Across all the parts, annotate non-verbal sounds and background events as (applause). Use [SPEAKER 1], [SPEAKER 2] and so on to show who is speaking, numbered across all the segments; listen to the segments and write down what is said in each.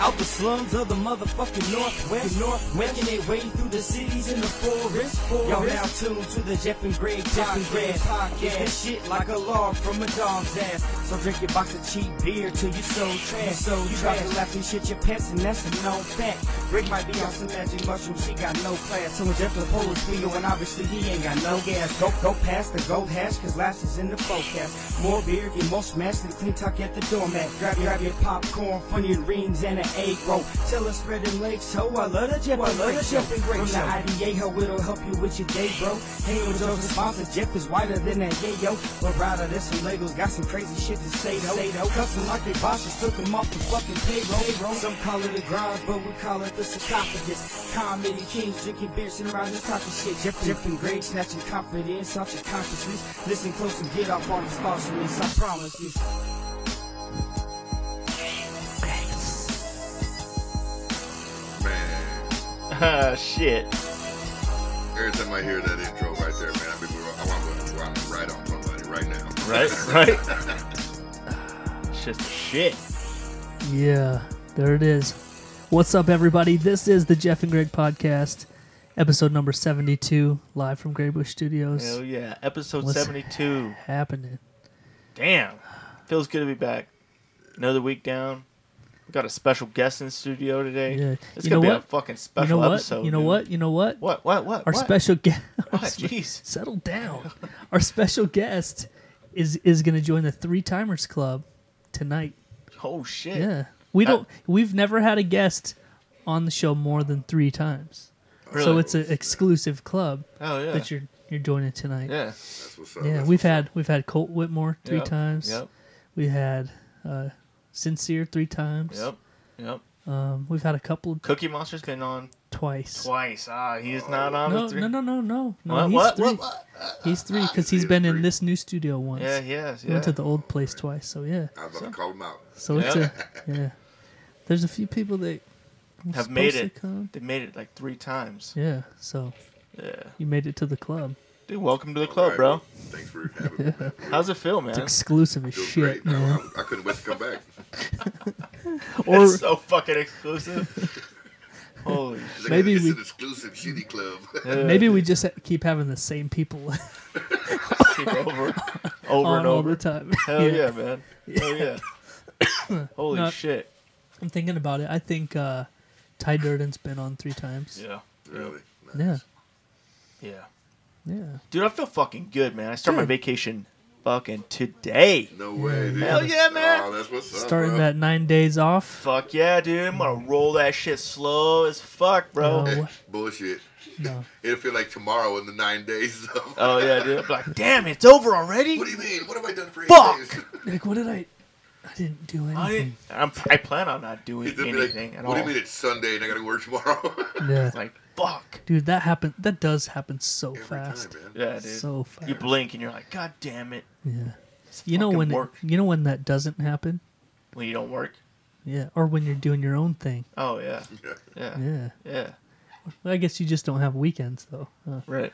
[SPEAKER 1] Out the slums of the motherfucking Northwest, North, making their way through the cities in the forest. forest. Y'all now tuned to the Jeff and Greg Jeff and Greg podcast. It's This shit like a log from a dog's ass. So drink your box of cheap beer till you so trash. So you drop your lap and shit your pants, and that's a known fact. Rick might be on some magic mushrooms, she got no class. So when Jeff the pole is real, and obviously he ain't got no gas. Go go past the gold hash, cause last is in the forecast. More beer, get more smashed than clean tuck at the doormat. Grab, grab your popcorn, onion rings, and an egg roll. Tell us spread and lakes, ho, I love the Jeff, I love the Jeff and Greg show. From the IDA, ho, it'll help you with your day, bro. Hang with Joe's sponsor, Jeff is whiter than that yayo. But rather than some Legos, got some crazy shit to say, though. Say, though. Custom like they bosses took them off the fucking payroll. Some call it a grind, but we call it the sarcophagus. Comedy kings drinking beer, sitting around and talking shit. Jeff, Jeff and Greg snatching confidence off your consciousness. Listen close and get off on the sponsorness, I promise you.
[SPEAKER 2] Man,
[SPEAKER 3] Ah, (laughs) shit.
[SPEAKER 2] every time I hear that intro right there, man, I, mean, I want to drop it right on somebody right now.
[SPEAKER 3] Right? (laughs) Right? it's just Ah, shit.
[SPEAKER 4] Yeah, there it is. What's up, everybody? This is the Jeff and Greg podcast, episode number 72, live from Grey Bush Studios.
[SPEAKER 3] Hell yeah. Episode
[SPEAKER 4] What's
[SPEAKER 3] 72.
[SPEAKER 4] Happening.
[SPEAKER 3] Damn. Feels good to be back. Another week down. We got a special guest in the studio today.
[SPEAKER 4] Yeah.
[SPEAKER 3] It's
[SPEAKER 4] You
[SPEAKER 3] going
[SPEAKER 4] know
[SPEAKER 3] to be a
[SPEAKER 4] what?
[SPEAKER 3] fucking
[SPEAKER 4] You
[SPEAKER 3] special
[SPEAKER 4] know what?
[SPEAKER 3] episode.
[SPEAKER 4] you know
[SPEAKER 3] dude.
[SPEAKER 4] what? You know what?
[SPEAKER 3] What? What? What?
[SPEAKER 4] Our
[SPEAKER 3] what?
[SPEAKER 4] special (laughs) guest.
[SPEAKER 3] What? Jeez.
[SPEAKER 4] Settle down. Our special guest is is going to join the Three Timers Club tonight.
[SPEAKER 3] Oh, shit.
[SPEAKER 4] Yeah. We
[SPEAKER 3] Uh,
[SPEAKER 4] don't. we've never had a guest on the show more than three times. So
[SPEAKER 3] Really?
[SPEAKER 4] it's an exclusive club
[SPEAKER 3] Oh, yeah.
[SPEAKER 4] that you're you're joining tonight.
[SPEAKER 3] yeah.
[SPEAKER 2] That's what's up.
[SPEAKER 4] Yeah,
[SPEAKER 2] That's
[SPEAKER 4] we've
[SPEAKER 2] what's
[SPEAKER 4] had we've had Colt Whitmore three
[SPEAKER 3] Yep.
[SPEAKER 4] times.
[SPEAKER 3] Yep.
[SPEAKER 4] We had uh, Sincere three times.
[SPEAKER 3] Yep. Yep.
[SPEAKER 4] Um, we've had a couple
[SPEAKER 3] Cookie Monster's been on
[SPEAKER 4] twice.
[SPEAKER 3] twice. Ah, he's not on
[SPEAKER 4] No,
[SPEAKER 3] the three.
[SPEAKER 4] no, no, no, no, no.
[SPEAKER 3] What?
[SPEAKER 4] he's
[SPEAKER 3] What?
[SPEAKER 4] three.
[SPEAKER 3] What? what? Ah,
[SPEAKER 4] He's three because he's
[SPEAKER 2] He's
[SPEAKER 4] been
[SPEAKER 2] three.
[SPEAKER 4] in this new studio once.
[SPEAKER 3] Yeah, he has.
[SPEAKER 4] He
[SPEAKER 3] Yeah.
[SPEAKER 4] Went to the old place twice. So yeah.
[SPEAKER 2] I'm about to call him out.
[SPEAKER 4] So it's a yeah. There's a few people that were
[SPEAKER 3] Have made
[SPEAKER 4] supposed
[SPEAKER 3] it.
[SPEAKER 4] to come.
[SPEAKER 3] They made it like three times.
[SPEAKER 4] Yeah. So
[SPEAKER 3] Yeah.
[SPEAKER 4] you made it to the club.
[SPEAKER 3] Dude, welcome to the
[SPEAKER 2] All
[SPEAKER 3] club,
[SPEAKER 2] right,
[SPEAKER 3] bro.
[SPEAKER 2] well, Thanks for having me. Man.
[SPEAKER 3] How's it feel, man?
[SPEAKER 4] Exclusive as
[SPEAKER 2] Feels
[SPEAKER 4] (laughs) shit,
[SPEAKER 2] great. I-
[SPEAKER 4] man.
[SPEAKER 2] I, I couldn't wait to come back.
[SPEAKER 3] (laughs)
[SPEAKER 4] Or
[SPEAKER 3] it's so fucking exclusive. (laughs) Holy
[SPEAKER 2] It's like,
[SPEAKER 4] Maybe
[SPEAKER 2] it's
[SPEAKER 4] we-
[SPEAKER 2] an exclusive shitty club. (laughs)
[SPEAKER 3] shit.
[SPEAKER 4] maybe we just ha- keep having the same people (laughs)
[SPEAKER 3] Keep over, over
[SPEAKER 4] on
[SPEAKER 3] and
[SPEAKER 4] all the
[SPEAKER 3] over.
[SPEAKER 4] time. (laughs)
[SPEAKER 3] Hell yeah, man. Hell yeah. Holy
[SPEAKER 4] No.
[SPEAKER 3] shit.
[SPEAKER 4] I'm thinking about it. I think uh, Ty Durden's been on three times.
[SPEAKER 3] Yeah.
[SPEAKER 2] really?
[SPEAKER 4] Yeah.
[SPEAKER 3] Yeah.
[SPEAKER 4] Yeah.
[SPEAKER 3] Dude, I feel fucking good, man. I start my
[SPEAKER 4] Good.
[SPEAKER 3] vacation fucking today.
[SPEAKER 2] No way, dude.
[SPEAKER 3] Hell yeah, man.
[SPEAKER 2] Oh, that's what's up.
[SPEAKER 4] Starting
[SPEAKER 2] bro.
[SPEAKER 4] that nine days off.
[SPEAKER 3] Fuck yeah, dude. I'm gonna roll that shit slow as fuck, bro.
[SPEAKER 4] No.
[SPEAKER 2] Bullshit.
[SPEAKER 4] Uh, No.
[SPEAKER 2] It'll feel like tomorrow in the nine days. (laughs) of-
[SPEAKER 3] Oh yeah, dude. I'm like, damn, it's over already?
[SPEAKER 2] What do you mean? What have I done for eight
[SPEAKER 3] Fuck.
[SPEAKER 2] days? (laughs)
[SPEAKER 4] Like, what did I? I didn't do anything.
[SPEAKER 3] I, didn't- I'm, I plan on not doing
[SPEAKER 2] It'll be like,
[SPEAKER 3] anything at
[SPEAKER 2] what
[SPEAKER 3] all.
[SPEAKER 2] do you mean it's Sunday and I gotta work tomorrow? (laughs)
[SPEAKER 4] Yeah.
[SPEAKER 3] Like, fuck.
[SPEAKER 4] Dude, that happened. That does happen so
[SPEAKER 2] Every
[SPEAKER 4] fast.
[SPEAKER 2] time, man.
[SPEAKER 3] Yeah, dude.
[SPEAKER 4] so fast.
[SPEAKER 3] you blink and you're like, God damn it.
[SPEAKER 4] yeah.
[SPEAKER 3] It's
[SPEAKER 4] You know
[SPEAKER 3] fucking
[SPEAKER 4] when?
[SPEAKER 3] work.
[SPEAKER 4] You know when that doesn't happen.
[SPEAKER 3] when you don't work.
[SPEAKER 4] Yeah. Or when you're doing your own thing.
[SPEAKER 3] Oh yeah,
[SPEAKER 2] Yeah.
[SPEAKER 3] yeah, yeah.
[SPEAKER 4] Yeah. Well, I guess you just don't have weekends though. Huh.
[SPEAKER 3] Right.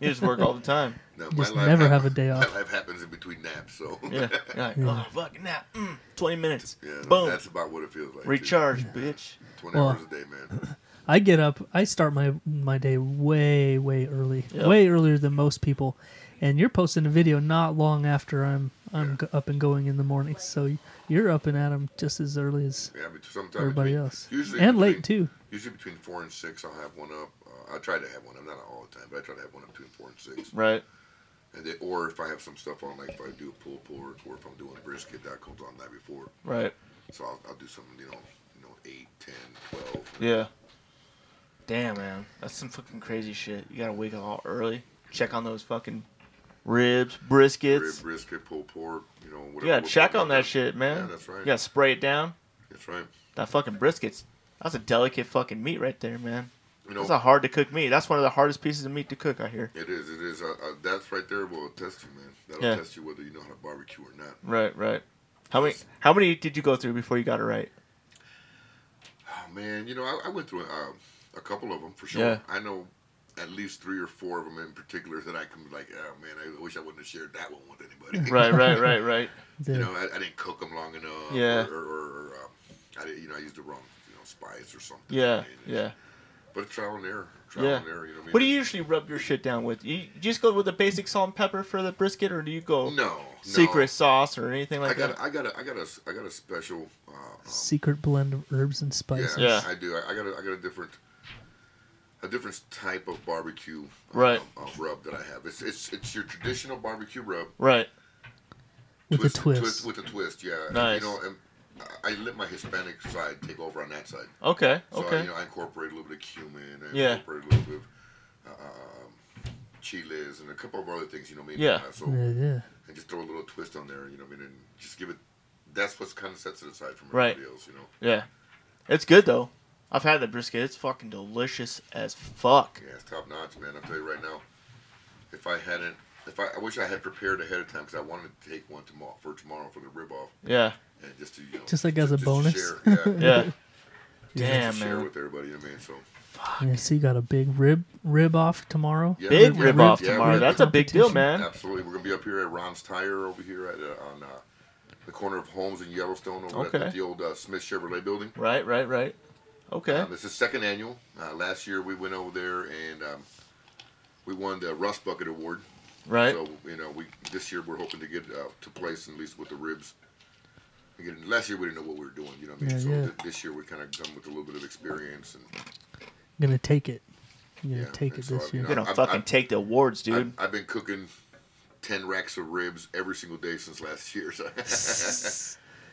[SPEAKER 3] You just work all the time.
[SPEAKER 2] No,
[SPEAKER 4] Just never
[SPEAKER 2] hap-
[SPEAKER 4] have a day off.
[SPEAKER 2] My life happens in between naps, so
[SPEAKER 3] Yeah. You're like, oh fucking nap. Mm, Twenty minutes.
[SPEAKER 2] Yeah, no,
[SPEAKER 3] Boom.
[SPEAKER 2] that's about what it feels like. too.
[SPEAKER 3] Recharge, bitch.
[SPEAKER 2] Twenty
[SPEAKER 4] Well-
[SPEAKER 2] hours a day, man.
[SPEAKER 4] I get up. I start my my day way way early,
[SPEAKER 3] Yep.
[SPEAKER 4] way earlier than most people. And you're posting a video not long after I'm I'm go- up and going in the morning. So you're up and at 'em just as early as
[SPEAKER 2] Yeah, but sometimes
[SPEAKER 4] everybody
[SPEAKER 2] between-
[SPEAKER 4] else,
[SPEAKER 2] Usually
[SPEAKER 4] and
[SPEAKER 2] between-
[SPEAKER 4] late too.
[SPEAKER 2] Usually between four and six, I'll have one up. Uh, I try to have one. up, not all the time, but I try to have one up between four and six.
[SPEAKER 3] Right.
[SPEAKER 2] And then, or if I have some stuff on, like if I do a pull pork or if I'm doing brisket, that comes on the night before.
[SPEAKER 3] Right.
[SPEAKER 2] So I'll, I'll do something, you know, you know, eight, ten, twelve.
[SPEAKER 3] Yeah. Damn, man, that's some fucking crazy shit. You gotta wake up all early, check on those fucking ribs, briskets.
[SPEAKER 2] Rib, brisket, pull pork, you know, whatever.
[SPEAKER 3] You gotta
[SPEAKER 2] we're
[SPEAKER 3] check
[SPEAKER 2] cooking
[SPEAKER 3] on
[SPEAKER 2] up
[SPEAKER 3] that
[SPEAKER 2] there.
[SPEAKER 3] shit, man.
[SPEAKER 2] Yeah, that's right.
[SPEAKER 3] You gotta spray it down.
[SPEAKER 2] That's right.
[SPEAKER 3] That fucking briskets. That's a delicate fucking meat right there, man.
[SPEAKER 2] You know,
[SPEAKER 3] That's a hard to cook meat. That's one of the hardest pieces of meat to cook, I hear.
[SPEAKER 2] it is. It is. Uh, uh, that's right there. Will test you, man. That'll
[SPEAKER 3] Yeah.
[SPEAKER 2] test you whether you know how to barbecue or not.
[SPEAKER 3] Right, right. How many? How many did you go through before you got it (laughs) right?
[SPEAKER 2] Oh man, you know, I, I went through uh, a um, couple of them for sure.
[SPEAKER 3] Yeah.
[SPEAKER 2] I know at least three or four of them in particular that I can be like, oh man, I wish I wouldn't have shared that one with anybody.
[SPEAKER 3] (laughs) Right, right, right, right.
[SPEAKER 2] (laughs) You
[SPEAKER 4] The-
[SPEAKER 2] know, I, I didn't cook them long enough.
[SPEAKER 3] Yeah.
[SPEAKER 2] Or, or, or, or um, I didn't, you know, I used the wrong, you know, spice or something.
[SPEAKER 3] Yeah,
[SPEAKER 2] And it's-
[SPEAKER 3] yeah, (laughs)
[SPEAKER 2] But trial and error. Trial
[SPEAKER 3] yeah.
[SPEAKER 2] and error. You know what I mean?
[SPEAKER 3] What do you usually rub your shit down with? You you just go with the basic salt and pepper for the brisket, or do you go
[SPEAKER 2] No. no.
[SPEAKER 3] secret sauce or anything
[SPEAKER 2] I
[SPEAKER 3] like uh
[SPEAKER 2] got,
[SPEAKER 3] that?
[SPEAKER 2] a, I got, a, I got a, I got a special. Uh, um,
[SPEAKER 4] secret blend of herbs and spices.
[SPEAKER 3] Yeah.
[SPEAKER 2] Yeah, I do. I, I got a, I got a different a different type of barbecue uh,
[SPEAKER 3] Right.
[SPEAKER 2] uh, rub that I have. It's it's it's your traditional barbecue rub
[SPEAKER 3] Right.
[SPEAKER 4] With a twist.
[SPEAKER 2] with a twist. Yeah, And,
[SPEAKER 3] Nice.
[SPEAKER 2] you know, and I- I let my Hispanic side take over on that side.
[SPEAKER 3] Okay.
[SPEAKER 2] So I,
[SPEAKER 3] Okay.
[SPEAKER 2] you know, I incorporate a little bit of cumin. I
[SPEAKER 3] Yeah.
[SPEAKER 2] incorporate a little bit of um, chiles and a couple of other things. You know what I mean?
[SPEAKER 3] Yeah.
[SPEAKER 2] Uh, so
[SPEAKER 4] Yeah, yeah.
[SPEAKER 2] and just throw a little twist on there. You know what I mean? And just give it. That's what's kind of sets it aside from
[SPEAKER 3] Right.
[SPEAKER 2] everybody else. You know.
[SPEAKER 3] Yeah. It's good though. I've had the brisket. It's fucking delicious as fuck.
[SPEAKER 2] Yeah, it's top notch, man. I'll tell you right now. If I hadn't, if I, I wish I had prepared ahead of time because I wanted to take one tomorrow for tomorrow for the rib off
[SPEAKER 3] Yeah.
[SPEAKER 2] and just to you know,
[SPEAKER 4] Just like as a
[SPEAKER 2] to
[SPEAKER 4] bonus?
[SPEAKER 2] share,
[SPEAKER 4] (laughs)
[SPEAKER 2] yeah, just to
[SPEAKER 3] (laughs) Yeah. Damn
[SPEAKER 2] share
[SPEAKER 3] man.
[SPEAKER 2] with everybody. You know what I mean, so
[SPEAKER 4] Yeah, so you got a big rib rib off tomorrow.
[SPEAKER 2] yeah,
[SPEAKER 3] Big
[SPEAKER 2] yeah,
[SPEAKER 3] rib off
[SPEAKER 2] yeah,
[SPEAKER 3] tomorrow.
[SPEAKER 2] yeah.
[SPEAKER 3] That's a big deal,
[SPEAKER 4] Competition.
[SPEAKER 3] man.
[SPEAKER 2] absolutely. We're gonna be up here at Ron's Tire over here at uh, on uh, the corner of Holmes and Yellowstone over
[SPEAKER 3] Okay.
[SPEAKER 2] at the old uh, Smith Chevrolet building.
[SPEAKER 3] Right, right, right. Okay.
[SPEAKER 2] Um, it's the second annual. Uh, last year we went over there and um, we won the Rust Bucket Award.
[SPEAKER 3] Right.
[SPEAKER 2] So you know, we this year we're hoping to get uh, to place at least with the ribs. Again, last year we didn't know what we were doing. You know what I mean?
[SPEAKER 4] Yeah,
[SPEAKER 2] so
[SPEAKER 4] yeah.
[SPEAKER 2] th- this year we kind of come with a little bit of experience and
[SPEAKER 4] I'm gonna take it. I'm gonna
[SPEAKER 2] Yeah,
[SPEAKER 4] take it
[SPEAKER 2] that's all I-
[SPEAKER 4] this
[SPEAKER 2] you
[SPEAKER 4] year.
[SPEAKER 2] know,
[SPEAKER 3] You're gonna
[SPEAKER 2] I'm-
[SPEAKER 3] fucking
[SPEAKER 2] I'm-
[SPEAKER 3] take the awards, dude.
[SPEAKER 2] I've, I've been cooking ten racks of ribs every single day since last year. So (laughs)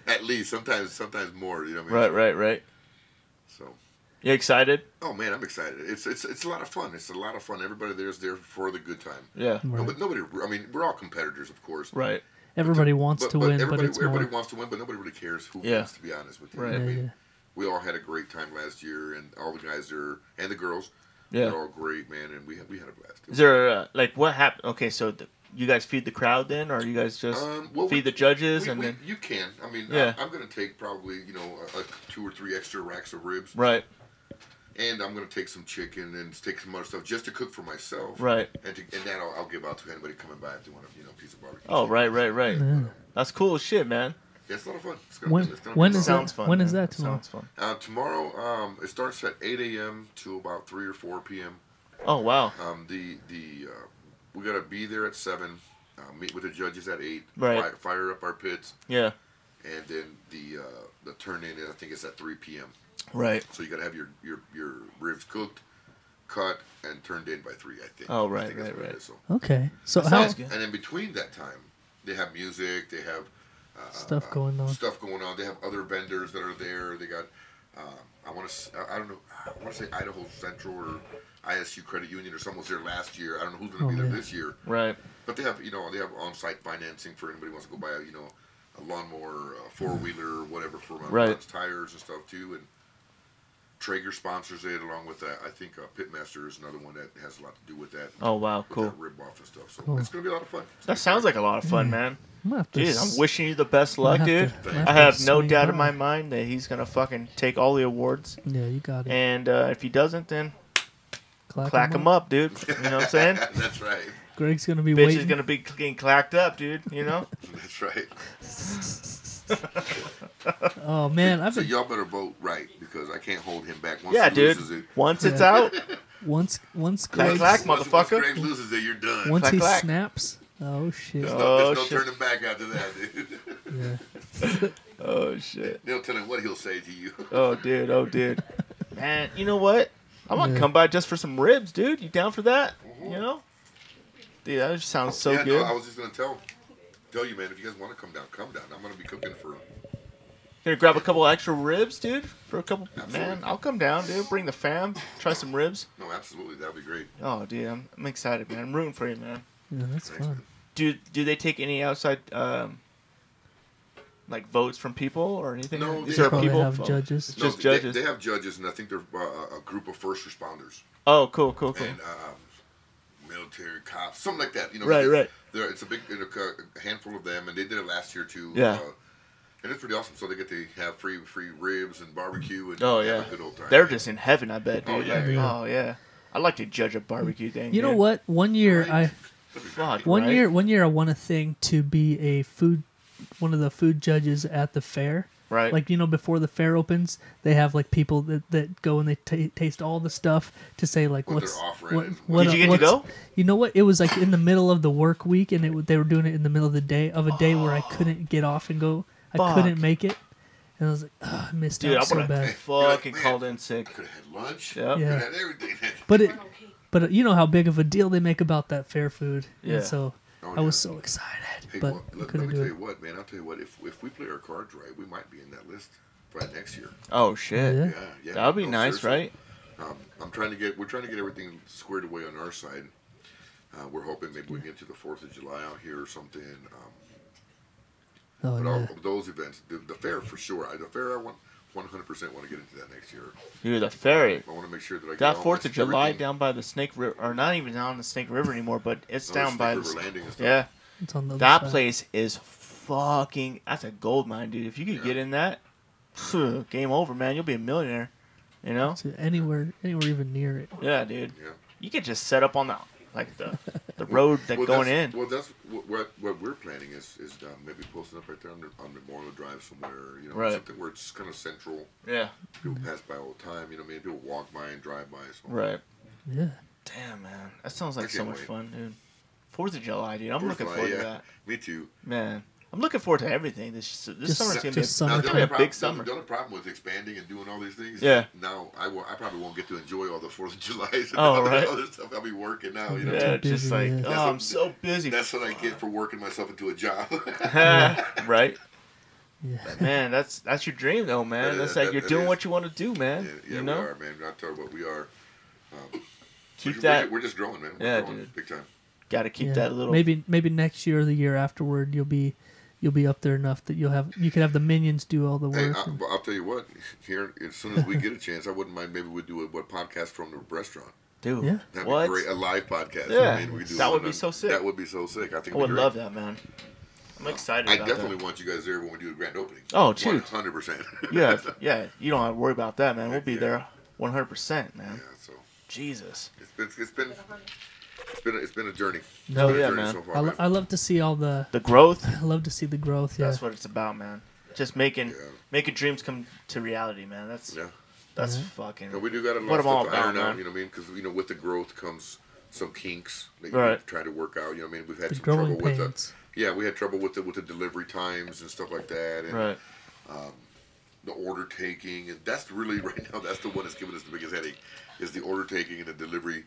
[SPEAKER 2] at least sometimes sometimes more. You know what I
[SPEAKER 3] right,
[SPEAKER 2] mean?
[SPEAKER 3] right, right.
[SPEAKER 2] So
[SPEAKER 3] You excited?
[SPEAKER 2] oh man, I'm excited. It's it's it's a lot of fun. It's a lot of fun. Everybody there's there for the good time.
[SPEAKER 3] Yeah.
[SPEAKER 4] Right.
[SPEAKER 2] Nobody, nobody. I mean, we're all competitors, of course.
[SPEAKER 3] Right.
[SPEAKER 4] Everybody wants
[SPEAKER 2] But,
[SPEAKER 4] to
[SPEAKER 2] but
[SPEAKER 4] win, but
[SPEAKER 2] everybody,
[SPEAKER 4] it's
[SPEAKER 2] everybody
[SPEAKER 4] more.
[SPEAKER 2] wants to win, but nobody really cares who
[SPEAKER 3] Yeah.
[SPEAKER 2] wins. To be honest with you,
[SPEAKER 3] Right.
[SPEAKER 2] I
[SPEAKER 4] Yeah,
[SPEAKER 2] mean,
[SPEAKER 4] yeah.
[SPEAKER 2] we all had a great time last year, and all the guys there and the girls,
[SPEAKER 3] Yeah.
[SPEAKER 2] they're all great, man, and we had, we had a blast.
[SPEAKER 3] Is there uh, like what happened? Okay, so the, you guys feed the crowd then, or you guys just
[SPEAKER 2] Um, well,
[SPEAKER 3] feed
[SPEAKER 2] we-
[SPEAKER 3] the judges
[SPEAKER 2] we,
[SPEAKER 3] and
[SPEAKER 2] we-
[SPEAKER 3] then
[SPEAKER 2] you can. I mean,
[SPEAKER 3] Yeah.
[SPEAKER 2] I, am going to take probably you know a, a two or three extra racks of ribs,
[SPEAKER 3] right,
[SPEAKER 2] and I'm going to take some chicken and take some other stuff just to cook for myself,
[SPEAKER 3] right?
[SPEAKER 2] And, to, and that I'll, I'll give out to anybody coming by if they want a you know piece of barbecue.
[SPEAKER 3] Oh, right, right, right.
[SPEAKER 4] Yeah.
[SPEAKER 3] That's cool as shit, man.
[SPEAKER 2] Yeah, it's a lot of fun. It's gonna,
[SPEAKER 4] When
[SPEAKER 2] it's gonna
[SPEAKER 4] when
[SPEAKER 2] be
[SPEAKER 4] is
[SPEAKER 2] fun.
[SPEAKER 4] that?
[SPEAKER 3] Sounds fun.
[SPEAKER 4] when
[SPEAKER 3] man.
[SPEAKER 4] is that tomorrow?
[SPEAKER 3] Sounds fun.
[SPEAKER 2] Uh, tomorrow, um, it starts at 8 a.m. to about 3 or 4 p.m.
[SPEAKER 3] Oh wow.
[SPEAKER 2] Um, the the uh, we gotta be there at seven. Uh, meet with the judges at eight.
[SPEAKER 3] Right.
[SPEAKER 2] Fire, fire up our pits,
[SPEAKER 3] Yeah.
[SPEAKER 2] and then the uh, the turn in I think it's at three p.m.
[SPEAKER 3] Right.
[SPEAKER 2] So you gotta have your your, your ribs cooked, cut, and turned in by three. I think.
[SPEAKER 3] Oh,
[SPEAKER 2] I
[SPEAKER 3] right,
[SPEAKER 2] think that's
[SPEAKER 3] right,
[SPEAKER 2] what it
[SPEAKER 3] right.
[SPEAKER 2] is, so-
[SPEAKER 4] Okay, so
[SPEAKER 3] That
[SPEAKER 4] how
[SPEAKER 3] sounds good.
[SPEAKER 2] And in between that time, they have music. They have uh,
[SPEAKER 4] Stuff
[SPEAKER 2] uh,
[SPEAKER 4] going on.
[SPEAKER 2] Stuff going on. They have other vendors that are there. They got. Um, I want to. I don't know. I want to say Idaho Central or ISU Credit Union or someone was there last year. I don't know who's gonna
[SPEAKER 4] Oh,
[SPEAKER 2] be there
[SPEAKER 4] yeah.
[SPEAKER 2] this year.
[SPEAKER 3] Right.
[SPEAKER 2] But they have, you know, they have on-site financing for anybody who wants to go buy, a, you know, a lawnmower, a four-wheeler, or whatever for my
[SPEAKER 3] Right.
[SPEAKER 2] Ron's tires and stuff too. And Traeger sponsors it along with that. I think uh, Pitmaster is another one that has a lot to do with that.
[SPEAKER 3] Oh wow.
[SPEAKER 2] with
[SPEAKER 3] Cool.
[SPEAKER 2] That rib off and stuff. So
[SPEAKER 4] Cool.
[SPEAKER 2] it's gonna be a lot of fun. It's gonna
[SPEAKER 3] That
[SPEAKER 2] be
[SPEAKER 3] sounds
[SPEAKER 2] great.
[SPEAKER 3] like a lot of fun, man.
[SPEAKER 4] I'm gonna have to
[SPEAKER 3] Dude,
[SPEAKER 4] s-
[SPEAKER 3] I'm wishing you the best luck,
[SPEAKER 4] have to-
[SPEAKER 3] dude.
[SPEAKER 4] I have
[SPEAKER 3] I have
[SPEAKER 4] to
[SPEAKER 3] no
[SPEAKER 4] swing
[SPEAKER 3] doubt in my
[SPEAKER 4] by.
[SPEAKER 3] mind that he's gonna fucking take all the awards.
[SPEAKER 4] Yeah, you got it.
[SPEAKER 3] And uh, if he doesn't, then
[SPEAKER 4] Clack,
[SPEAKER 3] clack
[SPEAKER 4] 'em
[SPEAKER 3] him up, dude. You know what I'm saying?
[SPEAKER 2] (laughs)
[SPEAKER 4] (laughs)
[SPEAKER 2] That's right.
[SPEAKER 4] Greg's gonna be
[SPEAKER 3] Bitch is
[SPEAKER 4] waiting.
[SPEAKER 3] gonna (laughs) be getting clacked up, dude. You know?
[SPEAKER 2] That's right.
[SPEAKER 4] (laughs) Oh man, I've
[SPEAKER 2] So
[SPEAKER 4] been
[SPEAKER 2] y'all better vote right because I can't hold him back. (laughs) Once
[SPEAKER 3] Yeah,
[SPEAKER 2] he
[SPEAKER 3] dude.
[SPEAKER 2] loses it,
[SPEAKER 3] Once it's
[SPEAKER 4] Yeah.
[SPEAKER 3] out,
[SPEAKER 4] once once
[SPEAKER 3] Clack,
[SPEAKER 4] Greg
[SPEAKER 3] clack,
[SPEAKER 2] once- once
[SPEAKER 3] motherfucker.
[SPEAKER 2] Greg loses it, you're done.
[SPEAKER 4] once
[SPEAKER 3] clack,
[SPEAKER 4] he
[SPEAKER 3] clack.
[SPEAKER 4] snaps. Oh shit.
[SPEAKER 2] There's no,
[SPEAKER 3] Oh,
[SPEAKER 2] there's no
[SPEAKER 3] shit.
[SPEAKER 2] turning back after that, dude. (laughs)
[SPEAKER 4] Yeah.
[SPEAKER 3] oh shit.
[SPEAKER 2] They'll tell him what he'll say to you.
[SPEAKER 3] Oh dude. Oh dude. Man, you know what? I want to
[SPEAKER 4] Yeah.
[SPEAKER 3] come by just for some ribs, dude. You down for that? You know? Dude, that just sounds so
[SPEAKER 2] Mm-hmm. yeah,
[SPEAKER 3] good.
[SPEAKER 2] No, I was just gonna tell tell you, man. If you guys want to come down, come down. I'm gonna be cooking for.
[SPEAKER 3] Gonna grab a couple extra ribs, dude. For a couple. Man,
[SPEAKER 2] Absolutely.
[SPEAKER 3] I'll come down, dude. Bring the fam. Try some ribs.
[SPEAKER 2] No, absolutely, that'd be great.
[SPEAKER 3] Oh, dude, I'm, I'm excited, man. I'm rooting for you, man.
[SPEAKER 4] Yeah, that's fun.
[SPEAKER 3] Do do they take any outside um, like votes from people or anything?
[SPEAKER 2] No,
[SPEAKER 3] Is
[SPEAKER 2] they
[SPEAKER 3] there
[SPEAKER 2] have-
[SPEAKER 4] Probably
[SPEAKER 3] people?
[SPEAKER 4] have judges.
[SPEAKER 3] It's just
[SPEAKER 2] no,
[SPEAKER 3] judges.
[SPEAKER 2] They, they have judges, and I think they're uh, a group of first responders
[SPEAKER 3] oh, cool, cool, cool.
[SPEAKER 2] and um, military cops, something like that. You know,
[SPEAKER 3] Right,
[SPEAKER 2] they-
[SPEAKER 3] right.
[SPEAKER 2] There, it's a big you know, a handful of them, and they did it last year too.
[SPEAKER 3] Yeah.
[SPEAKER 2] Uh, and it's pretty awesome. So they get to have free free ribs and barbecue and
[SPEAKER 3] Oh
[SPEAKER 2] have
[SPEAKER 3] yeah,
[SPEAKER 2] a good old time.
[SPEAKER 3] they're just in heaven, I bet. Dude.
[SPEAKER 2] Oh, yeah,
[SPEAKER 3] Like,
[SPEAKER 4] yeah.
[SPEAKER 3] oh yeah. I'd like to judge a barbecue thing.
[SPEAKER 4] You know
[SPEAKER 3] dude.
[SPEAKER 4] what? One year I
[SPEAKER 2] Right.
[SPEAKER 3] Fuck.
[SPEAKER 4] one
[SPEAKER 3] right?
[SPEAKER 4] year one year I won a thing to be a food one of the food judges at the fair.
[SPEAKER 3] Right.
[SPEAKER 4] Like you know before the fair opens, they have like people that, that go and they ta taste all the stuff to say like
[SPEAKER 2] What
[SPEAKER 4] what's
[SPEAKER 2] they're offering
[SPEAKER 4] what,
[SPEAKER 2] and-
[SPEAKER 4] what
[SPEAKER 3] Did you get to
[SPEAKER 4] what's-
[SPEAKER 3] go?
[SPEAKER 4] You know what? It was like in the middle of the work week and it w- they were doing it in the middle of the day of a day where I couldn't get off and go. I
[SPEAKER 3] Oh. Fuck.
[SPEAKER 4] couldn't make it. And I was like, "Ugh, I missed
[SPEAKER 3] Dude,
[SPEAKER 4] out
[SPEAKER 3] I
[SPEAKER 4] so
[SPEAKER 3] would (laughs)
[SPEAKER 4] bad.
[SPEAKER 3] have fucking called in sick.
[SPEAKER 2] Could have had lunch.
[SPEAKER 3] Yeah.
[SPEAKER 2] Could
[SPEAKER 4] Yeah.
[SPEAKER 2] have had everything. (laughs)
[SPEAKER 4] But it but you know how big of a deal they make about that fair food.
[SPEAKER 3] Yeah.
[SPEAKER 4] And so
[SPEAKER 2] Oh,
[SPEAKER 4] I was
[SPEAKER 2] yeah.
[SPEAKER 4] so excited,
[SPEAKER 2] Hey,
[SPEAKER 4] but
[SPEAKER 2] well,
[SPEAKER 4] I
[SPEAKER 2] let, let
[SPEAKER 4] couldn't
[SPEAKER 2] me
[SPEAKER 4] do
[SPEAKER 2] tell
[SPEAKER 4] it.
[SPEAKER 2] you what, man. I'll tell you what. If if we play our cards right, we might be in that list by next year.
[SPEAKER 3] Oh shit.
[SPEAKER 4] Yeah.
[SPEAKER 2] Yeah, yeah.
[SPEAKER 3] That would be
[SPEAKER 2] no,
[SPEAKER 3] nice,
[SPEAKER 2] seriously.
[SPEAKER 3] right?
[SPEAKER 2] Um, I'm trying to get. We're trying to get everything squared away on our side. Uh, we're hoping maybe we can get to the Fourth of July out here or something. Um,
[SPEAKER 4] Oh
[SPEAKER 2] but uh,
[SPEAKER 4] yeah.
[SPEAKER 2] all of those events, the, the fair for sure. I, the fair, I want 100 percent want to get into that next year.
[SPEAKER 3] Dude, the ferry.
[SPEAKER 2] I want to make sure that I get
[SPEAKER 3] That
[SPEAKER 2] all
[SPEAKER 3] Fourth
[SPEAKER 2] my-
[SPEAKER 3] of July
[SPEAKER 2] everything-
[SPEAKER 3] down by the Snake River, or not even down the Snake River anymore, but it's
[SPEAKER 2] No,
[SPEAKER 3] down
[SPEAKER 2] Snake
[SPEAKER 3] by
[SPEAKER 2] River
[SPEAKER 3] the.
[SPEAKER 2] landing and stuff.
[SPEAKER 3] Yeah,
[SPEAKER 4] It's on the other
[SPEAKER 3] that
[SPEAKER 4] side.
[SPEAKER 3] place is fucking. That's a gold mine, dude. If you could
[SPEAKER 2] Yeah.
[SPEAKER 3] get in that, phew, game over, man. You'll be a millionaire. You know?
[SPEAKER 4] So anywhere anywhere even near it.
[SPEAKER 3] Yeah, dude.
[SPEAKER 2] Yeah.
[SPEAKER 3] You could just set up on the like the
[SPEAKER 2] (laughs)
[SPEAKER 3] the road that
[SPEAKER 2] Well,
[SPEAKER 3] going in.
[SPEAKER 2] that's- Well, that's what, what what we're planning is is uh, maybe posting up right there on, the- on Memorial Drive somewhere. You know,
[SPEAKER 3] Right.
[SPEAKER 2] something where it's kind of central.
[SPEAKER 3] yeah.
[SPEAKER 2] People
[SPEAKER 4] Mm-hmm.
[SPEAKER 2] pass by all the time. You know, what I mean, people walk by and drive by. So
[SPEAKER 3] Right.
[SPEAKER 4] Yeah.
[SPEAKER 3] Damn, man. That sounds like
[SPEAKER 2] I
[SPEAKER 3] so
[SPEAKER 2] can't
[SPEAKER 3] much
[SPEAKER 2] wait.
[SPEAKER 3] fun, dude. Fourth of July, dude. I'm
[SPEAKER 2] Fourth
[SPEAKER 3] looking
[SPEAKER 2] of July,
[SPEAKER 3] forward
[SPEAKER 2] yeah.
[SPEAKER 3] to that.
[SPEAKER 2] Me too.
[SPEAKER 3] Man, I'm looking forward to everything. This this
[SPEAKER 4] Just-
[SPEAKER 3] summer's gonna be.
[SPEAKER 4] just
[SPEAKER 3] a-
[SPEAKER 4] summer.
[SPEAKER 2] Now, the,
[SPEAKER 4] Summertime.
[SPEAKER 3] Yeah,
[SPEAKER 2] only problem,
[SPEAKER 3] big summer.
[SPEAKER 2] the only problem with expanding and doing all these things.
[SPEAKER 3] Yeah.
[SPEAKER 2] Now I, will, I probably won't get to enjoy all the Fourth of (laughs) July. and
[SPEAKER 3] Oh,
[SPEAKER 2] all the
[SPEAKER 3] right.
[SPEAKER 2] Other stuff I'll be working now. You know.
[SPEAKER 3] Yeah,
[SPEAKER 4] Too
[SPEAKER 3] just
[SPEAKER 4] busy,
[SPEAKER 3] like
[SPEAKER 4] yeah.
[SPEAKER 3] oh,
[SPEAKER 2] That's
[SPEAKER 3] I'm
[SPEAKER 2] what-
[SPEAKER 3] so busy.
[SPEAKER 2] That's what I get for working myself into a job. (laughs)
[SPEAKER 3] (laughs) right?
[SPEAKER 4] Yeah.
[SPEAKER 3] Man, that's that's your dream though, man.
[SPEAKER 2] Yeah,
[SPEAKER 3] That's
[SPEAKER 2] that-
[SPEAKER 3] like you're
[SPEAKER 2] that
[SPEAKER 3] doing
[SPEAKER 2] is.
[SPEAKER 3] what you want to do, man.
[SPEAKER 2] yeah, yeah
[SPEAKER 3] you
[SPEAKER 2] we
[SPEAKER 3] know,
[SPEAKER 2] are, man. I tell you what, we are.
[SPEAKER 3] keep
[SPEAKER 2] we're,
[SPEAKER 3] that.
[SPEAKER 2] We're, just growing, man. We're
[SPEAKER 3] Yeah,
[SPEAKER 2] growing
[SPEAKER 3] dude.
[SPEAKER 2] big time.
[SPEAKER 3] gotta keep
[SPEAKER 4] yeah.
[SPEAKER 3] that little.
[SPEAKER 4] Maybe maybe next year or the year afterward you'll be you'll be up there enough that you'll have you can have the minions do all the
[SPEAKER 2] Hey, uh,
[SPEAKER 4] work.
[SPEAKER 2] I,
[SPEAKER 3] Mm-hmm.
[SPEAKER 4] and-
[SPEAKER 2] but I'll tell you what. Here, as soon as we get a chance, I wouldn't mind. Maybe we do a what podcast from the restaurant.
[SPEAKER 3] dude.
[SPEAKER 4] Yeah.
[SPEAKER 2] That'd
[SPEAKER 3] What?
[SPEAKER 2] be great. A live podcast.
[SPEAKER 3] Yeah.
[SPEAKER 2] I mean, we could do
[SPEAKER 3] That
[SPEAKER 2] it
[SPEAKER 3] would
[SPEAKER 2] on
[SPEAKER 3] be
[SPEAKER 2] a-
[SPEAKER 3] so sick.
[SPEAKER 2] That would be so sick. I think
[SPEAKER 3] I would
[SPEAKER 2] it'd be great. Oh,
[SPEAKER 3] love that, man. I'm excited.
[SPEAKER 2] I
[SPEAKER 3] about
[SPEAKER 2] definitely
[SPEAKER 3] that.
[SPEAKER 2] want you guys there when we do a grand opening.
[SPEAKER 3] Oh, dude.
[SPEAKER 2] one hundred percent.
[SPEAKER 3] You
[SPEAKER 2] (laughs)
[SPEAKER 3] have, yeah. You don't have to worry about that, man. We'll be
[SPEAKER 2] Yeah.
[SPEAKER 3] there, 100, percent man.
[SPEAKER 2] Yeah, so
[SPEAKER 3] Jesus.
[SPEAKER 2] it's been it's been it's been it's been a journey. It's
[SPEAKER 3] Hell
[SPEAKER 2] been a
[SPEAKER 3] yeah,
[SPEAKER 2] journey
[SPEAKER 3] man.
[SPEAKER 2] So far,
[SPEAKER 4] I, lo-
[SPEAKER 2] man.
[SPEAKER 4] I love to see all the
[SPEAKER 3] The growth.
[SPEAKER 4] I love to see the growth. Yeah.
[SPEAKER 3] That's what it's about, man. Just making
[SPEAKER 2] Yeah.
[SPEAKER 3] making dreams come to reality, man. That's
[SPEAKER 2] yeah.
[SPEAKER 3] that's fucking.
[SPEAKER 2] And we do got a
[SPEAKER 3] What
[SPEAKER 2] lot of
[SPEAKER 3] I'm all
[SPEAKER 2] stuff to iron
[SPEAKER 3] about,
[SPEAKER 2] out,
[SPEAKER 3] man.
[SPEAKER 2] you know what I mean? Because, you know, with the growth comes some kinks that you
[SPEAKER 3] Right.
[SPEAKER 2] try to work out, you know what I mean? We've had
[SPEAKER 4] The
[SPEAKER 2] some
[SPEAKER 4] growing
[SPEAKER 2] trouble with
[SPEAKER 4] pains.
[SPEAKER 2] the, yeah, we had trouble with the, with the delivery times and stuff like that. And
[SPEAKER 3] right.
[SPEAKER 2] the order taking. And that's really, (laughs) right now, that's the one that's giving us the biggest headache is the order taking and the delivery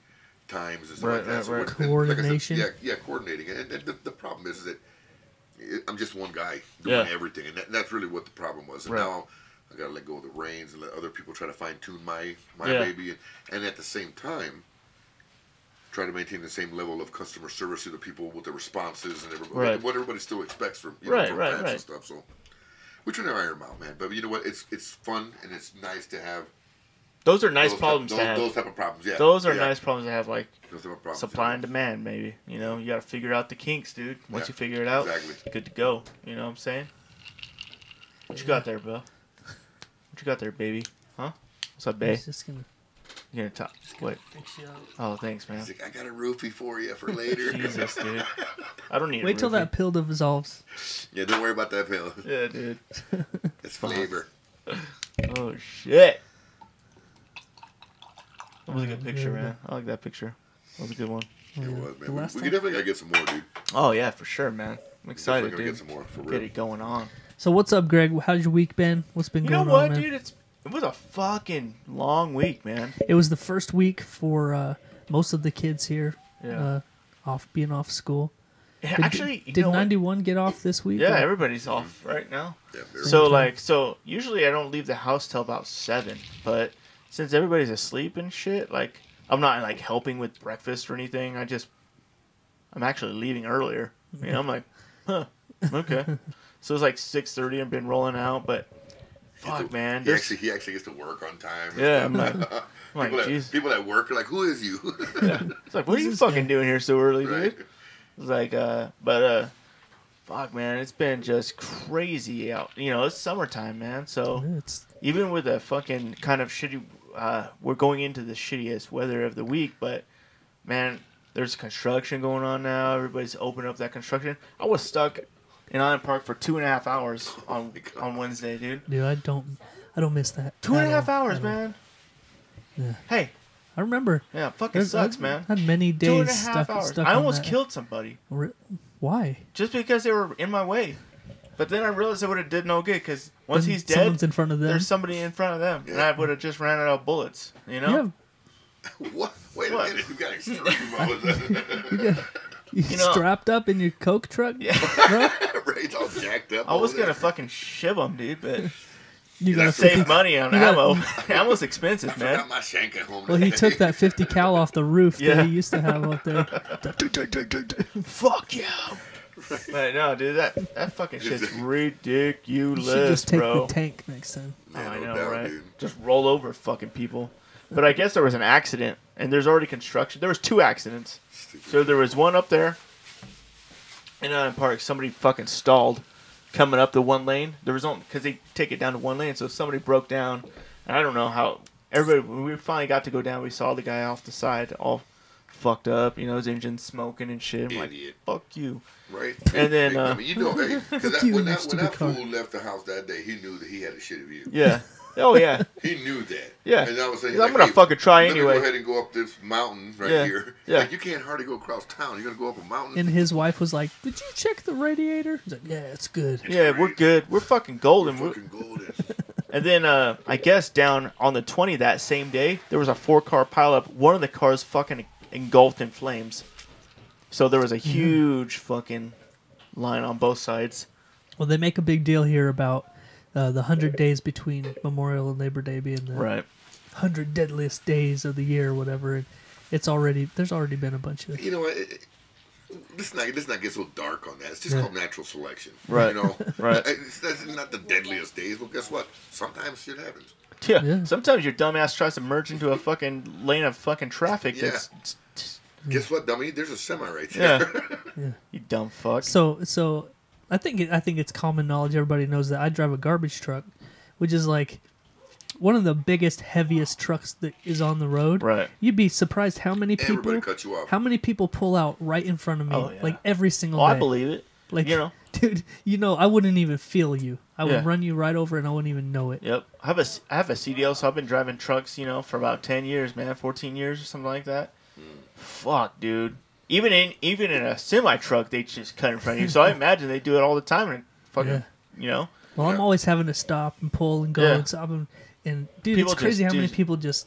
[SPEAKER 2] times and stuff
[SPEAKER 3] Right,
[SPEAKER 2] (laughs) like that.
[SPEAKER 3] right, right.
[SPEAKER 2] we're- and like I said,
[SPEAKER 4] Coordination.
[SPEAKER 2] yeah, yeah, coordinating. And, and the, the problem is that it- I'm just one guy doing
[SPEAKER 3] Yeah.
[SPEAKER 2] everything. And that, that's really what the problem was. And
[SPEAKER 3] Right.
[SPEAKER 2] now I got to let go of the reins and let other people try to fine tune my, my
[SPEAKER 3] Yeah.
[SPEAKER 2] baby. And, and at the same time, try to maintain the same level of customer service to the people with the responses and everybody,
[SPEAKER 3] Right.
[SPEAKER 2] what everybody still expects from you know,
[SPEAKER 3] Right,
[SPEAKER 2] from
[SPEAKER 3] right,
[SPEAKER 2] fans
[SPEAKER 3] right.
[SPEAKER 2] and stuff. So we're trying to iron them out, man. But you know what? It's it's fun and it's nice to have
[SPEAKER 3] Those are nice
[SPEAKER 2] those
[SPEAKER 3] problems
[SPEAKER 2] Type,
[SPEAKER 3] to
[SPEAKER 2] those,
[SPEAKER 3] have.
[SPEAKER 2] those
[SPEAKER 3] Those,
[SPEAKER 2] type of problems, yeah.
[SPEAKER 3] are
[SPEAKER 2] yeah.
[SPEAKER 3] nice problems to have. Like
[SPEAKER 2] Those type of problems.
[SPEAKER 3] supply
[SPEAKER 2] yeah.
[SPEAKER 3] and demand, maybe. You know, you got to figure out the kinks, dude. Once
[SPEAKER 2] Yeah,
[SPEAKER 3] you figure it out,
[SPEAKER 2] exactly.
[SPEAKER 3] good to go. You know what I'm saying? What you got there, bro? What you got there, baby? Huh? What's up, babe?
[SPEAKER 4] He's just gonna
[SPEAKER 3] You gonna talk? What?
[SPEAKER 4] fix you up.
[SPEAKER 3] Oh, thanks, man.
[SPEAKER 2] He's like, I got a roofie for
[SPEAKER 3] (laughs)
[SPEAKER 2] you for later.
[SPEAKER 3] Jesus, dude. I don't need. a
[SPEAKER 4] Wait till
[SPEAKER 3] roofie.
[SPEAKER 4] that pill dissolves.
[SPEAKER 2] yeah, don't worry about that pill.
[SPEAKER 3] Yeah, dude.
[SPEAKER 2] It's flavor.
[SPEAKER 3] Oh shit. That was a good picture,
[SPEAKER 4] there we
[SPEAKER 3] man. I like that picture. That was a good one.
[SPEAKER 2] It
[SPEAKER 4] Yeah.
[SPEAKER 2] was,
[SPEAKER 4] The
[SPEAKER 2] man. We, we
[SPEAKER 4] last
[SPEAKER 2] could
[SPEAKER 4] time-
[SPEAKER 2] definitely gotta get some more, dude.
[SPEAKER 3] Oh yeah, for sure, man. I'm
[SPEAKER 2] Definitely
[SPEAKER 3] excited,
[SPEAKER 2] gotta get
[SPEAKER 3] dude.
[SPEAKER 2] some more for
[SPEAKER 3] Get
[SPEAKER 2] real.
[SPEAKER 3] it going on.
[SPEAKER 4] So what's up, Greg? How's your week been? What's been
[SPEAKER 3] You know
[SPEAKER 4] going
[SPEAKER 3] what,
[SPEAKER 4] on, man?
[SPEAKER 3] dude? It's it was a fucking long week, man.
[SPEAKER 4] It was the first week for uh, most of the kids here.
[SPEAKER 3] Yeah.
[SPEAKER 4] Uh, off being off school.
[SPEAKER 3] (laughs) Yeah,
[SPEAKER 4] Did-
[SPEAKER 3] Actually, you
[SPEAKER 4] did,
[SPEAKER 3] know what?
[SPEAKER 4] 91 get off this week?
[SPEAKER 3] Yeah,
[SPEAKER 4] Or-
[SPEAKER 3] everybody's off right now.
[SPEAKER 2] Yeah, very
[SPEAKER 3] So
[SPEAKER 4] time.
[SPEAKER 3] like, so usually I don't leave the house till about seven, but since everybody's asleep and shit, like I'm not like helping with breakfast or anything. I just I'm actually leaving earlier. You know, I'm like, (laughs) huh, okay. so it's like six thirty. I've been rolling out, but fuck, man,
[SPEAKER 2] He
[SPEAKER 3] there's-
[SPEAKER 2] actually, he actually gets to work on time. and
[SPEAKER 3] yeah,
[SPEAKER 2] stuff.
[SPEAKER 3] I'm like, I'm like,
[SPEAKER 2] (laughs) people,
[SPEAKER 3] jeez.
[SPEAKER 2] that, people that work are like, who is you? (laughs)
[SPEAKER 3] It's like, what are you
[SPEAKER 4] this
[SPEAKER 3] fucking
[SPEAKER 4] guy?
[SPEAKER 3] doing here so early,
[SPEAKER 2] right?
[SPEAKER 3] dude? It's like, uh, but uh, fuck, man, it's been just crazy out. You know, it's summertime, man. So.
[SPEAKER 4] Yeah, It's
[SPEAKER 3] even with a fucking kind of shitty uh, we're going into the shittiest weather of the week, but man, there's construction going on now. Everybody's opening up that construction. I was stuck in Island Park for two and a half
[SPEAKER 4] (laughs)
[SPEAKER 3] hours on on Wednesday, dude.
[SPEAKER 4] Dude, Oh I don't, I don't miss that.
[SPEAKER 3] Two and
[SPEAKER 4] at
[SPEAKER 3] a half
[SPEAKER 4] all,
[SPEAKER 3] hours,
[SPEAKER 4] at all.
[SPEAKER 3] man. Hey,
[SPEAKER 4] I remember.
[SPEAKER 3] yeah, fucking sucks, man.
[SPEAKER 4] Had many days
[SPEAKER 3] Two and a
[SPEAKER 4] stuck,
[SPEAKER 3] half hours.
[SPEAKER 4] stuck
[SPEAKER 3] I
[SPEAKER 4] on
[SPEAKER 3] almost
[SPEAKER 4] that.
[SPEAKER 3] killed somebody
[SPEAKER 4] Re- Why?
[SPEAKER 3] just because they were in my way. But then I realized I would have did no good because once
[SPEAKER 4] Then
[SPEAKER 3] he's dead,
[SPEAKER 4] someone's in front of them.
[SPEAKER 3] there's somebody in front of them, and I would have just ran out of bullets. You know,
[SPEAKER 4] You,
[SPEAKER 2] What? Wait
[SPEAKER 3] What?
[SPEAKER 2] a minute. You
[SPEAKER 3] (laughs)
[SPEAKER 2] got extreme. (laughs) right?
[SPEAKER 4] have, you
[SPEAKER 3] know-
[SPEAKER 4] strapped up in your coke truck.
[SPEAKER 3] Yeah.
[SPEAKER 4] (laughs) bro?
[SPEAKER 2] It's all jacked up.
[SPEAKER 3] I was
[SPEAKER 2] over
[SPEAKER 3] gonna
[SPEAKER 2] there.
[SPEAKER 3] fucking shiv them, dude,
[SPEAKER 4] (laughs)
[SPEAKER 3] but
[SPEAKER 4] You
[SPEAKER 3] (laughs)
[SPEAKER 4] got
[SPEAKER 3] save money on
[SPEAKER 4] got-
[SPEAKER 3] ammo. (laughs) Ammo's expensive,
[SPEAKER 2] I
[SPEAKER 3] man.
[SPEAKER 2] got my shank at home.
[SPEAKER 4] Well, he
[SPEAKER 2] today.
[SPEAKER 4] took that 50 cal off the roof
[SPEAKER 3] Yeah.
[SPEAKER 4] that he used to have
[SPEAKER 3] (laughs)
[SPEAKER 4] up there.
[SPEAKER 3] Fuck yeah. But no, dude, that that fucking shit's ridiculous,
[SPEAKER 4] You should just take
[SPEAKER 3] bro.
[SPEAKER 4] the tank next time.
[SPEAKER 3] Oh,
[SPEAKER 2] Yeah,
[SPEAKER 3] I
[SPEAKER 2] no
[SPEAKER 3] know,
[SPEAKER 2] doubt,
[SPEAKER 3] right?
[SPEAKER 2] dude.
[SPEAKER 3] Just roll over, fucking people. But I guess there was an accident, and there's already construction. There was two accidents. So there was one up there in Island Park. Somebody fucking stalled coming up the one lane. There was only because they take it down to one lane, so somebody broke down. And I don't know how everybody. When we finally got to go down, we saw the guy off the side, all fucked up. You know, his engine smoking and shit. I'm like,
[SPEAKER 2] Idiot.
[SPEAKER 3] fuck you.
[SPEAKER 2] Right.
[SPEAKER 3] And then,
[SPEAKER 2] I
[SPEAKER 3] uh,
[SPEAKER 2] mean, you know, hey,
[SPEAKER 3] (laughs)
[SPEAKER 2] 'cause that, when
[SPEAKER 4] you and your
[SPEAKER 2] that, when that
[SPEAKER 4] stupid car.
[SPEAKER 2] fool left the house that day, he knew that he had a shitty view.
[SPEAKER 3] Yeah. Oh
[SPEAKER 2] (laughs)
[SPEAKER 3] yeah.
[SPEAKER 2] He knew that.
[SPEAKER 3] Yeah.
[SPEAKER 2] And I was saying,
[SPEAKER 3] I'm gonna fucking try
[SPEAKER 2] let me
[SPEAKER 3] anyway.
[SPEAKER 2] Go ahead and go up this mountain right
[SPEAKER 3] Yeah,
[SPEAKER 2] here.
[SPEAKER 3] (laughs) yeah.
[SPEAKER 2] Like, you can't hardly go across town. You're gonna go up a mountain.
[SPEAKER 4] And his wife was like, Did you check the radiator? He's like, Yeah, it's good.
[SPEAKER 3] Yeah, we're good. We're fucking golden. We're-
[SPEAKER 2] fucking golden.
[SPEAKER 3] And then uh, I guess down on the 20 that same day, there was a four car pileup. One of the cars fucking engulfed in flames. So there was a huge fucking line on both sides.
[SPEAKER 4] Well, they make a big deal here about uh, the 100 days between Memorial and Labor Day being the 100 deadliest days of the year or whatever. And it's already, there's already been a bunch of.
[SPEAKER 2] (laughs) you know what? It- it- Let's not let's not get so dark on that. It's just
[SPEAKER 4] Yeah.
[SPEAKER 2] called natural selection.
[SPEAKER 3] Right.
[SPEAKER 2] You know.
[SPEAKER 3] (laughs) Right.
[SPEAKER 2] (laughs) It's, that's not the deadliest days, but guess what? Sometimes shit happens.
[SPEAKER 3] Yeah.
[SPEAKER 4] Yeah.
[SPEAKER 3] Sometimes your dumbass tries to merge into a fucking lane of fucking traffic.
[SPEAKER 2] Yeah.
[SPEAKER 3] That's
[SPEAKER 4] Mm.
[SPEAKER 2] Guess what, dummy? There's a semi right there. (laughs)
[SPEAKER 3] yeah. (laughs) You dumb fuck.
[SPEAKER 4] So, so I think, it, I think it's common knowledge. Everybody knows that I drive a garbage truck, which is like one of the biggest, heaviest trucks that is on the road.
[SPEAKER 3] Right.
[SPEAKER 4] You'd be surprised how many people.
[SPEAKER 2] Everybody cut you off.
[SPEAKER 4] How many people pull out right in front of me,
[SPEAKER 3] Oh, yeah.
[SPEAKER 4] like every single
[SPEAKER 3] Oh,
[SPEAKER 4] day?
[SPEAKER 3] I believe it.
[SPEAKER 4] Like,
[SPEAKER 3] you know.
[SPEAKER 4] (laughs) dude, you know, I wouldn't even feel you. I would
[SPEAKER 3] Yeah.
[SPEAKER 4] run you right over, and I wouldn't even know it.
[SPEAKER 3] Yep. I have a I have a CDL, so I've been driving trucks, you know, for about ten years, man, fourteen years or something like that. Fuck, dude. Even in even in a semi truck, they just cut in front of you. So
[SPEAKER 4] (laughs)
[SPEAKER 3] I imagine they do it all the time, and fucking,
[SPEAKER 4] Yeah.
[SPEAKER 3] you know,
[SPEAKER 4] Well, I'm
[SPEAKER 2] Yeah.
[SPEAKER 4] always having to stop and pull and go
[SPEAKER 3] Yeah.
[SPEAKER 4] and stop and, and dude,
[SPEAKER 3] People
[SPEAKER 4] it's crazy
[SPEAKER 3] just
[SPEAKER 4] how
[SPEAKER 3] do-
[SPEAKER 4] many people just.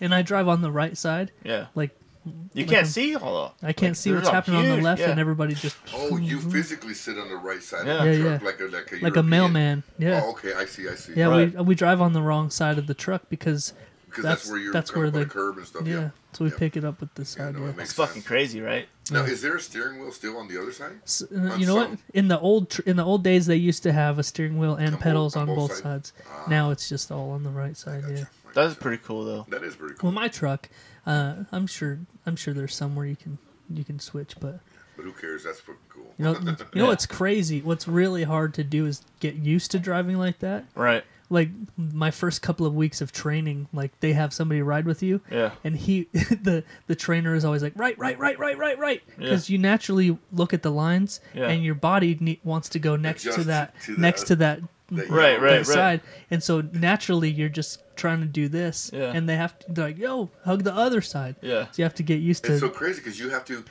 [SPEAKER 4] And I drive on the right side,
[SPEAKER 3] yeah.
[SPEAKER 4] like
[SPEAKER 3] You
[SPEAKER 4] like
[SPEAKER 3] can't
[SPEAKER 4] I'm-
[SPEAKER 3] see all. the
[SPEAKER 4] I can't
[SPEAKER 3] like,
[SPEAKER 4] see
[SPEAKER 3] there's
[SPEAKER 4] what's
[SPEAKER 3] a
[SPEAKER 4] happening on the
[SPEAKER 3] huge-
[SPEAKER 4] left,
[SPEAKER 3] yeah.
[SPEAKER 4] and everybody just
[SPEAKER 2] Oh,
[SPEAKER 4] (laughs)
[SPEAKER 2] you physically sit on the right side
[SPEAKER 3] Yeah.
[SPEAKER 2] of the
[SPEAKER 4] Mm-hmm. Yeah,
[SPEAKER 2] truck
[SPEAKER 4] yeah.
[SPEAKER 2] like a like a
[SPEAKER 4] like a
[SPEAKER 2] European.
[SPEAKER 4] mailman. Yeah,
[SPEAKER 2] Oh, okay. I see. I see.
[SPEAKER 4] yeah.
[SPEAKER 3] Right.
[SPEAKER 4] We we drive on the wrong side of the truck because
[SPEAKER 2] Because
[SPEAKER 4] that's
[SPEAKER 2] that's, where you're
[SPEAKER 4] that's
[SPEAKER 2] that's
[SPEAKER 4] where
[SPEAKER 2] up on
[SPEAKER 4] the-
[SPEAKER 2] the curb and stuff.
[SPEAKER 4] yeah,
[SPEAKER 2] Oh, Yeah.
[SPEAKER 4] so we
[SPEAKER 2] Yeah.
[SPEAKER 4] pick it up with the side.
[SPEAKER 2] no,
[SPEAKER 4] yeah.
[SPEAKER 2] it makes
[SPEAKER 3] It's fucking crazy, right?
[SPEAKER 2] Now, is there a steering wheel still on the other side?
[SPEAKER 4] S- uh,
[SPEAKER 2] On
[SPEAKER 4] you know what?
[SPEAKER 2] some.
[SPEAKER 4] In the old tr- in the old days, they used to have a steering wheel and
[SPEAKER 2] both-
[SPEAKER 4] pedals
[SPEAKER 2] on
[SPEAKER 4] on both
[SPEAKER 2] both
[SPEAKER 4] sides. Now it's just all on the right side. Yeah.
[SPEAKER 3] That's pretty cool though.
[SPEAKER 2] That is pretty cool.
[SPEAKER 4] Well, my truck, uh, I'm sure I'm sure there's somewhere you can you can switch, but
[SPEAKER 2] But who cares? That's fucking cool.
[SPEAKER 4] you know
[SPEAKER 3] (laughs)
[SPEAKER 4] you know what's crazy? What's really hard to do is get used to driving like that.
[SPEAKER 3] Right.
[SPEAKER 4] Like my first couple of weeks of training, like they have somebody ride with you,
[SPEAKER 3] Yeah.
[SPEAKER 4] and he (laughs) the the trainer is always like right right right right right right because you naturally look at the lines
[SPEAKER 3] Yeah.
[SPEAKER 4] and your body ne- wants to go next to
[SPEAKER 2] Adjust
[SPEAKER 4] that
[SPEAKER 2] to the-
[SPEAKER 4] next to that
[SPEAKER 2] That
[SPEAKER 3] Right,
[SPEAKER 2] yellow-
[SPEAKER 3] right.
[SPEAKER 4] that side and so naturally you're just trying to do this
[SPEAKER 3] Yeah.
[SPEAKER 4] and they have to they're like yo hug the other side
[SPEAKER 3] Yeah.
[SPEAKER 4] so you have to get used to
[SPEAKER 2] It's so crazy because you have to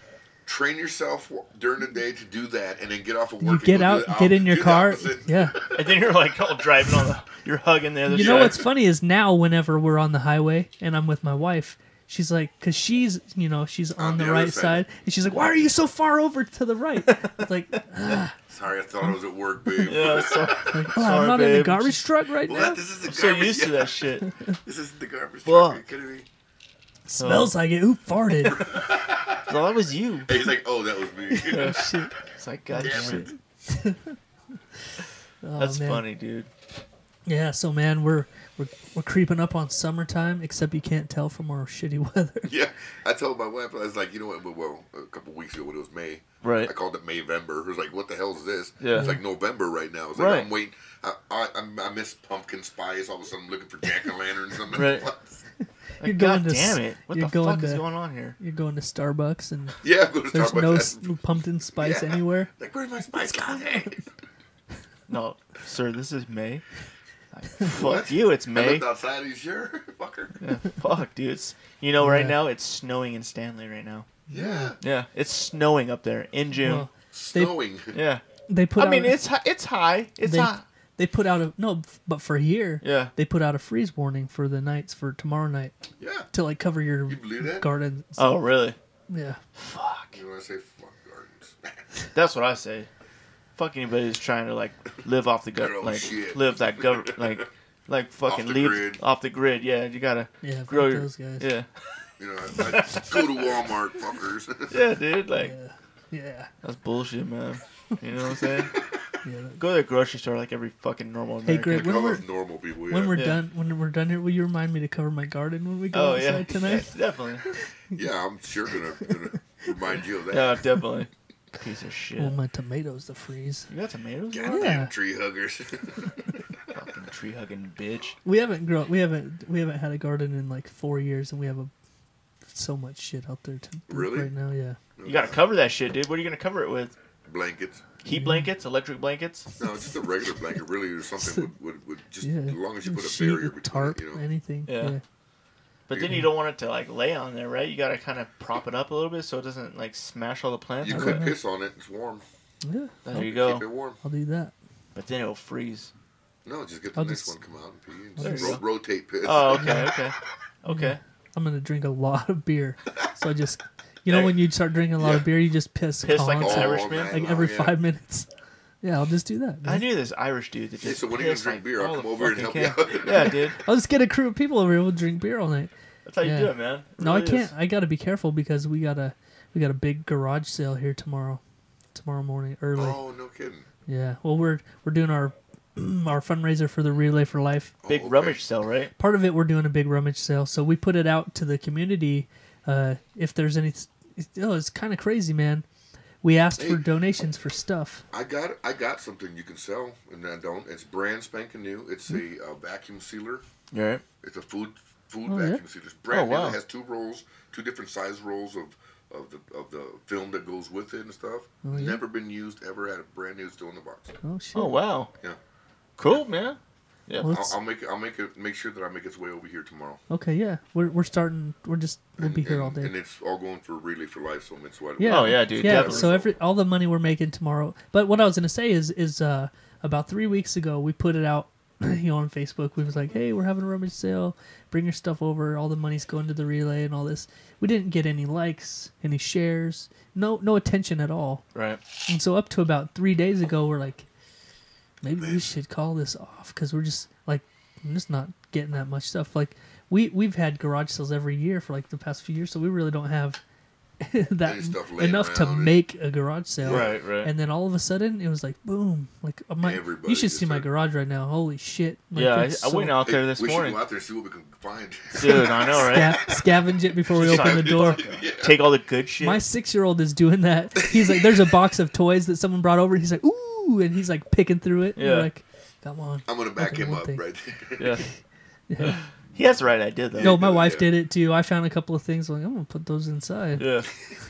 [SPEAKER 2] train yourself w- during the day to do that, and then get off of work.
[SPEAKER 4] you
[SPEAKER 2] and go
[SPEAKER 4] get
[SPEAKER 2] do
[SPEAKER 4] out
[SPEAKER 2] the
[SPEAKER 4] get
[SPEAKER 2] op-
[SPEAKER 4] in your
[SPEAKER 2] do the
[SPEAKER 4] car
[SPEAKER 2] opposite. (laughs)
[SPEAKER 4] yeah
[SPEAKER 3] And then you're like all driving on the, you're hugging the other
[SPEAKER 4] you
[SPEAKER 3] side.
[SPEAKER 4] know what's funny is now whenever we're on the highway and i'm with my wife she's like because she's you know she's on, the,
[SPEAKER 2] the other
[SPEAKER 4] right
[SPEAKER 2] side.
[SPEAKER 4] side. and she's like why are you so far over to the right it's like, (laughs)
[SPEAKER 2] Sorry, I thought I was at work, babe.
[SPEAKER 3] (laughs) Yeah, so,
[SPEAKER 4] like, oh, i'm
[SPEAKER 3] Sorry,
[SPEAKER 4] not in the
[SPEAKER 3] babe.
[SPEAKER 4] garbage truck right
[SPEAKER 2] What?
[SPEAKER 4] now
[SPEAKER 2] This is the
[SPEAKER 3] I'm so
[SPEAKER 2] garbage. (laughs)
[SPEAKER 3] used to
[SPEAKER 4] (laughs)
[SPEAKER 3] that shit.
[SPEAKER 2] This is the garbage.
[SPEAKER 3] Fuck.
[SPEAKER 2] Truck. Are you kidding me?
[SPEAKER 4] smells
[SPEAKER 3] Oh.
[SPEAKER 4] like it who farted (laughs)
[SPEAKER 3] So that was you.
[SPEAKER 2] And he's like, "Oh, that was me."
[SPEAKER 3] (laughs)
[SPEAKER 4] oh shit
[SPEAKER 3] It's like God
[SPEAKER 2] Damn
[SPEAKER 3] shit.
[SPEAKER 2] it.
[SPEAKER 4] Oh,
[SPEAKER 3] That's
[SPEAKER 4] man.
[SPEAKER 3] funny, dude.
[SPEAKER 4] Yeah, so man, we're we're we're creeping up on summertime, except you can't tell from our shitty (laughs) weather.
[SPEAKER 2] (laughs) Yeah, I told my wife, I was like, you know what? Well, a couple weeks ago when it was May,
[SPEAKER 3] Right.
[SPEAKER 2] I called it Mayvember. It was like, what the hell is this?
[SPEAKER 3] Yeah.
[SPEAKER 2] It's like November right now. It's like,
[SPEAKER 3] Right.
[SPEAKER 2] I'm waiting. I, I, I'm- I miss pumpkin spice. All of a sudden, I'm looking for jack o' lanterns. I'm like, (laughs)
[SPEAKER 3] Right.
[SPEAKER 2] what?
[SPEAKER 3] Like,
[SPEAKER 4] You're
[SPEAKER 3] God
[SPEAKER 4] going to s-
[SPEAKER 3] damn it! What
[SPEAKER 4] you're
[SPEAKER 3] the
[SPEAKER 4] going
[SPEAKER 3] fuck is
[SPEAKER 4] to-
[SPEAKER 3] going on here?
[SPEAKER 4] You're going to
[SPEAKER 3] (laughs)
[SPEAKER 4] Starbucks and
[SPEAKER 2] Yeah, I'm gonna talk
[SPEAKER 4] there's
[SPEAKER 2] about
[SPEAKER 4] no
[SPEAKER 2] that.
[SPEAKER 4] s- pumpkin spice
[SPEAKER 2] Yeah.
[SPEAKER 4] anywhere.
[SPEAKER 2] Like, where's my spice latte?
[SPEAKER 3] No, sir, this is May.
[SPEAKER 4] (laughs)
[SPEAKER 3] Like, fuck you, it's (laughs)
[SPEAKER 2] I (laughs)
[SPEAKER 3] May.
[SPEAKER 2] looked outside. He's here, (laughs) fucker. Yeah.
[SPEAKER 3] Fuck, dude. It's, you know, right
[SPEAKER 4] Yeah.
[SPEAKER 3] now it's snowing in Stanley right now. Yeah, it's snowing up there in June.
[SPEAKER 4] Well, They- (laughs)
[SPEAKER 2] Snowing. (laughs)
[SPEAKER 3] yeah,
[SPEAKER 4] they put.
[SPEAKER 3] I mean
[SPEAKER 4] out,
[SPEAKER 3] it's hi- it's high. It's
[SPEAKER 4] they,
[SPEAKER 3] high.
[SPEAKER 4] they put out a no, but for here,
[SPEAKER 3] Yeah.
[SPEAKER 4] they put out a freeze warning for the nights for tomorrow night
[SPEAKER 2] Yeah.
[SPEAKER 4] to like cover your
[SPEAKER 2] You believe that?
[SPEAKER 4] garden.
[SPEAKER 3] Oh, really?
[SPEAKER 4] Yeah,
[SPEAKER 3] Fuck.
[SPEAKER 2] You want to say fuck gardens? (laughs)
[SPEAKER 3] That's what I say. Fuck anybody who's trying to like live off the
[SPEAKER 2] Grow
[SPEAKER 3] gut, like
[SPEAKER 2] Oh, shit.
[SPEAKER 3] live that government, like
[SPEAKER 2] (laughs)
[SPEAKER 3] like fucking
[SPEAKER 2] the
[SPEAKER 3] leave
[SPEAKER 2] grid.
[SPEAKER 3] off the grid. Yeah, you gotta
[SPEAKER 4] Yeah,
[SPEAKER 3] grow
[SPEAKER 4] fuck
[SPEAKER 3] your
[SPEAKER 4] those guys.
[SPEAKER 3] yeah
[SPEAKER 2] You know, I, I go to Walmart, fuckers. (laughs)
[SPEAKER 3] yeah
[SPEAKER 4] (laughs)
[SPEAKER 3] dude like
[SPEAKER 4] yeah,
[SPEAKER 3] that's bullshit man. You know what I'm
[SPEAKER 4] (laughs)
[SPEAKER 3] saying?
[SPEAKER 4] yeah.
[SPEAKER 3] Go to the grocery store like every fucking normal
[SPEAKER 4] Hey,
[SPEAKER 3] American.
[SPEAKER 4] Greg,
[SPEAKER 2] Like
[SPEAKER 4] when
[SPEAKER 2] all
[SPEAKER 4] we're
[SPEAKER 2] those normal people. Yeah.
[SPEAKER 4] when we're
[SPEAKER 3] Yeah.
[SPEAKER 4] done when we're done here, will you remind me to cover my garden when we go
[SPEAKER 3] Oh
[SPEAKER 4] outside
[SPEAKER 3] (laughs) yeah,
[SPEAKER 4] tonight?
[SPEAKER 3] Yeah, definitely.
[SPEAKER 2] yeah, I'm sure gonna,
[SPEAKER 4] (laughs)
[SPEAKER 2] gonna remind you of that.
[SPEAKER 3] Yeah, definitely. Piece of shit.
[SPEAKER 4] Well, my tomatoes to freeze.
[SPEAKER 3] you got tomatoes?
[SPEAKER 2] Goddamn
[SPEAKER 4] Yeah.
[SPEAKER 2] tree huggers. (laughs)
[SPEAKER 3] Fucking tree hugging bitch.
[SPEAKER 4] We haven't grown. We haven't. We haven't had a garden in like four years, and we have a so much shit out there to
[SPEAKER 2] Really?
[SPEAKER 4] right now. Yeah.
[SPEAKER 3] You gotta cover that shit, dude. What are you gonna cover it with?
[SPEAKER 2] blankets.
[SPEAKER 3] Heat blankets, electric blankets.
[SPEAKER 2] No, just a regular blanket, really, or something. Would, would, would just
[SPEAKER 4] Yeah.
[SPEAKER 2] as long as you put a
[SPEAKER 4] Sheet,
[SPEAKER 2] barrier between,
[SPEAKER 4] tarp,
[SPEAKER 2] it, you know.
[SPEAKER 4] anything.
[SPEAKER 3] Yeah.
[SPEAKER 4] yeah.
[SPEAKER 3] But then you don't want it to like lay on there, right? You gotta kind of prop it up a little bit so it doesn't like smash all the plants.
[SPEAKER 2] You
[SPEAKER 3] or
[SPEAKER 2] could
[SPEAKER 3] whatnot.
[SPEAKER 2] piss on it. It's warm.
[SPEAKER 4] Yeah,
[SPEAKER 3] There you
[SPEAKER 2] Keep it
[SPEAKER 3] go.
[SPEAKER 2] warm.
[SPEAKER 4] I'll do that.
[SPEAKER 3] But then it'll
[SPEAKER 2] (laughs)
[SPEAKER 3] freeze.
[SPEAKER 2] No, just get the
[SPEAKER 4] I'll
[SPEAKER 2] next
[SPEAKER 4] just-
[SPEAKER 2] one. Come out and pee. And
[SPEAKER 4] There
[SPEAKER 2] just
[SPEAKER 4] you
[SPEAKER 2] ro- rotate piss.
[SPEAKER 3] Oh, okay, okay, okay.
[SPEAKER 4] I'm gonna drink a lot of beer.
[SPEAKER 2] (laughs)
[SPEAKER 4] So I just, you know,
[SPEAKER 3] There-
[SPEAKER 4] when you start drinking a lot
[SPEAKER 2] Yeah.
[SPEAKER 4] of beer, you just piss,
[SPEAKER 3] Piss like an
[SPEAKER 2] All
[SPEAKER 4] constant-
[SPEAKER 3] Irish- Irishman?
[SPEAKER 2] night
[SPEAKER 4] like
[SPEAKER 2] long,
[SPEAKER 4] every
[SPEAKER 2] Oh, yeah.
[SPEAKER 4] five minutes. Yeah, I'll just do that.
[SPEAKER 3] I
[SPEAKER 4] man.
[SPEAKER 3] knew this Irish dude that
[SPEAKER 2] Hey,
[SPEAKER 3] just.
[SPEAKER 2] so when are you gonna
[SPEAKER 3] pissed,
[SPEAKER 2] drink
[SPEAKER 3] like,
[SPEAKER 2] beer? I'll
[SPEAKER 3] all the
[SPEAKER 2] come over and
[SPEAKER 3] fucking
[SPEAKER 2] help you
[SPEAKER 3] can- yeah, dude.
[SPEAKER 4] I'll just get a crew of people over here. We'll drink beer all night.
[SPEAKER 3] That's how you
[SPEAKER 4] Yeah.
[SPEAKER 3] do it, man. It
[SPEAKER 4] No, I
[SPEAKER 3] really
[SPEAKER 4] can't.
[SPEAKER 3] is.
[SPEAKER 2] Oh,
[SPEAKER 4] I gotta be careful because we got a we got a big garage sale here tomorrow, tomorrow morning early.
[SPEAKER 2] Oh, no kidding.
[SPEAKER 4] Yeah. Well, we're we're doing our (clears throat) our fundraiser for the Relay for Life
[SPEAKER 3] Big
[SPEAKER 2] Oh, okay.
[SPEAKER 3] rummage sale, right?
[SPEAKER 4] part of it we're doing a big rummage sale so we put it out to the community uh, if there's any it's, oh, it's kind of crazy man we asked for
[SPEAKER 2] Hey.
[SPEAKER 4] donations for stuff
[SPEAKER 2] I got I got something you can sell, and I don't. It's brand spanking new. It's
[SPEAKER 4] Hmm.
[SPEAKER 2] a uh, vacuum sealer.
[SPEAKER 3] All right.
[SPEAKER 2] It's a food food
[SPEAKER 4] Oh, yeah?
[SPEAKER 2] vacuum sealer. It's brand
[SPEAKER 3] Oh,
[SPEAKER 2] new.
[SPEAKER 3] wow.
[SPEAKER 2] It has two rolls, two different size rolls of of the of the film that goes with it and stuff.
[SPEAKER 4] Oh, yeah?
[SPEAKER 2] Never been used. Ever had a brand new. Still in the box.
[SPEAKER 4] oh shit
[SPEAKER 3] Oh wow.
[SPEAKER 2] Yeah.
[SPEAKER 3] Cool, man. Yeah.
[SPEAKER 4] Well,
[SPEAKER 2] I'll,
[SPEAKER 4] it's-
[SPEAKER 2] I'll make I'll make it make sure that I make its way over here tomorrow.
[SPEAKER 4] okay yeah we're, we're starting we're just we'll
[SPEAKER 2] And-
[SPEAKER 4] be here
[SPEAKER 2] and,
[SPEAKER 4] all
[SPEAKER 2] And
[SPEAKER 4] day
[SPEAKER 2] it's all going for Relay for Life, so it's wide
[SPEAKER 4] yeah
[SPEAKER 3] Oh, yeah, dude,
[SPEAKER 4] yeah
[SPEAKER 3] definitely.
[SPEAKER 4] so every all the money we're making tomorrow but what i was gonna say is is uh about three weeks ago we put it out (clears throat) you know on facebook we was like hey we're having a rummage sale bring your stuff over all the money's going to the relay and all this we didn't get any likes any shares no no attention at all
[SPEAKER 3] Right.
[SPEAKER 4] And so up to about three days ago, we're like, maybe we should call this off because we're just like, I'm just not getting that much stuff. Like we we've had garage sales every year for like the past few years, so we really don't have (laughs) that
[SPEAKER 2] Any stuff laying
[SPEAKER 4] enough to
[SPEAKER 2] around.
[SPEAKER 4] make a garage sale.
[SPEAKER 3] Right, right.
[SPEAKER 4] And then all of a sudden, it was like boom! Like my,
[SPEAKER 2] Everybody
[SPEAKER 4] you should
[SPEAKER 2] just
[SPEAKER 4] see my
[SPEAKER 2] started-
[SPEAKER 4] garage right now. Holy shit! Like,
[SPEAKER 3] yeah, I,
[SPEAKER 4] it's
[SPEAKER 3] I
[SPEAKER 4] so-
[SPEAKER 3] went out there this
[SPEAKER 2] we
[SPEAKER 3] morning,
[SPEAKER 2] should go out there and see what we can find. (laughs)
[SPEAKER 3] dude. I know, right?
[SPEAKER 4] sca- scavenge it before
[SPEAKER 3] (laughs)
[SPEAKER 4] we open the door.
[SPEAKER 2] yeah.
[SPEAKER 3] Take all the good shit.
[SPEAKER 4] (laughs) My six year old is doing that. He's like, there's a box of toys that someone brought over. And he's like, ooh, and he's like picking through it. Yeah.
[SPEAKER 3] Yeah.
[SPEAKER 4] like, come on.
[SPEAKER 2] I'm gonna back
[SPEAKER 4] Open
[SPEAKER 2] him
[SPEAKER 4] one
[SPEAKER 2] up
[SPEAKER 4] thing.
[SPEAKER 2] right there. (laughs)
[SPEAKER 3] Yeah. he has the right idea though.
[SPEAKER 4] No, my wife
[SPEAKER 2] yeah.
[SPEAKER 4] did it too. I found a couple of things. Like, I'm gonna put those inside. (laughs)
[SPEAKER 3] Yeah.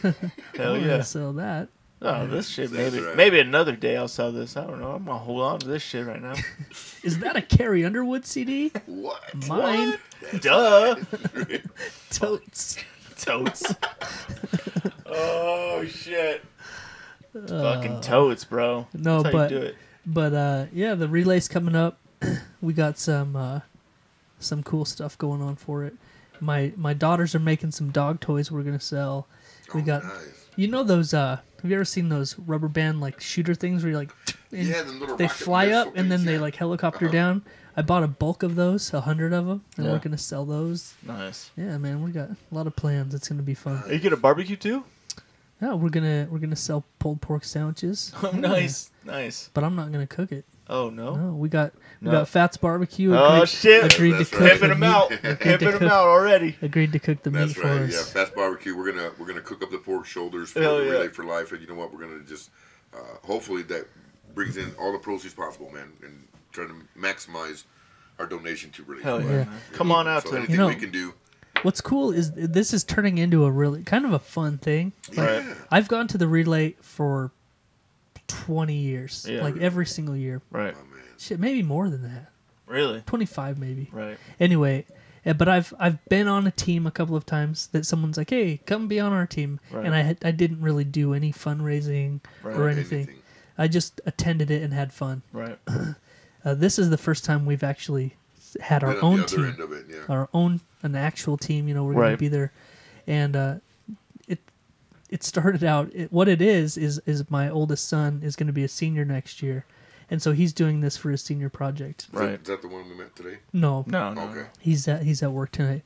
[SPEAKER 4] I'm
[SPEAKER 3] Hell
[SPEAKER 4] gonna
[SPEAKER 3] yeah.
[SPEAKER 4] Sell that.
[SPEAKER 3] Oh, this shit.
[SPEAKER 2] That's
[SPEAKER 3] Maybe
[SPEAKER 2] right.
[SPEAKER 3] maybe another day I'll sell this. I don't know. I'm gonna hold on to this shit (laughs) right now.
[SPEAKER 4] Is that a Carrie Underwood CD?
[SPEAKER 2] What?
[SPEAKER 4] Mine.
[SPEAKER 3] Duh.
[SPEAKER 4] Totes.
[SPEAKER 3] (laughs) totes.
[SPEAKER 4] Uh,
[SPEAKER 3] oh shit. Fucking totes, bro.
[SPEAKER 4] no,
[SPEAKER 3] That's how
[SPEAKER 4] but-
[SPEAKER 3] you do it.
[SPEAKER 4] But uh, yeah, the relay's coming up. (clears throat) we got some uh, some cool stuff going on for it. My my daughters are making some dog toys. We're gonna sell. We
[SPEAKER 2] Oh,
[SPEAKER 4] got
[SPEAKER 2] nice.
[SPEAKER 4] You know those? uh Have you ever seen those rubber band like shooter things where you like, and
[SPEAKER 2] Yeah, them little
[SPEAKER 4] they
[SPEAKER 2] rocket
[SPEAKER 4] fly
[SPEAKER 2] missile
[SPEAKER 4] up and then
[SPEAKER 2] things,
[SPEAKER 4] they
[SPEAKER 2] yeah.
[SPEAKER 4] like helicopter down? I bought a bulk of those, a hundred of them, and we're
[SPEAKER 3] Uh-huh. Yeah.
[SPEAKER 4] gonna sell those.
[SPEAKER 3] Nice.
[SPEAKER 4] Yeah, man, we got a lot of plans. It's gonna be
[SPEAKER 3] Are
[SPEAKER 4] fun.
[SPEAKER 3] you gonna barbecue too? (laughs)
[SPEAKER 4] Yeah, we're gonna we're gonna sell pulled pork sandwiches.
[SPEAKER 3] Oh, (laughs) nice, nice.
[SPEAKER 4] But I'm not gonna cook it.
[SPEAKER 3] Oh no.
[SPEAKER 4] No, we got we
[SPEAKER 3] No.
[SPEAKER 4] got Fats Barbecue.
[SPEAKER 3] Oh,
[SPEAKER 4] agreed-
[SPEAKER 3] shit.
[SPEAKER 4] Agreed to
[SPEAKER 2] That's
[SPEAKER 4] cook
[SPEAKER 2] right.
[SPEAKER 4] the
[SPEAKER 3] Pimping him
[SPEAKER 4] meat- (laughs)
[SPEAKER 3] out.
[SPEAKER 4] Agreed to
[SPEAKER 3] Pimping
[SPEAKER 4] cook,
[SPEAKER 3] him out already.
[SPEAKER 4] Agreed to cook the meat
[SPEAKER 2] That's
[SPEAKER 4] for
[SPEAKER 2] right.
[SPEAKER 4] us.
[SPEAKER 2] Yeah, fast barbecue. We're gonna we're gonna cook up the pork shoulders for
[SPEAKER 3] Hell
[SPEAKER 2] the
[SPEAKER 3] yeah.
[SPEAKER 2] relay for life, and you know what? We're gonna just uh, hopefully that brings in all the proceeds possible, man, and trying to maximize our donation to relay.
[SPEAKER 3] Hell
[SPEAKER 2] for
[SPEAKER 3] yeah.
[SPEAKER 2] Life.
[SPEAKER 4] Yeah.
[SPEAKER 3] man. Come on out
[SPEAKER 2] so
[SPEAKER 3] to
[SPEAKER 2] anything
[SPEAKER 4] You know-
[SPEAKER 2] we can do.
[SPEAKER 4] What's cool is this is turning into a really kind of a fun thing.
[SPEAKER 3] (laughs)
[SPEAKER 4] Like,
[SPEAKER 3] Right.
[SPEAKER 4] I've gone to the relay for twenty years,
[SPEAKER 3] Yeah.
[SPEAKER 4] like every single year.
[SPEAKER 3] Right.
[SPEAKER 2] Oh, man.
[SPEAKER 4] Shit, maybe more than that.
[SPEAKER 3] Really.
[SPEAKER 4] Twenty five, maybe.
[SPEAKER 3] Right.
[SPEAKER 4] Anyway, eh, but I've I've been on a team a couple of times that someone's like, "Hey, come be on our team,"
[SPEAKER 3] Right.
[SPEAKER 4] and I had, I didn't really do any fundraising
[SPEAKER 3] Right.
[SPEAKER 4] or
[SPEAKER 3] Or
[SPEAKER 4] anything.
[SPEAKER 2] uh, anything.
[SPEAKER 4] I just attended it and had fun.
[SPEAKER 3] Right.
[SPEAKER 4] Uh, this is the first time we've actually s- had our
[SPEAKER 2] Then on
[SPEAKER 4] own
[SPEAKER 2] the other
[SPEAKER 4] team,
[SPEAKER 2] end of it, yeah.
[SPEAKER 4] our own an actual team. You know, we're gonna
[SPEAKER 3] Right.
[SPEAKER 4] be there, and uh, it it started out. It, what it is is is my oldest son is gonna be a senior next year, and so he's doing this for his senior project.
[SPEAKER 2] Is that-
[SPEAKER 3] Right.
[SPEAKER 2] Is that the one we met today?
[SPEAKER 4] No,
[SPEAKER 3] No. No.
[SPEAKER 2] Okay.
[SPEAKER 4] he's at he's at work tonight.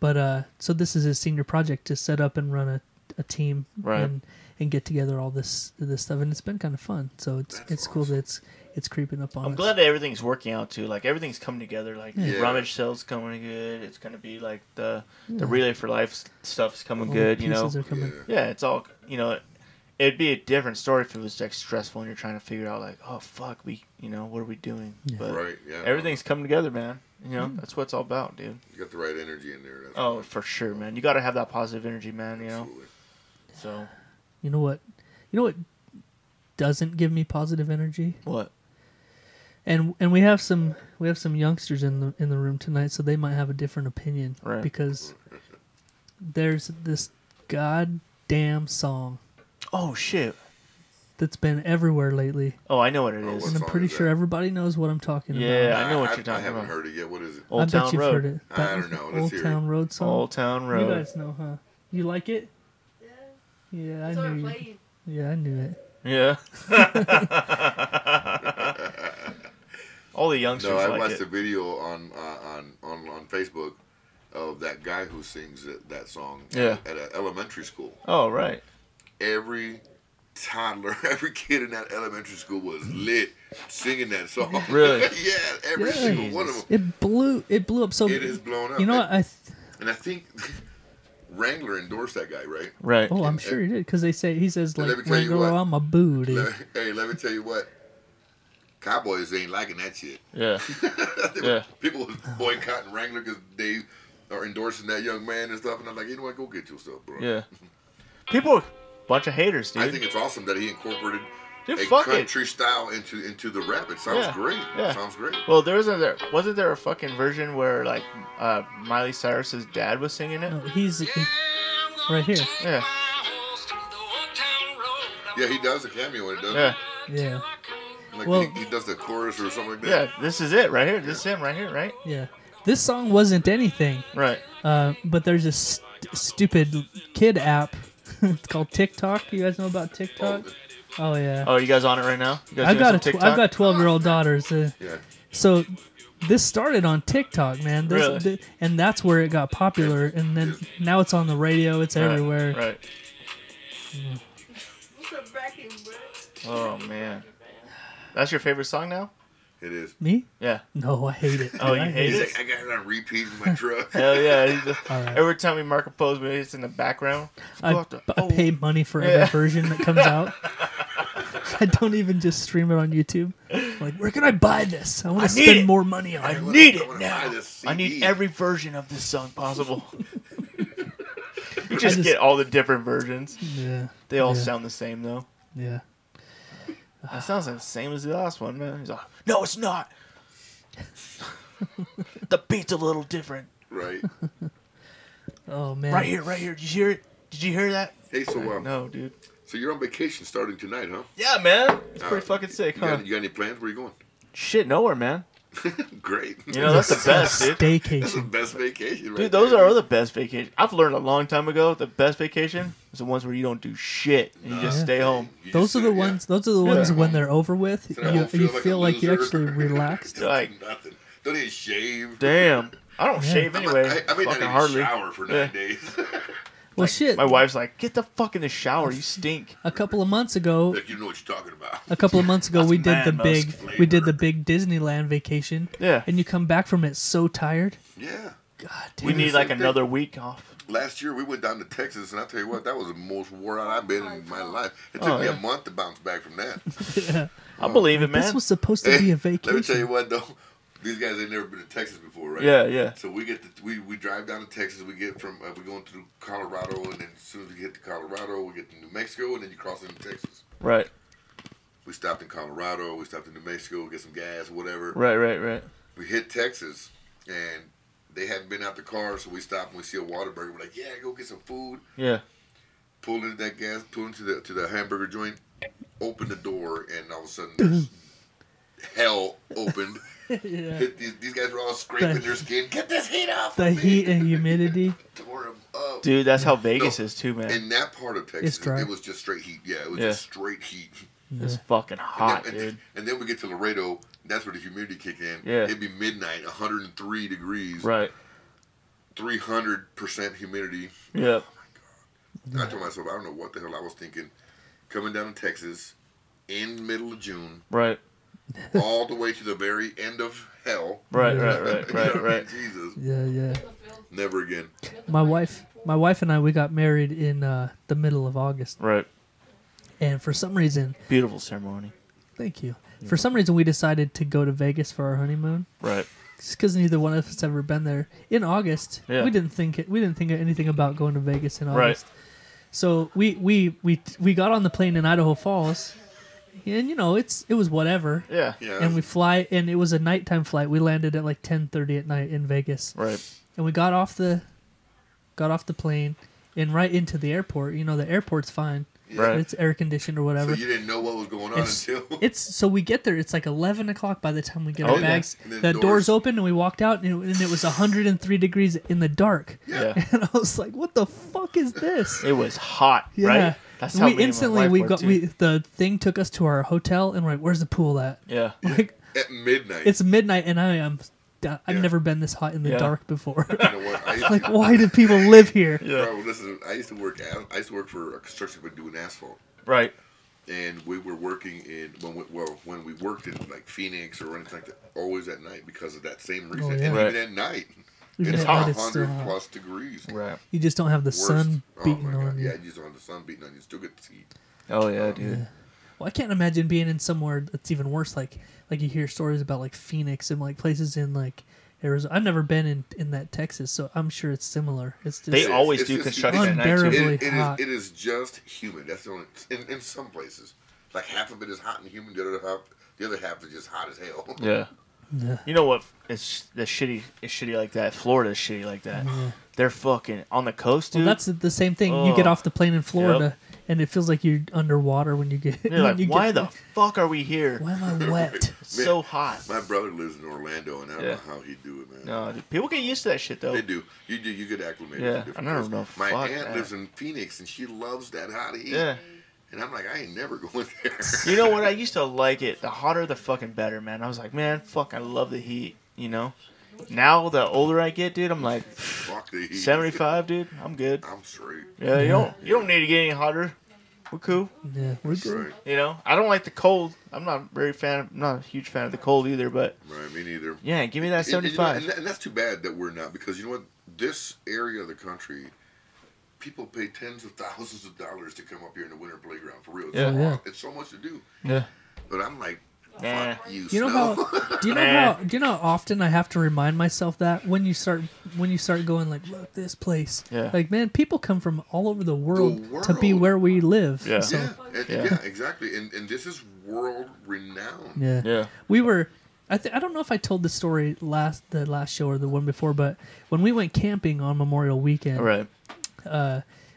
[SPEAKER 4] But uh, so this is his senior project to set up and run a, a team
[SPEAKER 3] Right.
[SPEAKER 4] and and get together all this this stuff, and it's been kind of fun. So it's
[SPEAKER 2] That's
[SPEAKER 4] it's cool
[SPEAKER 2] awesome.
[SPEAKER 4] that it's it's creeping up on
[SPEAKER 3] I'm
[SPEAKER 4] us.
[SPEAKER 3] glad that everything's working out too. Like everything's coming together. Like
[SPEAKER 2] Yeah.
[SPEAKER 3] rummage sales coming good. It's gonna be like the the relay for life s- stuff's coming
[SPEAKER 4] All the
[SPEAKER 3] good. You know.
[SPEAKER 4] pieces are coming.
[SPEAKER 2] Yeah.
[SPEAKER 3] yeah, it's all you know. It'd be a different story if it was like stressful and you're trying to figure out like, oh fuck, we you know what are we doing? But
[SPEAKER 2] Right. Yeah.
[SPEAKER 3] everything's coming together, man. You
[SPEAKER 4] Mm-hmm.
[SPEAKER 3] know that's what it's all about, dude.
[SPEAKER 2] You got the right energy in there. That's
[SPEAKER 3] Oh, for sure, man. You got to have that positive energy, man. You know.
[SPEAKER 2] Absolutely.
[SPEAKER 3] So
[SPEAKER 4] You know what? You know what doesn't give me positive energy,
[SPEAKER 3] what?
[SPEAKER 4] and and we have some we have some youngsters in the in the room tonight, so they might have a different opinion
[SPEAKER 3] Right.
[SPEAKER 4] because there's this goddamn song
[SPEAKER 3] Oh shit.
[SPEAKER 4] that's been everywhere lately,
[SPEAKER 3] Oh, I know what it
[SPEAKER 2] Oh,
[SPEAKER 3] is.
[SPEAKER 2] What
[SPEAKER 4] and I'm
[SPEAKER 2] song
[SPEAKER 4] pretty
[SPEAKER 2] is
[SPEAKER 4] sure
[SPEAKER 2] that?
[SPEAKER 4] everybody knows what I'm talking about.
[SPEAKER 3] Yeah, I know what you're
[SPEAKER 2] I
[SPEAKER 3] talking
[SPEAKER 2] haven't
[SPEAKER 3] about.
[SPEAKER 2] heard it yet. What is it?
[SPEAKER 3] Old
[SPEAKER 4] I
[SPEAKER 3] Town
[SPEAKER 4] bet you've
[SPEAKER 3] Road.
[SPEAKER 4] heard it.
[SPEAKER 2] I
[SPEAKER 4] That
[SPEAKER 2] don't
[SPEAKER 4] was the
[SPEAKER 2] know. Let's
[SPEAKER 4] Old
[SPEAKER 2] hear it.
[SPEAKER 4] Town Road song.
[SPEAKER 3] Old Town
[SPEAKER 4] You
[SPEAKER 3] Road.
[SPEAKER 4] guys know, huh? You like it? Yeah, I knew. You. Yeah, I knew it.
[SPEAKER 2] (laughs)
[SPEAKER 3] Yeah. All the youngsters
[SPEAKER 2] No, I
[SPEAKER 3] like
[SPEAKER 2] watched
[SPEAKER 3] it.
[SPEAKER 2] a video on uh, on on on Facebook of that guy who sings that, that song
[SPEAKER 3] Yeah.
[SPEAKER 2] at, at an elementary school.
[SPEAKER 3] Oh right.
[SPEAKER 2] Every toddler, (laughs) every kid in that elementary school was lit singing that song.
[SPEAKER 3] (laughs) Really?
[SPEAKER 2] (laughs) yeah, every
[SPEAKER 4] Yeah.
[SPEAKER 2] single one of them.
[SPEAKER 4] It blew. It blew up so.
[SPEAKER 2] It is blown up.
[SPEAKER 4] You know what? I. Th-
[SPEAKER 2] And I think (laughs) Wrangler endorsed that guy, right? (laughs)
[SPEAKER 3] Right.
[SPEAKER 4] oh, I'm sure you did because they say he says
[SPEAKER 2] Let
[SPEAKER 4] like
[SPEAKER 2] me tell you
[SPEAKER 4] Wrangler,
[SPEAKER 2] what.
[SPEAKER 4] I'm a booty.
[SPEAKER 2] Let me- hey, let me tell you what. Cowboys ain't liking that shit. (laughs)
[SPEAKER 3] Yeah.
[SPEAKER 2] They were-
[SPEAKER 3] Yeah.
[SPEAKER 2] People was
[SPEAKER 4] Oh.
[SPEAKER 2] boycotting Wrangler because they are endorsing that young man and stuff. And I'm like, you know what? Go get yourself, bro.
[SPEAKER 3] Yeah. People are bunch of haters, dude.
[SPEAKER 2] I think it's awesome that he incorporated
[SPEAKER 3] Dude,
[SPEAKER 2] a
[SPEAKER 3] fuck it.
[SPEAKER 2] country style into into the rap. It sounds
[SPEAKER 3] Yeah,
[SPEAKER 2] great.
[SPEAKER 3] yeah.
[SPEAKER 2] It sounds great.
[SPEAKER 3] Well, there was a, there wasn't there a fucking version where like uh, Miley Cyrus's dad was singing it?
[SPEAKER 4] No, Oh, he's he- right here.
[SPEAKER 3] Yeah.
[SPEAKER 2] Yeah, he does a cameo in it, doesn't
[SPEAKER 3] Yeah.
[SPEAKER 4] Yeah,
[SPEAKER 2] he? Like
[SPEAKER 4] Well-
[SPEAKER 2] he, he does the chorus or something like
[SPEAKER 3] Yeah.
[SPEAKER 2] that.
[SPEAKER 3] This is it right here. This is him right here, right?
[SPEAKER 4] yeah. This song wasn't anything,
[SPEAKER 3] Right.
[SPEAKER 4] uh, but there's this st- stupid kid app. (laughs) it's called TikTok. You guys know about TikTok? Oh yeah.
[SPEAKER 3] Oh, you guys on it right now? You guys
[SPEAKER 4] I've
[SPEAKER 3] doing
[SPEAKER 4] got a
[SPEAKER 3] some
[SPEAKER 4] tw- I've
[SPEAKER 3] TikTok?
[SPEAKER 4] got 12 year old daughters. Uh,
[SPEAKER 2] Yeah.
[SPEAKER 4] So this started on TikTok, man. This,
[SPEAKER 3] Really?
[SPEAKER 4] th- and that's where it got popular. And then now it's on the radio. It's
[SPEAKER 3] Right,
[SPEAKER 4] everywhere.
[SPEAKER 3] Right. Mm.
[SPEAKER 5] What's up, Bracken, bro?
[SPEAKER 3] Oh man. That's your favorite song now?
[SPEAKER 2] It is.
[SPEAKER 4] Me?
[SPEAKER 3] Yeah.
[SPEAKER 4] No, I hate it.
[SPEAKER 3] Oh,
[SPEAKER 4] dude. I
[SPEAKER 3] you hate
[SPEAKER 2] He's
[SPEAKER 3] it?
[SPEAKER 2] like, I got it on repeat in my
[SPEAKER 4] (laughs)
[SPEAKER 2] truck. (laughs)
[SPEAKER 3] Hell yeah. He's just-
[SPEAKER 4] All right.
[SPEAKER 3] Every time we mark a pose, maybe it's in the background.
[SPEAKER 4] I,
[SPEAKER 3] Fuck the-
[SPEAKER 4] I
[SPEAKER 3] oh.
[SPEAKER 4] pay money for every
[SPEAKER 3] Yeah.
[SPEAKER 4] version that comes out.
[SPEAKER 3] (laughs)
[SPEAKER 4] I don't even just stream it on YouTube. I'm like, where can I buy this? I want
[SPEAKER 3] I
[SPEAKER 4] to
[SPEAKER 3] need
[SPEAKER 4] spend
[SPEAKER 3] it.
[SPEAKER 4] more money on
[SPEAKER 3] I
[SPEAKER 4] it.
[SPEAKER 3] need
[SPEAKER 2] I
[SPEAKER 3] it
[SPEAKER 2] wanna
[SPEAKER 3] now.
[SPEAKER 2] buy this
[SPEAKER 3] I need
[SPEAKER 2] CD.
[SPEAKER 3] every version of this song possible.
[SPEAKER 2] (laughs)
[SPEAKER 3] you
[SPEAKER 4] I
[SPEAKER 3] just,
[SPEAKER 4] just-
[SPEAKER 3] get all the different versions.
[SPEAKER 4] Yeah,
[SPEAKER 3] They all
[SPEAKER 4] Yeah.
[SPEAKER 3] sound the same though.
[SPEAKER 4] yeah.
[SPEAKER 3] That sounds like the same as the last one, man. He's like, no, it's
[SPEAKER 4] (laughs)
[SPEAKER 3] not. the beat's a little different.
[SPEAKER 4] (laughs)
[SPEAKER 2] Right.
[SPEAKER 4] Oh man.
[SPEAKER 3] Right here, right here. Did you hear it? Did you hear that?
[SPEAKER 2] Hey, so um,
[SPEAKER 3] No, dude.
[SPEAKER 2] so you're on vacation starting tonight, huh?
[SPEAKER 3] Yeah, man. It's
[SPEAKER 2] Uh,
[SPEAKER 3] pretty fucking sick,
[SPEAKER 2] You,
[SPEAKER 3] huh?
[SPEAKER 2] got, you got any plans? Where you going?
[SPEAKER 3] Shit, nowhere, man.
[SPEAKER 2] great.
[SPEAKER 3] You
[SPEAKER 2] (laughs)
[SPEAKER 3] know, that's the best, dude.
[SPEAKER 2] That's the
[SPEAKER 4] Staycation.
[SPEAKER 2] best vacation, right?
[SPEAKER 3] Dude, those
[SPEAKER 2] there.
[SPEAKER 3] are the best vacations. I've learned a long time ago the best vacation is the ones where you don't do shit and you just
[SPEAKER 4] Yeah.
[SPEAKER 3] stay home.
[SPEAKER 2] You just
[SPEAKER 4] Those are
[SPEAKER 2] sit-
[SPEAKER 4] the
[SPEAKER 2] yeah.
[SPEAKER 4] ones. Those are the ones
[SPEAKER 2] Yeah.
[SPEAKER 4] when they're over with.
[SPEAKER 2] Sit at
[SPEAKER 4] You,
[SPEAKER 2] home,
[SPEAKER 4] you
[SPEAKER 2] a
[SPEAKER 4] feel like you
[SPEAKER 3] (laughs)
[SPEAKER 2] loser.
[SPEAKER 4] actually
[SPEAKER 2] (laughs)
[SPEAKER 4] relaxed.
[SPEAKER 3] Like-
[SPEAKER 2] nothing. Don't even shave.
[SPEAKER 3] Damn. I don't
[SPEAKER 4] Yeah.
[SPEAKER 3] shave
[SPEAKER 2] I'm-
[SPEAKER 3] anyway.
[SPEAKER 2] I, I mean,
[SPEAKER 3] Fucking
[SPEAKER 2] I
[SPEAKER 3] hardly.
[SPEAKER 2] hardly shower for nine
[SPEAKER 3] Yeah.
[SPEAKER 2] days. (laughs)
[SPEAKER 4] Well,
[SPEAKER 3] Like,
[SPEAKER 4] shit.
[SPEAKER 3] My wife's like, get the fuck in the shower. You (laughs) stink.
[SPEAKER 4] a couple of months ago,
[SPEAKER 2] Like you know what you're talking about.
[SPEAKER 4] a couple of months ago,
[SPEAKER 3] That's
[SPEAKER 4] we did the
[SPEAKER 3] man
[SPEAKER 4] big
[SPEAKER 3] musk
[SPEAKER 4] we did the big Disneyland vacation.
[SPEAKER 3] Yeah.
[SPEAKER 4] And you come back from it so tired.
[SPEAKER 2] Yeah.
[SPEAKER 4] God damn.
[SPEAKER 3] We need
[SPEAKER 2] the
[SPEAKER 3] like
[SPEAKER 2] same thing.
[SPEAKER 3] another week off.
[SPEAKER 2] Last year we went down to Texas, and I tell you what, that was the most worn out I've
[SPEAKER 4] Oh,
[SPEAKER 2] been in my life. It took
[SPEAKER 3] Oh,
[SPEAKER 2] me
[SPEAKER 3] yeah.
[SPEAKER 2] a month to bounce back from
[SPEAKER 4] (laughs)
[SPEAKER 2] that.
[SPEAKER 3] I believe it,
[SPEAKER 4] This
[SPEAKER 3] man.
[SPEAKER 4] was supposed to be
[SPEAKER 3] (laughs)
[SPEAKER 4] a
[SPEAKER 2] (laughs) Let me tell you
[SPEAKER 4] vacation.
[SPEAKER 2] what, though. These guys ain't never been to Texas before, right?
[SPEAKER 3] Yeah, yeah.
[SPEAKER 2] So we get the, we we drive down to Texas. We get from uh, we going through Colorado, and then as soon as we get to Colorado, we get to New Mexico, and then you cross into Texas.
[SPEAKER 3] Right,
[SPEAKER 2] We stopped in Colorado. We stopped in New Mexico. Get some gas, whatever.
[SPEAKER 3] right, right, right.
[SPEAKER 2] We hit Texas, and they hadn't been out the car, so we stopped and we see a Waterburger. We're like, yeah, go get some food.
[SPEAKER 3] Yeah.
[SPEAKER 2] Pulled into that gas, pulled into the to the hamburger joint, opened the door, and all of a sudden,
[SPEAKER 4] (laughs)
[SPEAKER 2] there's hell opened.
[SPEAKER 4] yeah.
[SPEAKER 2] these, these guys were all scraping their skin. Get this heat off!
[SPEAKER 4] The
[SPEAKER 2] of me!"
[SPEAKER 4] heat and humidity.
[SPEAKER 2] Tore 'em up.
[SPEAKER 3] Dude, that's how Vegas
[SPEAKER 2] No.
[SPEAKER 3] is too, man.
[SPEAKER 2] In that part of Texas,
[SPEAKER 4] It's dry.
[SPEAKER 2] it was just straight heat. Yeah, it was
[SPEAKER 3] Yeah.
[SPEAKER 2] just straight heat.
[SPEAKER 3] It's fucking hot,
[SPEAKER 2] and,
[SPEAKER 3] dude.
[SPEAKER 2] then, and then we get to Laredo. That's where the humidity kicked in.
[SPEAKER 3] Yeah.
[SPEAKER 2] It'd be midnight, 103 degrees,
[SPEAKER 3] Right.
[SPEAKER 2] 300% humidity.
[SPEAKER 3] Yeah.
[SPEAKER 2] And I told myself, I don't know what the hell I was thinking. Coming down to Texas in middle of
[SPEAKER 4] (laughs)
[SPEAKER 2] June,
[SPEAKER 3] Right.
[SPEAKER 2] all the way to the very end of hell.
[SPEAKER 3] Right. Right. Right.
[SPEAKER 2] (laughs) You know what I
[SPEAKER 3] Right.
[SPEAKER 2] mean?
[SPEAKER 3] Right.
[SPEAKER 2] Jesus.
[SPEAKER 4] Yeah, yeah.
[SPEAKER 2] Never again.
[SPEAKER 4] My wife my wife and I we got married in uh, the middle of August.
[SPEAKER 3] Right.
[SPEAKER 4] And for some reason
[SPEAKER 3] Beautiful ceremony.
[SPEAKER 4] thank you. For some reason we decided to go to Vegas for our honeymoon.
[SPEAKER 3] Right.
[SPEAKER 4] Just because neither one of us ever been there in August,
[SPEAKER 3] Yeah.
[SPEAKER 4] we didn't think it, we didn't think anything about going to Vegas in
[SPEAKER 3] Right.
[SPEAKER 4] August. So we we we we got on the plane in Idaho Falls, and you know it's it was whatever.
[SPEAKER 3] Yeah.
[SPEAKER 2] Yeah.
[SPEAKER 4] And we fly, and it was a nighttime flight. We landed at like ten thirty at night in Vegas,
[SPEAKER 3] Right.
[SPEAKER 4] and we got off the got off the plane and right into the airport. You know the airport's fine,
[SPEAKER 3] Right.
[SPEAKER 4] it's air conditioned or
[SPEAKER 2] So
[SPEAKER 4] whatever.
[SPEAKER 2] you didn't know what was going on
[SPEAKER 4] It's-
[SPEAKER 2] until.
[SPEAKER 4] (laughs)
[SPEAKER 2] (laughs)
[SPEAKER 4] It's so we get there. It's like eleven o'clock by the time we get
[SPEAKER 3] Oh,
[SPEAKER 4] our
[SPEAKER 3] yeah.
[SPEAKER 4] bags.
[SPEAKER 2] And then
[SPEAKER 4] The
[SPEAKER 2] doors-
[SPEAKER 4] doors, open and we walked out, and it, and it was hundred and three degrees in the dark.
[SPEAKER 3] Yeah.
[SPEAKER 4] (laughs) And I was like, "What the fuck is this?"
[SPEAKER 3] It was hot.
[SPEAKER 4] Yeah.
[SPEAKER 3] (laughs) Right. That's how me
[SPEAKER 4] we
[SPEAKER 3] and my
[SPEAKER 4] instantly
[SPEAKER 3] wife
[SPEAKER 4] we
[SPEAKER 3] were,
[SPEAKER 4] got
[SPEAKER 3] too.
[SPEAKER 4] we the thing took us to our hotel, and we're like, "Where's the pool at?" (laughs)
[SPEAKER 3] Yeah.
[SPEAKER 4] Like
[SPEAKER 2] at midnight.
[SPEAKER 4] it's midnight, and I am. I've
[SPEAKER 2] Yeah.
[SPEAKER 4] never been this hot in the
[SPEAKER 3] Yeah. (laughs)
[SPEAKER 4] dark before. (laughs)
[SPEAKER 2] You know what? I used
[SPEAKER 4] like,
[SPEAKER 2] to,
[SPEAKER 4] why do people live here?
[SPEAKER 3] Yeah.
[SPEAKER 2] Bro, listen, I used to work. At, I used to work for a construction company doing asphalt,
[SPEAKER 3] Right.
[SPEAKER 2] and we were working in when we, well when we worked in like Phoenix or anything like that, always at night because of that same reason.
[SPEAKER 4] Oh, yeah.
[SPEAKER 2] And
[SPEAKER 3] Right.
[SPEAKER 2] even at night,
[SPEAKER 4] Even
[SPEAKER 2] it's
[SPEAKER 4] at night,
[SPEAKER 2] hot,
[SPEAKER 4] it's still
[SPEAKER 2] hundred
[SPEAKER 4] hot.
[SPEAKER 2] plus degrees.
[SPEAKER 3] Right.
[SPEAKER 4] You just don't have the
[SPEAKER 2] Worst.
[SPEAKER 4] sun
[SPEAKER 2] Oh
[SPEAKER 4] beating
[SPEAKER 2] my God.
[SPEAKER 4] on you.
[SPEAKER 2] Yeah, you just don't have the sun beating on you. You Still get the heat.
[SPEAKER 3] Oh yeah, dude.
[SPEAKER 4] Well, I can't imagine being in somewhere that's even worse. Like, like you hear stories about like Phoenix and like places in like Arizona. I've never been in in that Texas, so I'm sure it's similar. It's just
[SPEAKER 3] They always
[SPEAKER 2] it's
[SPEAKER 3] do
[SPEAKER 2] just
[SPEAKER 3] construction at night.
[SPEAKER 4] unbearable.
[SPEAKER 3] too.
[SPEAKER 2] It,
[SPEAKER 4] Really
[SPEAKER 2] it is.
[SPEAKER 4] hot.
[SPEAKER 2] It is just humid. That's the only. In, in some places, like half of it is hot and humid. The other half, the other half is just hot as hell.
[SPEAKER 3] Yeah.
[SPEAKER 4] Yeah.
[SPEAKER 3] You know what? It's the shitty. It's shitty like that. Florida's shitty like that. They're fucking on the coast,
[SPEAKER 4] Well,
[SPEAKER 3] dude.
[SPEAKER 4] that's the same thing. You get
[SPEAKER 3] Ugh.
[SPEAKER 4] off the plane in Florida, and it feels like you're underwater when you get.
[SPEAKER 3] They're
[SPEAKER 4] (laughs) when
[SPEAKER 3] like,
[SPEAKER 4] you
[SPEAKER 3] why
[SPEAKER 4] get,
[SPEAKER 3] the fuck are we here?
[SPEAKER 4] (laughs) Why am
[SPEAKER 3] (laughs)
[SPEAKER 4] I wet?
[SPEAKER 3] It's so hot.
[SPEAKER 2] (laughs) My brother lives in Orlando, and I don't
[SPEAKER 3] Yeah.
[SPEAKER 2] know how he do it, man.
[SPEAKER 3] No, dude, people get used to that shit though.
[SPEAKER 2] They do. You do. You get acclimated.
[SPEAKER 3] Yeah,
[SPEAKER 2] to different
[SPEAKER 3] I never
[SPEAKER 2] places.
[SPEAKER 3] know.
[SPEAKER 2] My
[SPEAKER 3] Fuck
[SPEAKER 2] aunt
[SPEAKER 3] that.
[SPEAKER 2] lives in Phoenix, and she loves that hot heat.
[SPEAKER 3] Yeah.
[SPEAKER 2] And I'm like, I ain't never (laughs) going there.
[SPEAKER 3] You know what? I used to like it. The hotter, the fucking better, man. I was like, man, fuck, I love the heat. You know. Now the older I get, dude, I'm like
[SPEAKER 2] (laughs) Fuck the heat.
[SPEAKER 3] 75, dude. I'm good.
[SPEAKER 2] I'm straight.
[SPEAKER 3] Yeah, you don't you don't need to get any hotter. We're cool.
[SPEAKER 4] Yeah, we're good.
[SPEAKER 2] Right.
[SPEAKER 3] You know. I don't like the cold. I'm not very fan. I'm not a huge fan of the cold either. But
[SPEAKER 2] Right. Me neither.
[SPEAKER 3] yeah, give me that
[SPEAKER 2] And- and you know,
[SPEAKER 3] 75.
[SPEAKER 2] And, that- and that's too bad that we're not because you know what? This area of the country, people pay tens of thousands of dollars to come up here in the winter playground for real. It's,
[SPEAKER 3] Yeah.
[SPEAKER 2] so,
[SPEAKER 4] Yeah.
[SPEAKER 2] hard. it's so much to do.
[SPEAKER 3] Yeah.
[SPEAKER 2] But I'm like,
[SPEAKER 3] Nah.
[SPEAKER 2] fuck you.
[SPEAKER 4] You know
[SPEAKER 2] snow.
[SPEAKER 4] how? Do you know
[SPEAKER 3] (laughs) Nah.
[SPEAKER 4] how? Do you know how often I have to remind myself that when you start when you start going like, look this place.
[SPEAKER 3] Yeah.
[SPEAKER 4] Like man, people come from all over the world, to be
[SPEAKER 2] world.
[SPEAKER 4] where we live.
[SPEAKER 3] Yeah.
[SPEAKER 4] So,
[SPEAKER 2] yeah, (laughs) and-
[SPEAKER 3] Yeah.
[SPEAKER 2] yeah. exactly. And and this is world renowned.
[SPEAKER 4] yeah.
[SPEAKER 3] Yeah.
[SPEAKER 4] We were. I, th- I don't know if I told the story last the last show or the one before, but when we went camping on Memorial Weekend,
[SPEAKER 3] All right.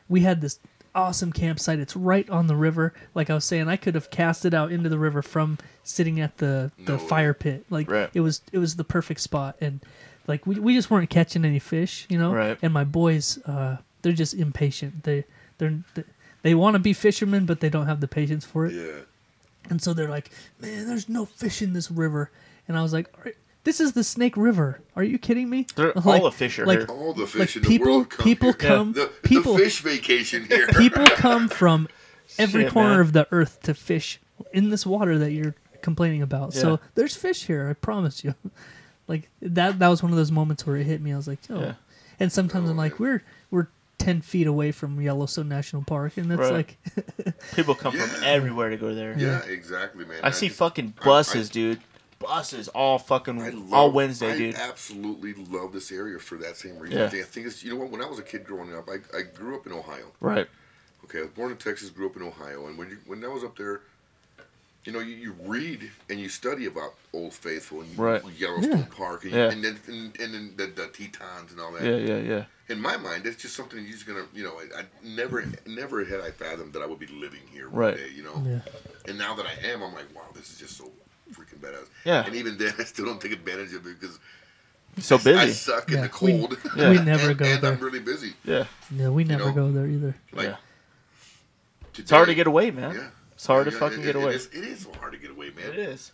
[SPEAKER 4] we had this awesome campsite. It's right on the river. Like I was saying, I could have cast it out into the river from sitting at the the
[SPEAKER 2] No way.
[SPEAKER 4] fire pit. Like
[SPEAKER 3] Right.
[SPEAKER 4] it was it was the perfect spot and like we, we just weren't catching any fish, you know?
[SPEAKER 3] Right.
[SPEAKER 4] And my boys uh they're just impatient. They they're they, they want to be fishermen but they don't have the patience for it.
[SPEAKER 2] Yeah.
[SPEAKER 4] And so they're like, "Man, there's no fish in this river." And I was like, "All right, This is the Snake River. Are you kidding me? (laughs)
[SPEAKER 3] They're- all the fish are here.
[SPEAKER 2] All the fish
[SPEAKER 4] like
[SPEAKER 2] in
[SPEAKER 4] people-
[SPEAKER 2] the world come
[SPEAKER 4] people
[SPEAKER 2] here. (laughs)
[SPEAKER 4] come-
[SPEAKER 2] the,
[SPEAKER 4] people-
[SPEAKER 2] the fish vacation here.
[SPEAKER 4] People
[SPEAKER 3] (laughs)
[SPEAKER 4] come from every
[SPEAKER 3] Shit,
[SPEAKER 4] corner
[SPEAKER 3] man.
[SPEAKER 4] of the earth to fish in this water that you're complaining about.
[SPEAKER 3] Yeah.
[SPEAKER 4] So there's fish here, I promise you. (laughs) Like that that was one of those moments where it hit me. I was like, oh.
[SPEAKER 3] Yeah.
[SPEAKER 4] And sometimes I'm like, we're we're ten feet away from Yellowstone National Park and that's
[SPEAKER 3] Right.
[SPEAKER 4] like (laughs)
[SPEAKER 3] People come from
[SPEAKER 2] Yeah.
[SPEAKER 3] everywhere to go there.
[SPEAKER 2] (laughs) yeah, exactly, man.
[SPEAKER 3] I see
[SPEAKER 2] just-
[SPEAKER 3] fucking
[SPEAKER 2] I- I-
[SPEAKER 3] buses, dude. Buses all fucking
[SPEAKER 2] I love,
[SPEAKER 3] all Wednesday,
[SPEAKER 2] I
[SPEAKER 3] dude.
[SPEAKER 2] absolutely love this area for that same reason.
[SPEAKER 3] Yeah.
[SPEAKER 2] I think it's, you know what? When I was a kid growing up, I, I grew up in Ohio.
[SPEAKER 3] right.
[SPEAKER 2] Okay, I was born in Texas, grew up in Ohio, and when you when I was up there, you know, you, you read and you study about Old Faithful and
[SPEAKER 3] Right.
[SPEAKER 2] Yellowstone
[SPEAKER 4] Yeah.
[SPEAKER 2] Park, and,
[SPEAKER 3] Yeah.
[SPEAKER 2] and then and, and then the, the Tetons and all that.
[SPEAKER 3] Yeah, yeah, yeah.
[SPEAKER 2] In my mind, that's just something you're just gonna, you know, I, I never never had I fathomed that I would be living here one
[SPEAKER 3] Right.
[SPEAKER 2] day, you know.
[SPEAKER 4] Yeah.
[SPEAKER 2] And now that I am, I'm like, wow, this is just so freaking badass.
[SPEAKER 3] Yeah.
[SPEAKER 2] And even then, (laughs) I still don't take advantage of it because
[SPEAKER 3] So
[SPEAKER 2] I
[SPEAKER 3] busy.
[SPEAKER 2] suck in
[SPEAKER 4] Yeah,
[SPEAKER 2] the
[SPEAKER 4] we-
[SPEAKER 2] cold.
[SPEAKER 3] Yeah. we
[SPEAKER 4] never
[SPEAKER 2] and,
[SPEAKER 4] go
[SPEAKER 2] And I'm
[SPEAKER 4] there.
[SPEAKER 2] really busy.
[SPEAKER 3] Yeah.
[SPEAKER 4] no, we never
[SPEAKER 2] know,
[SPEAKER 4] go there either.
[SPEAKER 2] Like,
[SPEAKER 3] yeah.
[SPEAKER 2] today,
[SPEAKER 3] It's hard to get away, man.
[SPEAKER 2] Yeah.
[SPEAKER 3] It's hard to
[SPEAKER 2] Yeah,
[SPEAKER 3] fucking
[SPEAKER 2] it-
[SPEAKER 3] get
[SPEAKER 2] it-
[SPEAKER 3] away.
[SPEAKER 2] It is, it is hard to get away, man.
[SPEAKER 3] It is.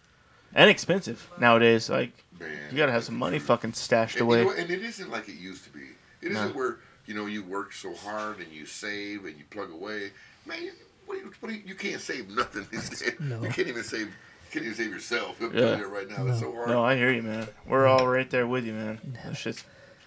[SPEAKER 3] And expensive nowadays. Like,
[SPEAKER 2] Man,
[SPEAKER 3] you gotta have some money fucking stashed
[SPEAKER 2] and, you know
[SPEAKER 3] away.
[SPEAKER 2] what, and it isn't like it used to be. It
[SPEAKER 3] No.
[SPEAKER 2] isn't where you know you work so hard and you save and you plug away. Man, you, what do you, what do you, you can't save nothing. these days.
[SPEAKER 4] (laughs) No.
[SPEAKER 2] You can't even save. You can't even save yourself. I'm telling you right now, it's so hard.
[SPEAKER 3] No, I hear you, man. We're all right there with you, man. That shit's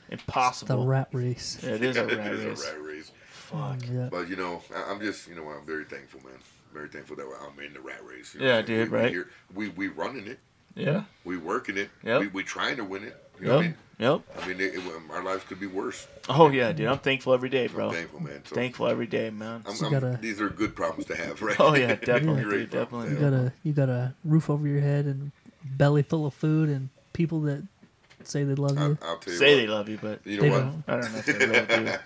[SPEAKER 4] The
[SPEAKER 3] impossible.
[SPEAKER 4] rat race.
[SPEAKER 3] Yeah, it is a
[SPEAKER 2] (laughs) It
[SPEAKER 3] rat
[SPEAKER 2] is a
[SPEAKER 3] race.
[SPEAKER 2] rat race.
[SPEAKER 3] Fuck.
[SPEAKER 4] Yeah.
[SPEAKER 2] But you know, I, I'm just you know I'm very thankful, man. Very thankful that I'm in the rat race. you know
[SPEAKER 3] Yeah,
[SPEAKER 2] what I'm saying?
[SPEAKER 3] dude,
[SPEAKER 2] We-
[SPEAKER 3] right.
[SPEAKER 2] We, we we running it.
[SPEAKER 3] Yeah.
[SPEAKER 2] We working it.
[SPEAKER 3] Yep.
[SPEAKER 2] We we trying to win it. You know what I
[SPEAKER 3] Yep.
[SPEAKER 2] mean?
[SPEAKER 3] Yep.
[SPEAKER 2] I mean, it, it, um, our lives could be worse.
[SPEAKER 3] Oh yeah, dude. I'm thankful every day, bro.
[SPEAKER 2] I'm thankful, man. So
[SPEAKER 3] Thankful every day, man.
[SPEAKER 2] I'm,
[SPEAKER 4] So you
[SPEAKER 2] I'm-
[SPEAKER 4] gotta-
[SPEAKER 2] these are good problems to have, right?
[SPEAKER 3] Oh,
[SPEAKER 2] (laughs)
[SPEAKER 3] yeah, definitely, dude,
[SPEAKER 2] Great
[SPEAKER 3] definitely.
[SPEAKER 2] problems to
[SPEAKER 4] You
[SPEAKER 2] have.
[SPEAKER 4] got a you got a roof over your head and a belly full of food and people that say they love you.
[SPEAKER 2] I, will tell you
[SPEAKER 3] Say
[SPEAKER 2] what.
[SPEAKER 3] they love you, but
[SPEAKER 2] You know
[SPEAKER 4] They
[SPEAKER 2] what?
[SPEAKER 4] don't.
[SPEAKER 3] I don't know if they really do.
[SPEAKER 4] Yeah.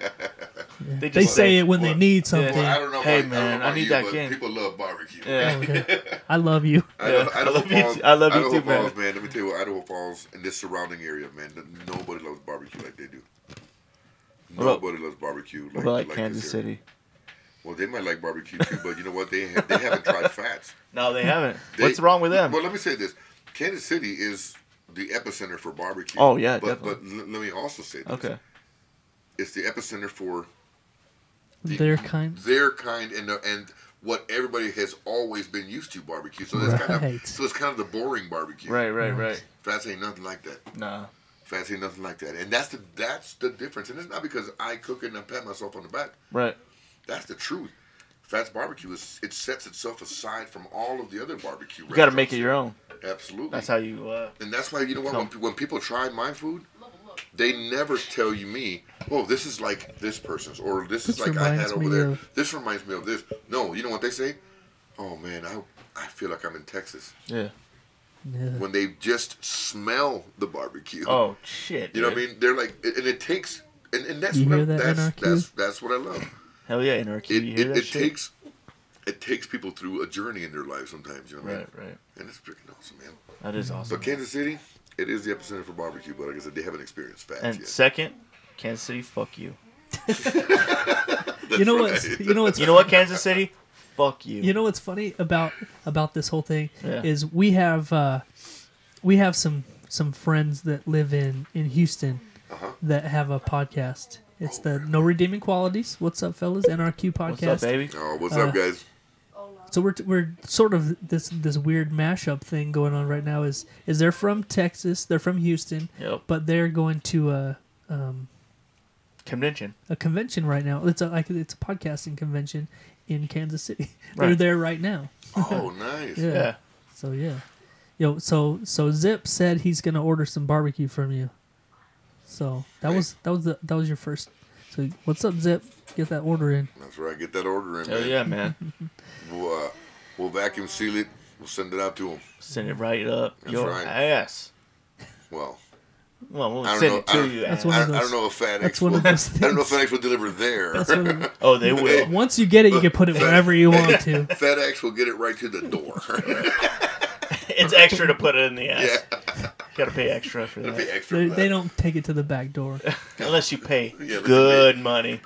[SPEAKER 4] They,
[SPEAKER 3] They just
[SPEAKER 4] say
[SPEAKER 3] say-
[SPEAKER 4] it when they
[SPEAKER 2] Well,
[SPEAKER 4] need
[SPEAKER 3] well,
[SPEAKER 4] something.
[SPEAKER 2] Well, I don't know.
[SPEAKER 3] Hey,
[SPEAKER 2] about- I
[SPEAKER 3] man,
[SPEAKER 2] don't know
[SPEAKER 3] I
[SPEAKER 2] about
[SPEAKER 3] need
[SPEAKER 2] you,
[SPEAKER 3] that
[SPEAKER 2] but
[SPEAKER 3] game.
[SPEAKER 2] People love barbecue.
[SPEAKER 3] Yeah.
[SPEAKER 4] Okay. Oh,
[SPEAKER 3] (laughs)
[SPEAKER 4] I love you.
[SPEAKER 2] I,
[SPEAKER 3] Yeah.
[SPEAKER 2] love,
[SPEAKER 3] (laughs) I
[SPEAKER 2] Idaho
[SPEAKER 3] love you
[SPEAKER 2] Falls,
[SPEAKER 3] too- I love you
[SPEAKER 2] Idaho
[SPEAKER 3] too, man.
[SPEAKER 2] Falls, man. Let me tell you what, Idaho Falls and this surrounding area, man, n- nobody loves barbecue like they do.
[SPEAKER 3] about-
[SPEAKER 2] Nobody loves barbecue like,
[SPEAKER 3] What about like
[SPEAKER 2] like
[SPEAKER 3] Kansas
[SPEAKER 2] this area.
[SPEAKER 3] City?
[SPEAKER 2] Well, they might like barbecue too, but you know what? They ha- they
[SPEAKER 3] (laughs)
[SPEAKER 2] haven't tried fats.
[SPEAKER 3] No, they haven't.
[SPEAKER 2] They-
[SPEAKER 3] What's wrong with them?
[SPEAKER 2] Well, let me say this: Kansas City is the epicenter for barbecue.
[SPEAKER 3] Oh, yeah,
[SPEAKER 2] but
[SPEAKER 3] definitely.
[SPEAKER 2] but l- let me also say this:
[SPEAKER 3] Okay.
[SPEAKER 2] it's the epicenter for
[SPEAKER 4] They're kind.
[SPEAKER 2] their kind and the, and what everybody has always been used to barbecue. So that's kind
[SPEAKER 4] Right.
[SPEAKER 2] of so it's kind of the boring barbecue.
[SPEAKER 3] Right, right, right.
[SPEAKER 2] Fats ain't nothing like that.
[SPEAKER 3] Nah.
[SPEAKER 2] Fats ain't nothing like that. And that's the that's the difference. And it's not because I cook it and I pat myself on the back.
[SPEAKER 3] Right.
[SPEAKER 2] That's the truth. Fats barbecue is it sets itself aside from all of the other barbecue.
[SPEAKER 3] You got to make it your own.
[SPEAKER 2] Absolutely.
[SPEAKER 3] That's how you. uh
[SPEAKER 2] and that's why you know what when, when people try my food, they never tell you me. Oh, this is like this person's, or this,
[SPEAKER 4] This
[SPEAKER 2] is like I
[SPEAKER 4] reminds
[SPEAKER 2] had over
[SPEAKER 4] me
[SPEAKER 2] there.
[SPEAKER 4] of-
[SPEAKER 2] This reminds me of this. No, you know what they say? Oh man, I I feel like I'm in Texas
[SPEAKER 3] Yeah.
[SPEAKER 4] Yeah.
[SPEAKER 2] when they just smell the barbecue.
[SPEAKER 3] Oh shit.
[SPEAKER 2] You know what I
[SPEAKER 3] dude.
[SPEAKER 2] mean? They're like, and it takes, and, and that's
[SPEAKER 4] You
[SPEAKER 2] what I,
[SPEAKER 4] hear that,
[SPEAKER 2] that's,
[SPEAKER 4] NRQ?
[SPEAKER 2] that's that's what I love.
[SPEAKER 3] Hell yeah, anarchy.
[SPEAKER 2] It
[SPEAKER 3] you hear
[SPEAKER 2] it,
[SPEAKER 3] that
[SPEAKER 2] it
[SPEAKER 3] shit?
[SPEAKER 2] takes it takes people through a journey in their life sometimes. You know what I mean?
[SPEAKER 3] Right, right.
[SPEAKER 2] And it's freaking awesome, man.
[SPEAKER 3] That is awesome.
[SPEAKER 2] So Kansas City, it is the epicenter for barbecue, but like I said, they haven't experienced fats
[SPEAKER 3] And
[SPEAKER 2] yet.
[SPEAKER 3] second, Kansas City, fuck you.
[SPEAKER 4] You know what's you know
[SPEAKER 3] (laughs)
[SPEAKER 4] what's
[SPEAKER 3] You know what, Kansas City, fuck you.
[SPEAKER 4] you know what's funny about about this whole thing
[SPEAKER 3] Yeah.
[SPEAKER 4] is we have uh, we have some some friends that live in in Houston
[SPEAKER 3] Uh-huh.
[SPEAKER 4] that have a podcast. It's the No Redeeming Qualities. What's up, fellas? NRQ podcast.
[SPEAKER 3] What's up, baby?
[SPEAKER 2] Oh, what's
[SPEAKER 4] uh,
[SPEAKER 2] up, guys?
[SPEAKER 4] So we're we're sort of this this weird mashup thing going on right now. Is is they're from Texas? They're from Houston,
[SPEAKER 3] Yep.
[SPEAKER 4] but they're going to uh, a
[SPEAKER 3] Convention.
[SPEAKER 4] a convention right now. It's a like it's a podcasting convention in Kansas City. (laughs) They're
[SPEAKER 3] Right.
[SPEAKER 4] there right now.
[SPEAKER 2] Oh, nice.
[SPEAKER 4] (laughs) Yeah.
[SPEAKER 3] Yeah.
[SPEAKER 4] So yeah, yo. So so Zip said he's gonna order some barbecue from you. So that was that was the that was your first. So what's up, Zip? Get that order in.
[SPEAKER 2] That's right. Get that order in,
[SPEAKER 3] Hell
[SPEAKER 2] man.
[SPEAKER 3] yeah, man.
[SPEAKER 2] We'll, uh, we'll vacuum seal it. We'll send it out to them.
[SPEAKER 3] Send it right up your
[SPEAKER 2] right.
[SPEAKER 3] ass.
[SPEAKER 2] Well,
[SPEAKER 3] Well, we'll
[SPEAKER 2] I don't
[SPEAKER 3] send
[SPEAKER 2] know-
[SPEAKER 3] it
[SPEAKER 2] I
[SPEAKER 3] to
[SPEAKER 2] don't-
[SPEAKER 3] you.
[SPEAKER 4] That's
[SPEAKER 3] Ass.
[SPEAKER 4] one
[SPEAKER 2] I, I
[SPEAKER 4] of those-
[SPEAKER 2] don't know if FedEx.
[SPEAKER 4] that's one of
[SPEAKER 2] will- (laughs)
[SPEAKER 4] those
[SPEAKER 2] I don't know if
[SPEAKER 4] things.
[SPEAKER 2] FedEx will deliver there.
[SPEAKER 4] That's what it-
[SPEAKER 3] Oh, they will.
[SPEAKER 4] once you get it, you can put it wherever you want to.
[SPEAKER 2] (laughs) FedEx will get it right to the door. (laughs)
[SPEAKER 3] it's extra to put it in the
[SPEAKER 2] yeah,
[SPEAKER 3] ass. Gotta pay extra for
[SPEAKER 2] it'll be
[SPEAKER 3] that.
[SPEAKER 2] extra.
[SPEAKER 4] They,
[SPEAKER 2] for
[SPEAKER 4] they
[SPEAKER 2] that.
[SPEAKER 4] don't take it to the back door.
[SPEAKER 3] Unless you pay
[SPEAKER 2] (laughs) Yeah, but
[SPEAKER 3] good money.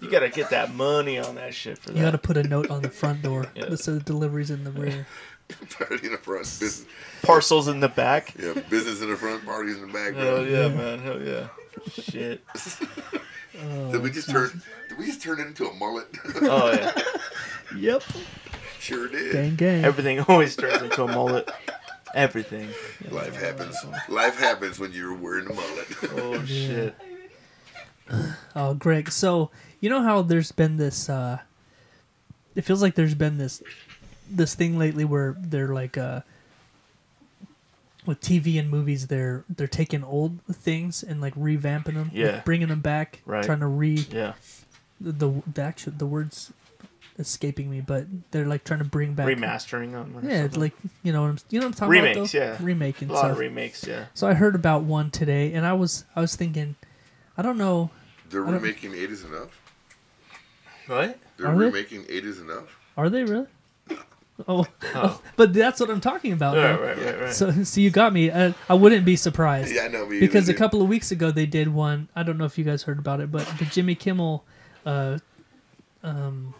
[SPEAKER 3] You gotta get that money on that shit for that.
[SPEAKER 4] You got to put a note on the front door
[SPEAKER 3] Yeah.
[SPEAKER 4] that says deliveries in the rear.
[SPEAKER 2] (laughs) Party in the front. Business,
[SPEAKER 3] Parcels in the back.
[SPEAKER 2] yeah, business in the front, parties in the back.
[SPEAKER 3] Hell
[SPEAKER 2] Bro.
[SPEAKER 4] Oh,
[SPEAKER 3] yeah, man. Hell yeah.
[SPEAKER 2] (laughs)
[SPEAKER 3] Shit.
[SPEAKER 2] Did we just turn? Did we just turn it into a mullet? (laughs)
[SPEAKER 3] Oh yeah.
[SPEAKER 4] Yep.
[SPEAKER 2] sure did.
[SPEAKER 4] Gang, gang.
[SPEAKER 3] Everything (laughs) always turns into a mullet. Everything.
[SPEAKER 2] Life happens. Life happens when you're wearing a
[SPEAKER 4] (laughs)
[SPEAKER 2] mullet.
[SPEAKER 3] Oh shit.
[SPEAKER 4] Oh, Greg. So you know how there's been this. uh It feels like there's been this, this thing lately where they're like, uh with TV and movies, they're they're taking old things and like revamping them, like,
[SPEAKER 3] Yeah.
[SPEAKER 4] bringing them back,
[SPEAKER 3] Right.
[SPEAKER 4] trying to re
[SPEAKER 3] Yeah.
[SPEAKER 4] the the, the actual the words escaping me, but they're like trying to bring back
[SPEAKER 3] Remastering them. Or
[SPEAKER 4] Yeah, it's
[SPEAKER 3] something.
[SPEAKER 4] like you know what I'm you know what I'm talking
[SPEAKER 3] Remakes,
[SPEAKER 4] about though?
[SPEAKER 3] yeah.
[SPEAKER 4] remake and
[SPEAKER 3] a lot
[SPEAKER 4] stuff.
[SPEAKER 3] of remakes. Yeah.
[SPEAKER 4] so I heard about one today, and I was I was thinking, I don't know,
[SPEAKER 2] They're
[SPEAKER 4] don't-
[SPEAKER 2] remaking Eight Is Enough.
[SPEAKER 3] What?
[SPEAKER 2] They're
[SPEAKER 4] Are they?
[SPEAKER 2] remaking Eight Is Enough.
[SPEAKER 4] are they really? Oh,
[SPEAKER 3] Oh.
[SPEAKER 4] but that's what I'm talking about.
[SPEAKER 3] Right,
[SPEAKER 4] though.
[SPEAKER 3] right, right, right.
[SPEAKER 4] So so you got me. I, I wouldn't be surprised.
[SPEAKER 2] Yeah, I know. Me
[SPEAKER 4] because
[SPEAKER 2] either,
[SPEAKER 4] a couple of weeks ago they did one. I don't know if you guys heard about it, but the Jimmy Kimmel, uh, um,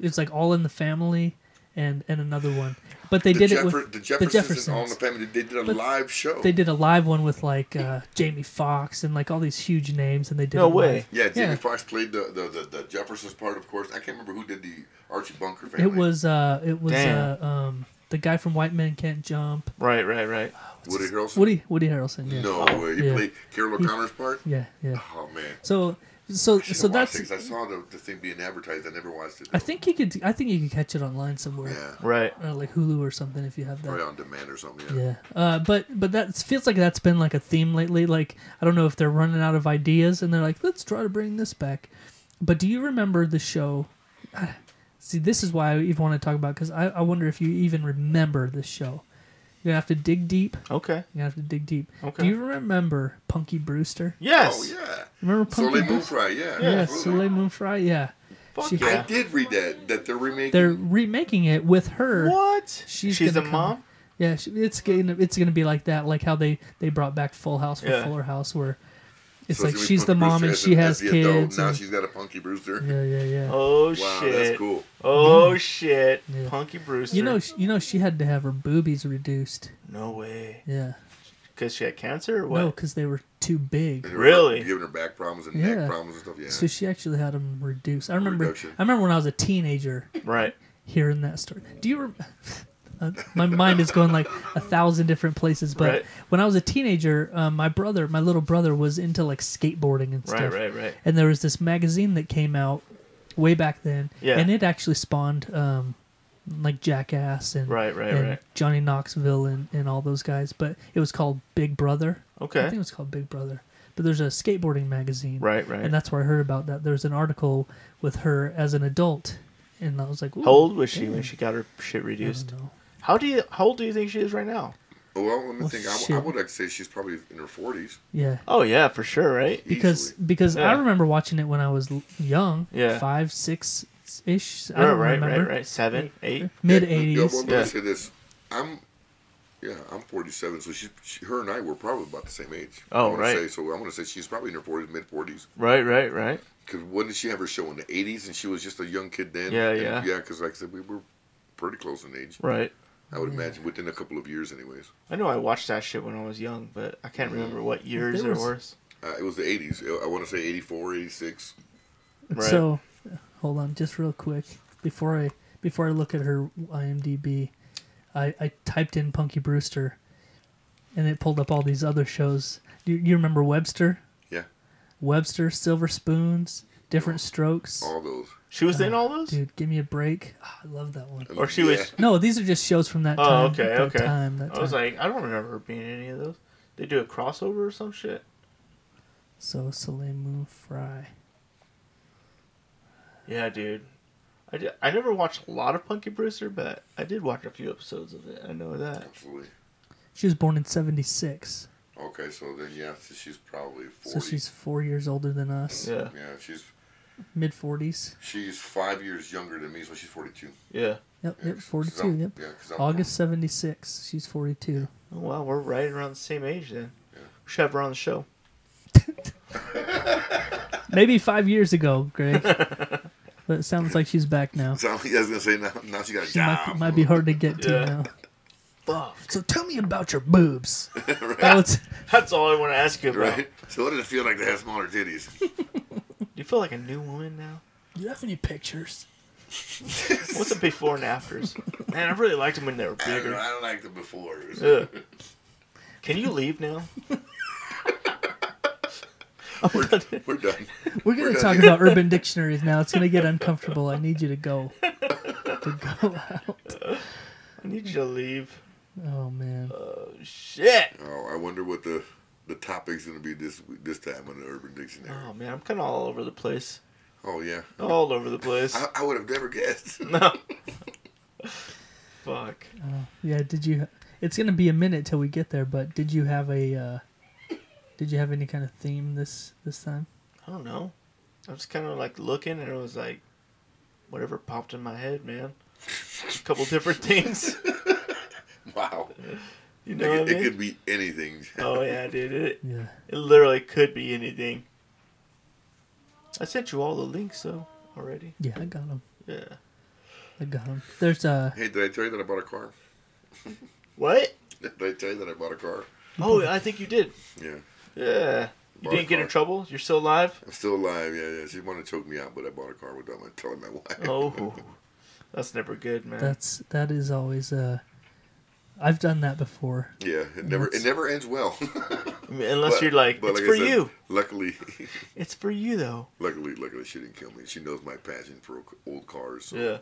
[SPEAKER 4] it's like All in the Family, and and another one. But they
[SPEAKER 2] dude.
[SPEAKER 4] did
[SPEAKER 2] the
[SPEAKER 4] it
[SPEAKER 2] Jeffer-
[SPEAKER 4] with
[SPEAKER 2] the Jeffersons,
[SPEAKER 4] the
[SPEAKER 2] and All
[SPEAKER 4] Jeffersons.
[SPEAKER 2] in the Family. They did a
[SPEAKER 4] But
[SPEAKER 2] live show.
[SPEAKER 4] they did a live one with like uh, Jamie Foxx and like all these huge names, and they did
[SPEAKER 3] No
[SPEAKER 4] it
[SPEAKER 3] way.
[SPEAKER 4] live.
[SPEAKER 2] yeah, Jamie
[SPEAKER 4] yeah.
[SPEAKER 2] Foxx played the, the, the, the Jeffersons part, of course. I can't remember who did the Archie Bunker family.
[SPEAKER 4] It was uh, it was
[SPEAKER 3] Damn.
[SPEAKER 4] uh, um, the guy from White Men Can't Jump,
[SPEAKER 3] Right, right, right.
[SPEAKER 2] Woody Harrelson.
[SPEAKER 4] Woody Woody Harrelson. Yeah,
[SPEAKER 2] No way. He
[SPEAKER 4] yeah.
[SPEAKER 2] played Carol O'Connor's part.
[SPEAKER 4] yeah, yeah.
[SPEAKER 2] Oh man.
[SPEAKER 4] So so so that's.
[SPEAKER 2] I saw the, the thing being advertised. I never watched it.
[SPEAKER 4] I think you could. I think you could catch it online somewhere,
[SPEAKER 2] Yeah.
[SPEAKER 3] Right.
[SPEAKER 4] uh, like Hulu or something, if you have that.
[SPEAKER 2] Probably on demand or something. Yeah.
[SPEAKER 4] Yeah, uh, but but that feels like that's been like a theme lately. Like I don't know if they're running out of ideas and they're like, let's try to bring this back. But do you remember the show? (sighs) See, this is why I even want to talk about because I, I wonder if you even remember this show. You're gonna have to dig deep.
[SPEAKER 3] Okay.
[SPEAKER 4] You're gonna have to dig deep.
[SPEAKER 3] Okay.
[SPEAKER 4] Do you remember Punky Brewster?
[SPEAKER 3] Yes.
[SPEAKER 2] Oh yeah.
[SPEAKER 4] Remember
[SPEAKER 2] Soleil
[SPEAKER 4] Punky
[SPEAKER 2] Moon
[SPEAKER 4] Brewster?
[SPEAKER 2] Fry. Yeah.
[SPEAKER 4] Yeah,
[SPEAKER 2] absolutely.
[SPEAKER 4] Soleil Moon Frye. Yeah,
[SPEAKER 3] Fuck
[SPEAKER 4] She-
[SPEAKER 3] yeah.
[SPEAKER 2] I did read that that they're remaking.
[SPEAKER 4] they're remaking it with her.
[SPEAKER 3] What?
[SPEAKER 4] She's
[SPEAKER 3] She's the
[SPEAKER 4] gonna come-
[SPEAKER 3] mom.
[SPEAKER 4] Yeah, sh- it's gonna it's gonna be like that, like how they they brought back Full House for
[SPEAKER 3] Yeah.
[SPEAKER 4] Fuller House, where it's
[SPEAKER 2] So
[SPEAKER 4] like
[SPEAKER 2] gonna be
[SPEAKER 4] she's the
[SPEAKER 2] Punky
[SPEAKER 4] mom
[SPEAKER 2] Brewster
[SPEAKER 4] and
[SPEAKER 2] as
[SPEAKER 4] she
[SPEAKER 2] an-
[SPEAKER 4] has
[SPEAKER 2] as the adult.
[SPEAKER 4] kids.
[SPEAKER 2] Now
[SPEAKER 4] and-
[SPEAKER 2] she's got a Punky Brewster.
[SPEAKER 4] yeah, yeah, yeah.
[SPEAKER 3] Oh
[SPEAKER 2] Wow,
[SPEAKER 3] shit.
[SPEAKER 2] that's cool.
[SPEAKER 3] Oh shit.
[SPEAKER 4] Mm-hmm. Yeah.
[SPEAKER 3] Punky Brewster.
[SPEAKER 4] You know, sh- you know, she had to have her boobies reduced.
[SPEAKER 3] no way.
[SPEAKER 4] Yeah,
[SPEAKER 3] Because she had cancer or
[SPEAKER 4] No, 'cause
[SPEAKER 3] what?
[SPEAKER 4] no, because they were too big.
[SPEAKER 2] And her-
[SPEAKER 3] Really?
[SPEAKER 2] Giving her back problems and
[SPEAKER 4] Yeah.
[SPEAKER 2] neck problems and stuff. Yeah.
[SPEAKER 4] So she actually had them reduced. I remember.
[SPEAKER 2] Reduction.
[SPEAKER 4] I remember when I was a teenager
[SPEAKER 3] Right.
[SPEAKER 4] hearing that story. Do you? Rem- (laughs) uh, my mind is going like a thousand different places. But
[SPEAKER 3] Right.
[SPEAKER 4] when I was a teenager, um, my brother, my little brother, was into like skateboarding and stuff.
[SPEAKER 3] Right. Right. Right.
[SPEAKER 4] and there was this magazine that came out way back then,
[SPEAKER 3] Yeah.
[SPEAKER 4] and it actually spawned um, like Jackass and
[SPEAKER 3] Right, right,
[SPEAKER 4] and
[SPEAKER 3] right.
[SPEAKER 4] Johnny Knoxville and, and all those guys. But it was called Big Brother. I think
[SPEAKER 3] Okay.
[SPEAKER 4] it was called Big Brother. But there's a skateboarding magazine,
[SPEAKER 3] Right. Right.
[SPEAKER 4] and that's where I heard about that. There was an article with her as an adult, and I was like, Ooh,
[SPEAKER 3] How old was she
[SPEAKER 4] damn.
[SPEAKER 3] when she got her shit
[SPEAKER 4] I
[SPEAKER 3] reduced?
[SPEAKER 4] don't know.
[SPEAKER 3] How do you? How old do you think she is right now?
[SPEAKER 2] Oh, well, let me
[SPEAKER 4] Well,
[SPEAKER 2] think. I, w- I
[SPEAKER 4] shit.
[SPEAKER 2] would like to say she's probably in her forties.
[SPEAKER 4] Yeah,
[SPEAKER 3] Oh yeah, for sure, right?
[SPEAKER 4] because
[SPEAKER 2] easily.
[SPEAKER 4] because I
[SPEAKER 3] Yeah.
[SPEAKER 4] remember watching it when I was l- young,
[SPEAKER 3] Yeah.
[SPEAKER 4] five, six ish. I
[SPEAKER 3] Right,
[SPEAKER 4] don't
[SPEAKER 3] right,
[SPEAKER 4] remember.
[SPEAKER 3] right, right. Seven, eight.
[SPEAKER 4] Mid
[SPEAKER 2] Yeah,
[SPEAKER 4] eighties.
[SPEAKER 2] well, let
[SPEAKER 3] Yeah.
[SPEAKER 2] me say this. I'm. Yeah, I'm 47, so she, she, her and I were probably about the same age.
[SPEAKER 3] Oh,
[SPEAKER 2] I wanna
[SPEAKER 3] right.
[SPEAKER 2] Say, so I'm going to say she's probably in her 40s, mid 40s.
[SPEAKER 3] Right, right, right.
[SPEAKER 2] Because when did she have her show in the '80s? And she was just a young kid then.
[SPEAKER 3] Yeah,
[SPEAKER 2] And,
[SPEAKER 3] yeah.
[SPEAKER 2] yeah. Because like I said, we were pretty close in age.
[SPEAKER 3] Right.
[SPEAKER 2] I would imagine within a couple of years, anyways.
[SPEAKER 3] I know I watched that shit when I was young, but I can't remember what years
[SPEAKER 4] There
[SPEAKER 3] there
[SPEAKER 4] was-
[SPEAKER 3] were.
[SPEAKER 2] Uh, it was the '80s. I want to say '84, '86.
[SPEAKER 3] Right.
[SPEAKER 4] So, hold on, just real quick before I before I look at her IMDb, I, I typed in Punky Brewster, and it pulled up all these other shows. You, you remember Webster,
[SPEAKER 2] Yeah,
[SPEAKER 4] Webster, Silver Spoons, Different Strokes?
[SPEAKER 2] all those.
[SPEAKER 3] She was in
[SPEAKER 4] uh,
[SPEAKER 3] all those?
[SPEAKER 4] Dude, give me a break! Ah, I love that one.
[SPEAKER 3] Or she
[SPEAKER 2] Yeah.
[SPEAKER 3] was
[SPEAKER 4] No, these are just shows from that
[SPEAKER 3] Oh,
[SPEAKER 4] time.
[SPEAKER 3] okay,
[SPEAKER 4] that
[SPEAKER 3] okay.
[SPEAKER 4] Time, that
[SPEAKER 3] I was
[SPEAKER 4] time.
[SPEAKER 3] like, I don't remember her being in any of those. They do a crossover or some shit.
[SPEAKER 4] so Salemu Fry.
[SPEAKER 3] Yeah, dude. I, did, I never watched a lot of Punky Brewster, but I did watch a few episodes of it. I know that.
[SPEAKER 2] Absolutely.
[SPEAKER 4] She was born in '76,
[SPEAKER 2] Okay, so then yeah, so she's probably 40.
[SPEAKER 4] so she's four years older than us.
[SPEAKER 3] Yeah,
[SPEAKER 2] yeah, she's
[SPEAKER 4] Mid 40s.
[SPEAKER 2] she's five years younger than me, so she's 42.
[SPEAKER 3] yeah.
[SPEAKER 4] Yep,
[SPEAKER 2] Yeah,
[SPEAKER 4] yep,
[SPEAKER 2] 'cause
[SPEAKER 4] 42.
[SPEAKER 2] I'm-
[SPEAKER 4] Yep.
[SPEAKER 2] Yeah, 'cause I'm
[SPEAKER 4] August 76. She's 42.
[SPEAKER 3] Oh, wow, we're right around the same age then. We should have her on the show.
[SPEAKER 2] (laughs)
[SPEAKER 4] (laughs) Maybe five years ago, Greg. But it sounds like she's back now.
[SPEAKER 2] (laughs) So I was gonna say now, now she got a
[SPEAKER 4] She might,
[SPEAKER 2] job.
[SPEAKER 4] be- might be hard to get to
[SPEAKER 3] Yeah.
[SPEAKER 4] now. So tell me about your
[SPEAKER 2] (laughs)
[SPEAKER 4] boobs. (laughs) That was-
[SPEAKER 3] That's all I want to ask you about.
[SPEAKER 2] (laughs) right? So what did it feel like to have
[SPEAKER 3] (laughs)
[SPEAKER 2] smaller titties?
[SPEAKER 3] Do you feel like a new woman now?
[SPEAKER 4] Do you have any pictures?
[SPEAKER 3] What's the before and afters? Man, I really liked them when they were
[SPEAKER 2] I don't know.
[SPEAKER 3] bigger.
[SPEAKER 2] I don't like the befores.
[SPEAKER 3] Ugh. Can you leave
[SPEAKER 4] (laughs)
[SPEAKER 3] now? (laughs) I'm done.
[SPEAKER 2] (laughs) We're done.
[SPEAKER 4] We're gonna talk
[SPEAKER 2] (laughs)
[SPEAKER 4] about urban dictionaries now. It's gonna get uncomfortable. I need you to go. To go (laughs) out.
[SPEAKER 3] I need you to leave.
[SPEAKER 4] Oh man.
[SPEAKER 3] Shit.
[SPEAKER 2] Oh, I wonder what the the topic's gonna be this this time on the Urban Dictionary.
[SPEAKER 3] Oh man, I'm kind of all over the place.
[SPEAKER 2] Oh yeah,
[SPEAKER 3] All over the place.
[SPEAKER 2] I, I would have never guessed. (laughs)
[SPEAKER 3] No. (laughs) Fuck.
[SPEAKER 4] Yeah. Did you? It's gonna be a minute till we get there. But did you have a? Uh, did you have any kind of theme this this time?
[SPEAKER 3] I don't know. I was kind of like looking, and it was like, whatever popped in my head, man. A couple different
[SPEAKER 2] (laughs)
[SPEAKER 3] things.
[SPEAKER 2] Wow,
[SPEAKER 3] You
[SPEAKER 2] it,
[SPEAKER 3] know
[SPEAKER 2] could-
[SPEAKER 3] what I
[SPEAKER 2] it
[SPEAKER 3] mean?
[SPEAKER 2] could be anything.
[SPEAKER 3] Oh yeah, dude. It,
[SPEAKER 4] Yeah.
[SPEAKER 3] it literally could be anything. I sent you all the links though already.
[SPEAKER 4] Yeah. I got them.
[SPEAKER 3] Yeah.
[SPEAKER 4] I got them. There's uh.
[SPEAKER 2] Hey, did I tell you that I bought a car?
[SPEAKER 3] What?
[SPEAKER 2] Did I tell you that I bought a car?
[SPEAKER 3] Oh, I think you did.
[SPEAKER 2] Yeah,
[SPEAKER 3] Yeah. You didn't get in
[SPEAKER 2] Barfart.
[SPEAKER 3] trouble. You're still
[SPEAKER 2] (laughs)
[SPEAKER 3] alive.
[SPEAKER 2] I'm still alive. Yeah, yeah. She wanted to choke me out, but I bought a car without my telling my wife.
[SPEAKER 3] Oh, that's never good, man.
[SPEAKER 4] That's that is always uh. I've done that before.
[SPEAKER 2] Yeah, it never it never ends well. (laughs)
[SPEAKER 3] I mean, Unless you're like,
[SPEAKER 2] but
[SPEAKER 3] it's
[SPEAKER 2] I
[SPEAKER 3] for
[SPEAKER 2] said,
[SPEAKER 3] you.
[SPEAKER 2] Luckily, (laughs)
[SPEAKER 3] It's for you though.
[SPEAKER 2] luckily, luckily, she didn't kill me. She knows my passion for old- old cars. So
[SPEAKER 3] Yeah.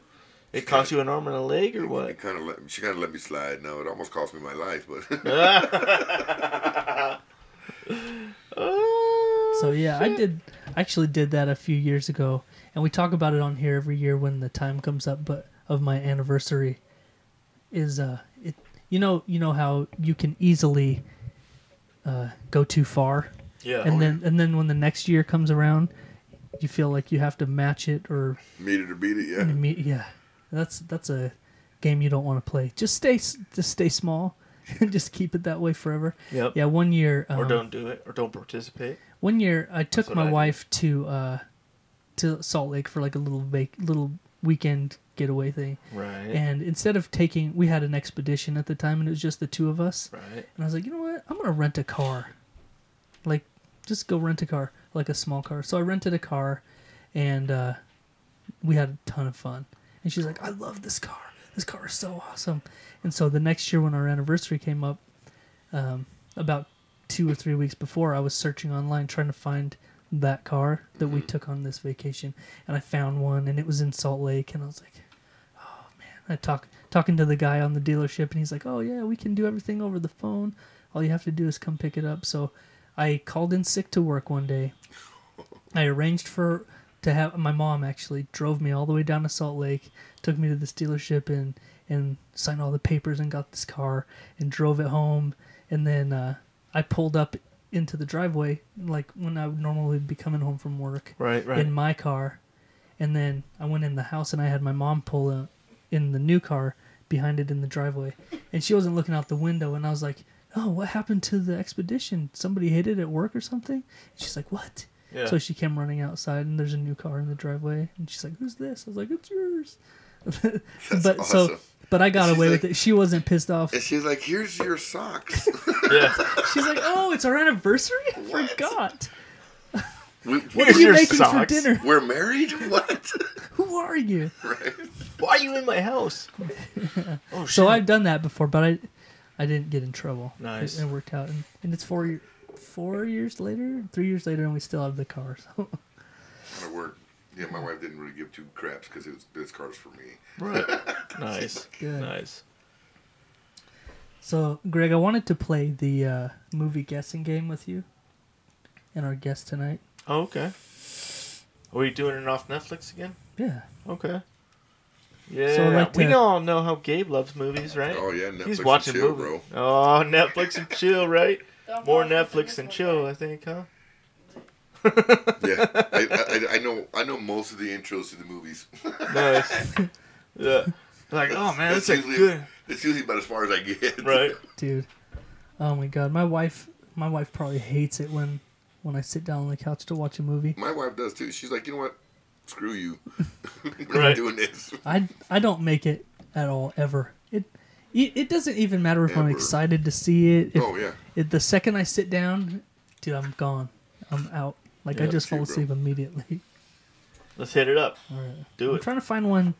[SPEAKER 3] It cost you an arm and a leg or what?
[SPEAKER 2] (laughs) It kind of let she kind of let me slide. Now it almost cost me my life, but (laughs)
[SPEAKER 3] Oh,
[SPEAKER 4] So yeah, I did I actually did that a few years ago, and we talk about it on here every year when the time comes up. But of my anniversary, is uh, it you know you know how you can easily uh, go too far,
[SPEAKER 3] Oh, Yeah.
[SPEAKER 4] and then and then when the next year comes around, you feel like you have to match
[SPEAKER 3] (clears throat)
[SPEAKER 4] it or
[SPEAKER 2] meet it or beat it. Yeah,
[SPEAKER 4] me- yeah, that's that's a game you don't want to play. Just stay s- just stay small, and (laughs) just keep it that way forever.
[SPEAKER 3] Yep.
[SPEAKER 4] Yeah, one year um,
[SPEAKER 3] Or don't do it. Or don't participate.
[SPEAKER 4] one year, I took
[SPEAKER 3] what
[SPEAKER 4] my
[SPEAKER 3] I do.
[SPEAKER 4] wife to uh, to Salt Lake for like a little vac- little weekend getaway thing.
[SPEAKER 3] Right.
[SPEAKER 4] And instead of taking, we had an expedition at the time, and it was just the two of us.
[SPEAKER 3] Right.
[SPEAKER 4] And I was like, you know what? I'm gonna rent a car. Like, just go rent a car, like a small car. So I rented a car, and uh, we had a ton of fun. And she's like, I love this car. This car is so awesome. And so the next year, when our anniversary came up, um, about two or three weeks before, I was searching online trying to find that car that we took on this vacation, and I found one, and it was in Salt Lake, and I was like, I talk talking to the guy on the dealership, and he's like, "Oh yeah, we can do everything over the phone. All you have to do is come pick it up." So, I called in sick to work one day. I arranged for to have my mom actually drove me all the way down to Salt Lake, took me to this dealership, and and signed all the papers, and got this car, and drove it home, and then uh, I pulled up into the driveway like when I would normally be coming home from work
[SPEAKER 3] Right. Right.
[SPEAKER 4] in my car, and then I went in the house and I had my mom pull up in the new car behind it in the driveway, and she wasn't looking out the window, and I was like, "Oh, what happened to the expedition? Somebody hit it at work or something?" she's like, "What?"
[SPEAKER 3] Yeah.
[SPEAKER 4] So she came running outside, and there's a new car in the driveway, and she's like, "Who's this?" I was like,
[SPEAKER 3] (laughs)
[SPEAKER 4] "It's yours." but so,
[SPEAKER 2] awesome.
[SPEAKER 4] but I got
[SPEAKER 2] She's
[SPEAKER 4] away
[SPEAKER 2] like-
[SPEAKER 4] with it. She wasn't
[SPEAKER 3] (laughs)
[SPEAKER 4] pissed off.
[SPEAKER 2] and she's like, "Here's your socks." (laughs)
[SPEAKER 3] yeah. (laughs)
[SPEAKER 4] She's like, "Oh, it's our anniversary. I
[SPEAKER 2] What?
[SPEAKER 4] forgot.
[SPEAKER 3] (laughs)
[SPEAKER 2] we,
[SPEAKER 4] What
[SPEAKER 3] Here's
[SPEAKER 4] are you
[SPEAKER 3] your
[SPEAKER 4] making for
[SPEAKER 3] socks.
[SPEAKER 4] dinner?
[SPEAKER 2] we're married. (laughs) What?
[SPEAKER 4] Who are you?"
[SPEAKER 2] right?
[SPEAKER 3] Why are you in my
[SPEAKER 4] (laughs)
[SPEAKER 3] house? Oh shit.
[SPEAKER 4] So I've done that before, but I, I didn't get in trouble.
[SPEAKER 3] Nice.
[SPEAKER 4] It, it worked out, and, and it's four, year- four years later, three years later, and we still have the car. (laughs) So
[SPEAKER 2] I work. Yeah, my wife didn't really give two craps because it was this car's for me.
[SPEAKER 3] Right. Nice.
[SPEAKER 4] (laughs) Good.
[SPEAKER 3] Nice.
[SPEAKER 4] So, Greg, I wanted to play the uh, movie guessing game with you, and our guest tonight.
[SPEAKER 3] Oh, okay. Are we doing it off Netflix again?
[SPEAKER 4] Yeah.
[SPEAKER 3] Okay. Yeah,
[SPEAKER 4] So I'd like
[SPEAKER 3] we
[SPEAKER 4] to-
[SPEAKER 3] all know how Gabe loves movies, right?
[SPEAKER 2] Oh yeah, Netflix
[SPEAKER 3] He's
[SPEAKER 2] and
[SPEAKER 3] watching
[SPEAKER 2] chill,
[SPEAKER 3] movies.
[SPEAKER 2] bro.
[SPEAKER 3] Oh, Netflix and chill, right? More Netflix and chill, I think, huh?
[SPEAKER 2] Yeah, I, I- I, I know. I know most of the intros to the movies. (laughs)
[SPEAKER 3] Nice. (laughs) yeah. Like, oh man, that's, a
[SPEAKER 2] usually, (laughs)
[SPEAKER 3] good
[SPEAKER 2] That's usually about as far as I get. (laughs)
[SPEAKER 3] right.
[SPEAKER 4] dude. Oh my god, my wife, my wife probably hates it when, when I sit down on the couch to watch a movie.
[SPEAKER 2] My wife does too. She's like, you know what? screw you. (laughs) We're
[SPEAKER 3] Right.
[SPEAKER 2] not doing this.
[SPEAKER 4] I I don't make it at all ever. It it, it doesn't even matter if I'm
[SPEAKER 2] Ever.
[SPEAKER 4] excited to see it. If,
[SPEAKER 2] Oh yeah.
[SPEAKER 4] if the second I sit down, dude, I'm gone. I'm out. Like I
[SPEAKER 3] Yeah,
[SPEAKER 4] just
[SPEAKER 2] true,
[SPEAKER 4] fall
[SPEAKER 2] bro.
[SPEAKER 4] asleep immediately.
[SPEAKER 3] Let's hit it up. Do
[SPEAKER 4] I'm
[SPEAKER 3] it.
[SPEAKER 4] trying to find one.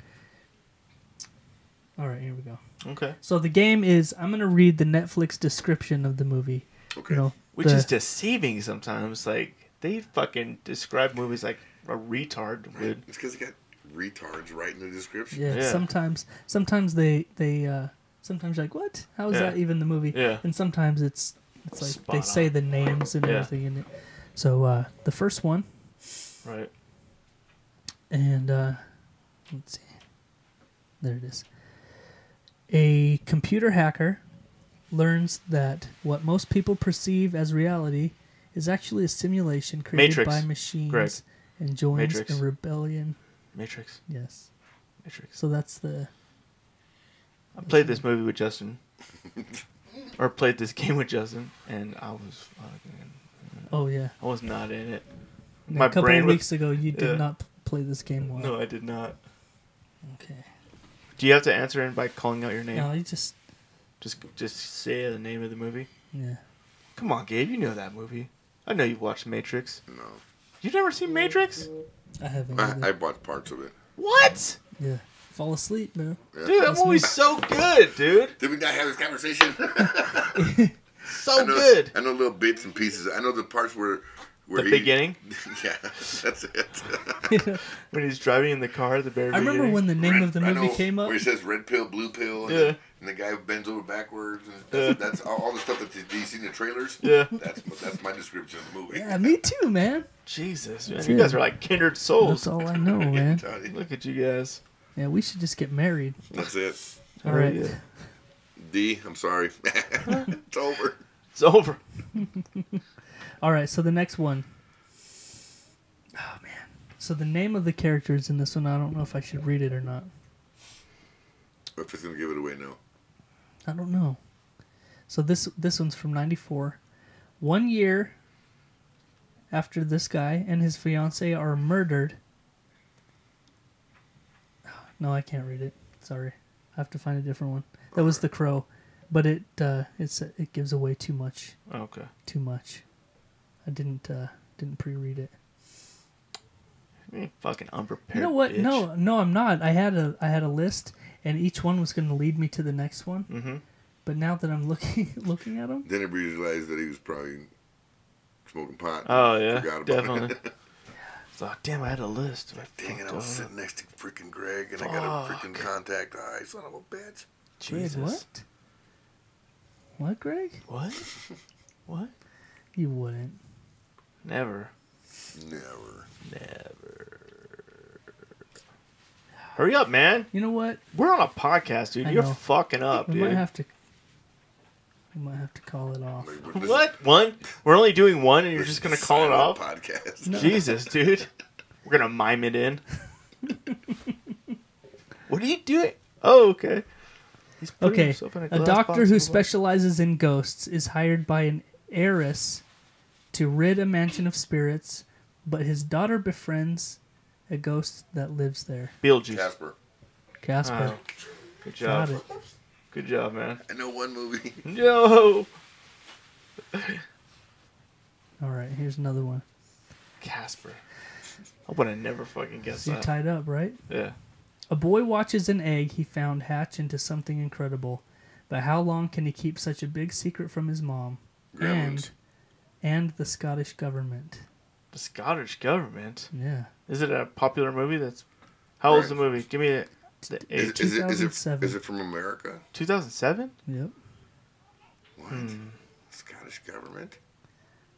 [SPEAKER 4] All right, here we go.
[SPEAKER 3] Okay.
[SPEAKER 4] So the game is I'm gonna read the Netflix description of the movie.
[SPEAKER 2] Okay.
[SPEAKER 4] You know,
[SPEAKER 3] Which
[SPEAKER 4] the-
[SPEAKER 3] is deceiving sometimes. Like they fucking describe movies like a retard would.
[SPEAKER 2] It's because they got retards right in the description.
[SPEAKER 4] yeah,
[SPEAKER 3] Yeah.
[SPEAKER 4] Sometimes, sometimes they they uh, sometimes you're like what? How is
[SPEAKER 3] Yeah.
[SPEAKER 4] that even the movie?
[SPEAKER 3] Yeah.
[SPEAKER 4] And sometimes it's it's like
[SPEAKER 3] Spot
[SPEAKER 4] they
[SPEAKER 3] on.
[SPEAKER 4] say the names and
[SPEAKER 3] Yeah.
[SPEAKER 4] everything in it. So uh, the first one
[SPEAKER 3] Right.
[SPEAKER 4] and uh, let's see, there it is. A computer hacker learns that what most people perceive as reality is actually a simulation created
[SPEAKER 3] Matrix.
[SPEAKER 4] by machines
[SPEAKER 3] Greg.
[SPEAKER 4] and joins
[SPEAKER 3] Matrix.
[SPEAKER 4] a rebellion.
[SPEAKER 3] Matrix.
[SPEAKER 4] Yes.
[SPEAKER 3] Matrix.
[SPEAKER 4] So that's the
[SPEAKER 3] I played this movie with
[SPEAKER 2] (laughs)
[SPEAKER 3] Justin, or played this game with Justin, and I was fucking.
[SPEAKER 4] oh yeah.
[SPEAKER 3] I was not in it.
[SPEAKER 4] And
[SPEAKER 3] My
[SPEAKER 4] a couple
[SPEAKER 3] brain
[SPEAKER 4] of
[SPEAKER 3] was-
[SPEAKER 4] weeks ago, you did
[SPEAKER 3] Yeah.
[SPEAKER 4] not p- play this game well.
[SPEAKER 3] No, I did not.
[SPEAKER 4] Okay.
[SPEAKER 3] Do you have to answer in by calling out your name?
[SPEAKER 4] No, you just
[SPEAKER 3] Just, just say the name of the movie.
[SPEAKER 4] yeah.
[SPEAKER 3] Come on, Gabe. You know that movie. I know you've watched Matrix.
[SPEAKER 2] No,
[SPEAKER 3] You've never seen Matrix?
[SPEAKER 4] I haven't. either.
[SPEAKER 2] I, I bought parts of it.
[SPEAKER 3] What?
[SPEAKER 4] yeah. Fall asleep, man.
[SPEAKER 2] Yeah.
[SPEAKER 3] Dude, that
[SPEAKER 4] That's me.
[SPEAKER 3] movie's so good, dude.
[SPEAKER 2] Did we not have this conversation? (laughs) I
[SPEAKER 3] So
[SPEAKER 2] know,
[SPEAKER 3] Oh, good.
[SPEAKER 2] I know little bits and pieces. I know the parts where where
[SPEAKER 3] The
[SPEAKER 2] he,
[SPEAKER 3] beginning
[SPEAKER 2] (laughs) Yeah, that's it. (laughs)
[SPEAKER 3] when he's driving in the car at the very
[SPEAKER 4] I remember
[SPEAKER 3] beginning.
[SPEAKER 4] when the name
[SPEAKER 2] Red-
[SPEAKER 4] of the
[SPEAKER 2] I
[SPEAKER 4] movie
[SPEAKER 2] know
[SPEAKER 4] came up.
[SPEAKER 2] where he says red pill, blue pill, and,
[SPEAKER 3] Yeah.
[SPEAKER 2] the, and the guy bends over backwards, and that's, that's all, all the stuff that you, you see in the trailers.
[SPEAKER 3] Yeah.
[SPEAKER 2] that's my- that's my description of the movie. (laughs)
[SPEAKER 4] Yeah, me too, man.
[SPEAKER 3] Jesus, man,
[SPEAKER 4] That's
[SPEAKER 3] you
[SPEAKER 4] it.
[SPEAKER 3] guys are like kindred souls.
[SPEAKER 4] That's all I know, man.
[SPEAKER 2] Tony,
[SPEAKER 3] Look at you guys.
[SPEAKER 4] Yeah, we should just get married.
[SPEAKER 2] that's it.
[SPEAKER 4] All
[SPEAKER 3] Oh,
[SPEAKER 4] right.
[SPEAKER 3] yeah.
[SPEAKER 2] D, I'm sorry, (laughs) it's over.
[SPEAKER 3] It's over.
[SPEAKER 4] All right. So the next one. Oh man. So the name of the characters in this one, I don't know if I should read it or not.
[SPEAKER 2] If it's gonna give it away now,
[SPEAKER 4] I don't know. So this this one's from '94. One year after this guy and his fiance are murdered. (sighs) No, I can't read it. Sorry, I have to find a different one. That was The Crow, but it uh, it's it gives away too much.
[SPEAKER 3] Okay.
[SPEAKER 4] Too much. I didn't uh, didn't pre-read it.
[SPEAKER 3] You ain't fucking unprepared.
[SPEAKER 4] You know what?
[SPEAKER 3] bitch.
[SPEAKER 4] No, no, I'm not. I had a I had a list, and each one was going to lead me to the next one.
[SPEAKER 3] Mhm.
[SPEAKER 4] But now that I'm looking (laughs) looking at them,
[SPEAKER 2] then he realized that he was probably smoking pot.
[SPEAKER 3] Oh yeah,
[SPEAKER 2] Forgot about
[SPEAKER 3] definitely.
[SPEAKER 2] (laughs) It.
[SPEAKER 3] so damn, I had a list. but I
[SPEAKER 2] Dang it! I
[SPEAKER 3] fucked
[SPEAKER 2] was
[SPEAKER 3] up.
[SPEAKER 2] sitting next to freaking Greg, and I got a freaking
[SPEAKER 3] Fuck.
[SPEAKER 2] contact. I son of a bitch.
[SPEAKER 4] Greg,
[SPEAKER 3] Jesus.
[SPEAKER 4] what? What, Greg?
[SPEAKER 3] What?
[SPEAKER 2] (laughs)
[SPEAKER 3] What?
[SPEAKER 4] You wouldn't.
[SPEAKER 3] Never.
[SPEAKER 2] Never.
[SPEAKER 3] Hurry up, man.
[SPEAKER 4] You know what?
[SPEAKER 3] We're on a podcast, dude.
[SPEAKER 4] I
[SPEAKER 3] You're
[SPEAKER 4] know.
[SPEAKER 3] fucking up,
[SPEAKER 4] we
[SPEAKER 3] dude.
[SPEAKER 4] might have to. We might have to call it off.
[SPEAKER 2] Like, this is-
[SPEAKER 3] What? One? We're only doing one, and you're
[SPEAKER 2] this
[SPEAKER 3] just
[SPEAKER 2] is
[SPEAKER 3] gonna
[SPEAKER 2] a
[SPEAKER 3] call it off?
[SPEAKER 2] silent Podcast.
[SPEAKER 3] Jesus, dude. We're gonna mime it
[SPEAKER 4] (laughs)
[SPEAKER 3] in. what are you doing? Oh, okay. He's putting
[SPEAKER 4] Okay.
[SPEAKER 3] himself in
[SPEAKER 4] A
[SPEAKER 3] glass
[SPEAKER 4] doctor
[SPEAKER 3] box
[SPEAKER 4] who
[SPEAKER 3] and what-
[SPEAKER 4] specializes in ghosts is hired by an heiress to rid a mansion of spirits, but his daughter befriends a ghost that lives there.
[SPEAKER 3] Beetlejuice.
[SPEAKER 2] Casper.
[SPEAKER 4] Casper.
[SPEAKER 3] Oh, good
[SPEAKER 4] Got
[SPEAKER 3] job.
[SPEAKER 4] it.
[SPEAKER 3] Good job, man.
[SPEAKER 2] I know one movie. (laughs)
[SPEAKER 3] No.
[SPEAKER 4] All right, here's another one.
[SPEAKER 3] Casper. I would have never fucking guessed
[SPEAKER 4] So you
[SPEAKER 3] that.
[SPEAKER 4] tied up, right?
[SPEAKER 3] yeah.
[SPEAKER 4] A boy watches an egg he found hatch into something incredible, but how long can he keep such a big secret from his mom
[SPEAKER 2] Gremlins.
[SPEAKER 4] and and the Scottish government?
[SPEAKER 3] The Scottish government.
[SPEAKER 4] Yeah,
[SPEAKER 3] Is it a popular movie? That's how old's the
[SPEAKER 2] Right.
[SPEAKER 3] movie? Give me the, the
[SPEAKER 2] Is,
[SPEAKER 3] age.
[SPEAKER 2] is, it, is, it,
[SPEAKER 4] 2007.
[SPEAKER 2] is it from America?
[SPEAKER 3] 2007.
[SPEAKER 4] yep.
[SPEAKER 2] What?
[SPEAKER 4] Hmm.
[SPEAKER 2] Scottish government?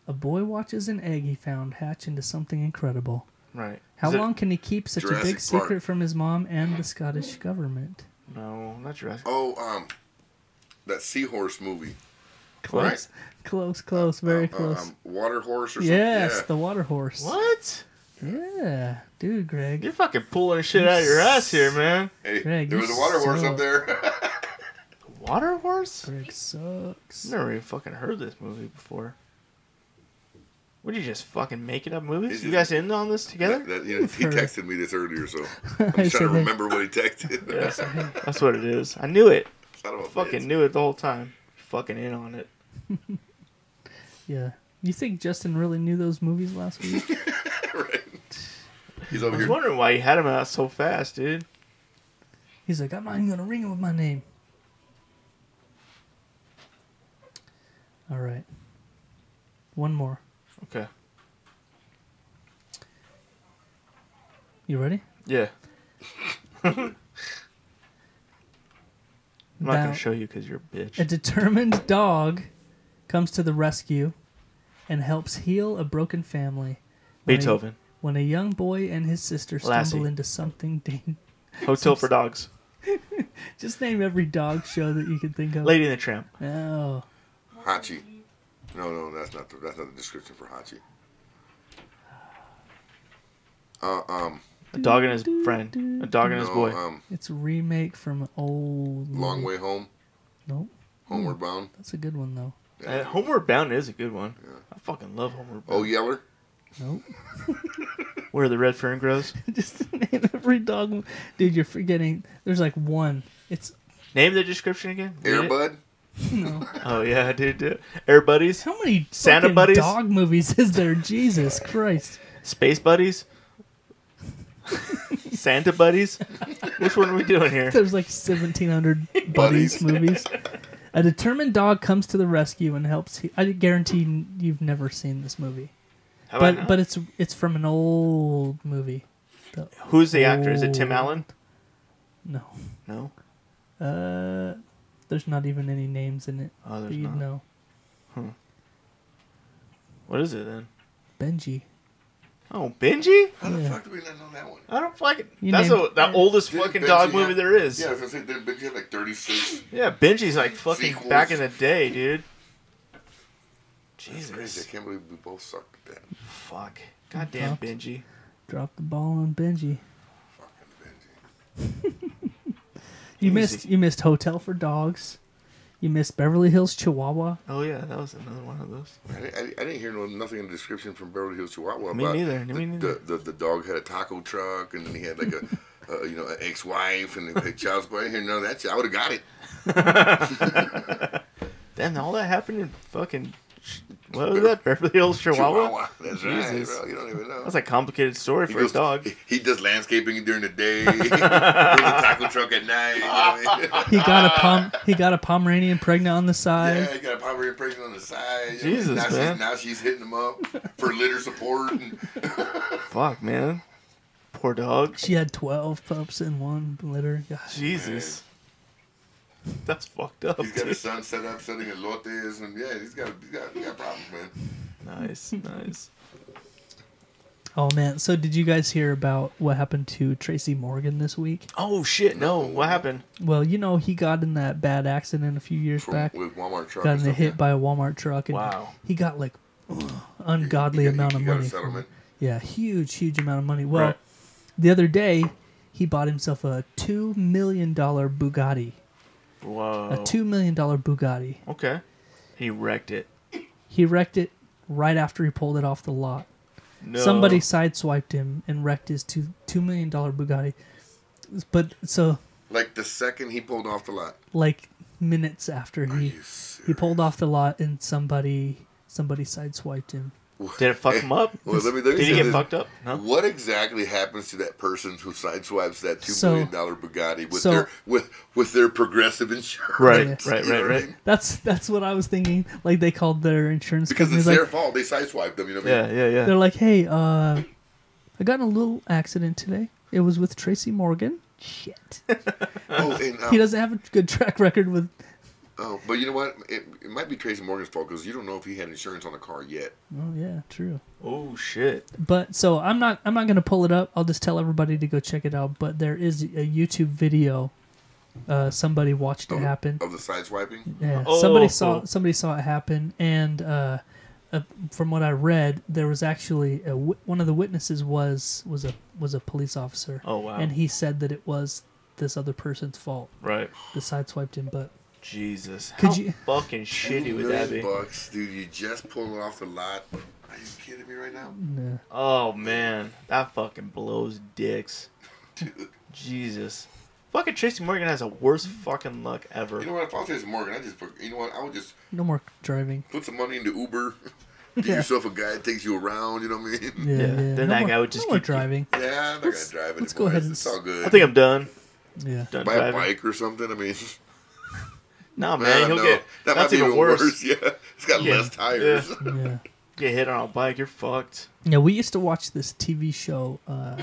[SPEAKER 4] A boy watches an egg he found hatch into something incredible.
[SPEAKER 3] Right.
[SPEAKER 4] How
[SPEAKER 3] Is it-
[SPEAKER 4] long can he keep such a big
[SPEAKER 2] Jurassic Park.
[SPEAKER 4] secret from his mom and the Scottish government?
[SPEAKER 3] No, not Jurassic.
[SPEAKER 2] Oh, um, that seahorse movie.
[SPEAKER 4] Close, close, close, very
[SPEAKER 2] Uh,
[SPEAKER 4] close.
[SPEAKER 2] um, water horse or something.
[SPEAKER 4] yes,
[SPEAKER 2] yeah.
[SPEAKER 4] the water horse.
[SPEAKER 3] What?
[SPEAKER 4] Yeah, dude, Greg.
[SPEAKER 3] You're fucking pulling shit out of your ass here, man.
[SPEAKER 2] Hey,
[SPEAKER 4] Greg,
[SPEAKER 2] there
[SPEAKER 4] you
[SPEAKER 2] was a water horse
[SPEAKER 4] suck.
[SPEAKER 2] up there. (laughs)
[SPEAKER 3] Water horse?
[SPEAKER 4] Greg sucks. (laughs)
[SPEAKER 3] I've never even fucking heard this movie before. Would you just fucking making up movies?
[SPEAKER 2] It's
[SPEAKER 3] You
[SPEAKER 2] just-
[SPEAKER 3] guys in on this together?
[SPEAKER 2] (laughs) That, that, you know, he
[SPEAKER 4] Heard.
[SPEAKER 2] texted me this earlier,
[SPEAKER 4] (laughs)
[SPEAKER 2] so
[SPEAKER 4] I
[SPEAKER 2] I'm just trying
[SPEAKER 4] said that.
[SPEAKER 2] to remember what he
[SPEAKER 4] (laughs)
[SPEAKER 2] texted.
[SPEAKER 3] That's what it is. I knew it.
[SPEAKER 2] (laughs) Son of a
[SPEAKER 3] Fucking
[SPEAKER 2] bitch.
[SPEAKER 3] knew it the whole time. Fucking in on it.
[SPEAKER 4] Yeah. You think Justin really knew those movies
[SPEAKER 3] (laughs)
[SPEAKER 4] last week?
[SPEAKER 2] (laughs) He's
[SPEAKER 3] I
[SPEAKER 2] over
[SPEAKER 3] was
[SPEAKER 2] here.
[SPEAKER 3] wondering why you had him out so fast, dude.
[SPEAKER 4] He's like, I'm not even gonna ring it with my name. All right. One more.
[SPEAKER 3] Okay.
[SPEAKER 4] You ready?
[SPEAKER 3] Yeah. I'm not
[SPEAKER 4] Now-
[SPEAKER 3] gonna show you because you're a bitch.
[SPEAKER 4] A determined dog comes to the rescue and helps heal a broken family. when a-
[SPEAKER 3] Beethoven.
[SPEAKER 4] When a young boy and his sister stumble
[SPEAKER 3] Lassie.
[SPEAKER 4] into something dang.
[SPEAKER 3] Hotel for dogs.
[SPEAKER 4] Just name every dog show that you can think of.
[SPEAKER 3] Lady and the Tramp.
[SPEAKER 4] Oh.
[SPEAKER 2] Hachi. No, no, that's not the that's not the description for Hachi. Uh, um,
[SPEAKER 3] A dog and his friend. A dog and his
[SPEAKER 2] no,
[SPEAKER 3] boy.
[SPEAKER 2] um,
[SPEAKER 4] It's a remake from an old.
[SPEAKER 2] long way
[SPEAKER 4] movie.
[SPEAKER 2] home,
[SPEAKER 4] Nope.
[SPEAKER 2] homeward bound.
[SPEAKER 4] That's a good one, though.
[SPEAKER 3] Uh, Homeward Bound is a good one. I fucking love Homeward Bound.
[SPEAKER 2] Oh, Yeller.
[SPEAKER 4] Nope. (laughs)
[SPEAKER 3] Where the red fern
[SPEAKER 2] (laughs)
[SPEAKER 3] grows.
[SPEAKER 4] Just (laughs) to name every dog. Dude, you're forgetting. There's like one. It's.
[SPEAKER 3] Name the description again. Read it.
[SPEAKER 2] Airbud.
[SPEAKER 4] No.
[SPEAKER 3] Oh yeah, dude. dude. Air buddies.
[SPEAKER 4] How many
[SPEAKER 3] Santa
[SPEAKER 4] fucking
[SPEAKER 3] Buddies?
[SPEAKER 4] dog movies is there? Jesus Christ.
[SPEAKER 3] Space
[SPEAKER 2] (laughs)
[SPEAKER 3] buddies. Santa buddies. Which one are we doing here?
[SPEAKER 4] There's
[SPEAKER 3] (laughs)
[SPEAKER 4] like 1,700 buddies
[SPEAKER 2] Buddies.
[SPEAKER 4] movies. A determined dog comes to the rescue and helps. He- I guarantee you've never seen this movie,
[SPEAKER 3] How about
[SPEAKER 4] but but it's it's from an old movie.
[SPEAKER 3] who's the actor? Is it Tim
[SPEAKER 4] Oh.
[SPEAKER 3] Allen?
[SPEAKER 4] No,
[SPEAKER 3] No.
[SPEAKER 4] uh, there's not even any names in it.
[SPEAKER 3] Oh,
[SPEAKER 4] that
[SPEAKER 3] there's
[SPEAKER 4] you'd
[SPEAKER 3] not.
[SPEAKER 4] know.
[SPEAKER 3] What is it then?
[SPEAKER 4] Benji.
[SPEAKER 3] Oh, Benji.
[SPEAKER 2] How the
[SPEAKER 4] Yeah.
[SPEAKER 2] fuck do we not know that one?
[SPEAKER 3] I don't fucking.
[SPEAKER 4] You
[SPEAKER 3] that's
[SPEAKER 4] named-
[SPEAKER 3] the the oldest
[SPEAKER 2] Didn't
[SPEAKER 3] fucking
[SPEAKER 2] Benji
[SPEAKER 3] dog
[SPEAKER 2] have-
[SPEAKER 3] movie there is.
[SPEAKER 2] Yeah, I
[SPEAKER 3] Yeah.
[SPEAKER 2] was gonna say, did Benji have like 36?
[SPEAKER 3] Benji's like fucking
[SPEAKER 2] Sequels.
[SPEAKER 3] back in the day, dude.
[SPEAKER 2] It's crazy.
[SPEAKER 3] Jesus,
[SPEAKER 2] I can't believe we both sucked at that.
[SPEAKER 3] fuck, goddamn
[SPEAKER 4] Dropped.
[SPEAKER 3] Benji.
[SPEAKER 4] Drop the ball on Benji.
[SPEAKER 2] Fucking Benji.
[SPEAKER 4] You
[SPEAKER 3] Easy.
[SPEAKER 4] missed you missed Hotel for Dogs. You missed Beverly Hills Chihuahua.
[SPEAKER 3] Oh yeah, that was another one of those.
[SPEAKER 2] I, didn't- I, didn't- I didn't hear no, nothing in the description from Beverly Hills Chihuahua
[SPEAKER 3] Me
[SPEAKER 2] about
[SPEAKER 3] neither,
[SPEAKER 2] The,
[SPEAKER 3] me neither.
[SPEAKER 2] The, the, the dog had a taco truck, and then he had like a, uh, you know, an ex-wife and a child support. I didn't hear none of that shit. I would have got it.
[SPEAKER 3] Damn, all that happened in fucking. sh- What was that? Beverly Hills Chihuahua.
[SPEAKER 2] Chihuahua. That's right,
[SPEAKER 3] Jesus.
[SPEAKER 2] bro. You don't even know.
[SPEAKER 3] That's a complicated story
[SPEAKER 2] he
[SPEAKER 3] for a dog.
[SPEAKER 2] He, he does landscaping during
[SPEAKER 3] (laughs)
[SPEAKER 2] the day. Brings a taco truck at night. You know what I
[SPEAKER 3] (laughs)
[SPEAKER 2] mean?
[SPEAKER 4] He got a pom he got a Pomeranian pregnant on the side.
[SPEAKER 2] Yeah, he got a Pomeranian pregnant on the side. you know,
[SPEAKER 3] Jesus,
[SPEAKER 2] now
[SPEAKER 3] man.
[SPEAKER 2] She's, now she's hitting him up for litter support.
[SPEAKER 4] (laughs)
[SPEAKER 2] And,
[SPEAKER 3] Fuck, man. Poor dog.
[SPEAKER 4] She had twelve pups in one litter. God.
[SPEAKER 3] Jesus. That's fucked up.
[SPEAKER 2] He's got
[SPEAKER 3] dude.
[SPEAKER 2] his son set up selling elotes, and yeah, he's got he's got, he's got problems, man.
[SPEAKER 3] Nice, nice.
[SPEAKER 4] Oh man! So did you guys hear about what happened to Tracy Morgan this week?
[SPEAKER 3] Oh shit, no. What happened?
[SPEAKER 4] Well, you know he got in that bad accident a few years
[SPEAKER 2] From,
[SPEAKER 4] back.
[SPEAKER 2] with Walmart truck.
[SPEAKER 4] Got
[SPEAKER 2] and
[SPEAKER 4] in a
[SPEAKER 2] stuff,
[SPEAKER 4] hit by a Walmart truck, and
[SPEAKER 3] Wow.
[SPEAKER 4] he got like ungodly
[SPEAKER 2] He- he- he
[SPEAKER 4] amount of
[SPEAKER 2] got a
[SPEAKER 4] money. from
[SPEAKER 2] settlement.
[SPEAKER 4] it. yeah, huge, huge amount of money. Well,
[SPEAKER 3] Right.
[SPEAKER 4] the other day he bought himself a two million dollar Bugatti.
[SPEAKER 3] Whoa.
[SPEAKER 2] Oh.
[SPEAKER 4] A two million dollar Bugatti.
[SPEAKER 3] Okay. He wrecked it.
[SPEAKER 4] He wrecked it right after he pulled it off the lot.
[SPEAKER 3] No.
[SPEAKER 4] Somebody sideswiped him and wrecked his two two million dollar Bugatti. But so
[SPEAKER 2] Like the second he pulled off the lot.
[SPEAKER 4] like minutes after he
[SPEAKER 2] Yes.
[SPEAKER 4] he pulled off the lot and somebody somebody sideswiped him.
[SPEAKER 3] Did it fuck him up?
[SPEAKER 2] Well, let me- let me
[SPEAKER 3] Did he
[SPEAKER 2] say
[SPEAKER 3] get
[SPEAKER 2] this.
[SPEAKER 3] fucked up? No.
[SPEAKER 2] What exactly happens to that person who sideswipes that two
[SPEAKER 4] So-
[SPEAKER 2] million dollar Bugatti with
[SPEAKER 4] so-
[SPEAKER 2] their with with their progressive insurance?
[SPEAKER 3] Right, right, right,
[SPEAKER 2] You know what I
[SPEAKER 3] right.
[SPEAKER 2] mean?
[SPEAKER 4] That's that's what I was thinking. Like they called their insurance
[SPEAKER 2] Because
[SPEAKER 4] company.
[SPEAKER 2] it's
[SPEAKER 4] like,
[SPEAKER 2] their fault. They sideswiped them. You know what I
[SPEAKER 3] Yeah,
[SPEAKER 2] mean?
[SPEAKER 3] yeah, yeah.
[SPEAKER 4] They're like, hey, uh, I got in a little accident today. It was with Tracy Morgan. Shit.
[SPEAKER 2] Oh, and, um,
[SPEAKER 4] He doesn't have a good track record with.
[SPEAKER 2] oh, but you know what? It, it might be Tracy Morgan's fault because you don't know if he had insurance on the car yet.
[SPEAKER 4] Oh yeah, true.
[SPEAKER 3] Oh shit.
[SPEAKER 4] But so I'm not I'm not gonna pull it up. I'll just tell everybody to go check it out. But there is a YouTube video. Uh, somebody watched it
[SPEAKER 2] Of-
[SPEAKER 4] happen.
[SPEAKER 2] Of the sideswiping.
[SPEAKER 4] Yeah,
[SPEAKER 3] Oh.
[SPEAKER 4] somebody saw somebody saw it happen, and uh, uh, from what I read, there was actually a, wit- one of the witnesses was was a was a police officer.
[SPEAKER 3] Oh, wow.
[SPEAKER 4] And he said that it was this other person's fault.
[SPEAKER 3] Right.
[SPEAKER 4] The side swiped him, but
[SPEAKER 3] Jesus.
[SPEAKER 4] Could
[SPEAKER 3] How
[SPEAKER 4] you-
[SPEAKER 3] fucking shitty would that
[SPEAKER 2] Million
[SPEAKER 3] be?
[SPEAKER 2] bucks, dude. You just pulled off the lot. Are you kidding me right now?
[SPEAKER 4] Nah.
[SPEAKER 3] Oh man, that fucking blows dicks. Jesus, fucking Tracy Morgan has the worst fucking luck ever.
[SPEAKER 2] You know what? If I was Jason Morgan, I just put, you know what? I would just
[SPEAKER 4] No more driving.
[SPEAKER 2] put some money into Uber. (laughs) Get
[SPEAKER 4] Yeah.
[SPEAKER 2] yourself a guy that takes you around. You know what I mean?
[SPEAKER 3] Yeah,
[SPEAKER 4] Yeah, yeah.
[SPEAKER 3] then
[SPEAKER 4] no
[SPEAKER 3] that
[SPEAKER 4] more,
[SPEAKER 3] guy would just
[SPEAKER 4] no more
[SPEAKER 3] keep-
[SPEAKER 4] driving.
[SPEAKER 2] (laughs) Yeah, I'm not gonna
[SPEAKER 4] Let's-
[SPEAKER 2] drive
[SPEAKER 4] let's
[SPEAKER 2] anymore.
[SPEAKER 4] go ahead
[SPEAKER 2] It's,
[SPEAKER 4] and
[SPEAKER 2] it's all good.
[SPEAKER 3] I think I'm done. (laughs)
[SPEAKER 4] Yeah,
[SPEAKER 3] Done
[SPEAKER 2] buy a
[SPEAKER 3] driving.
[SPEAKER 2] bike or something. I mean, (laughs)
[SPEAKER 3] Nah,
[SPEAKER 2] I
[SPEAKER 3] man,
[SPEAKER 2] don't
[SPEAKER 3] he'll
[SPEAKER 2] know.
[SPEAKER 3] get
[SPEAKER 2] that might
[SPEAKER 3] that's
[SPEAKER 2] be
[SPEAKER 3] even worse.
[SPEAKER 2] (laughs) Yeah, it's got
[SPEAKER 3] Yeah.
[SPEAKER 2] less tires.
[SPEAKER 4] yeah.
[SPEAKER 3] Get hit on a bike, you're fucked.
[SPEAKER 4] Yeah, we used to watch this TV show. Uh,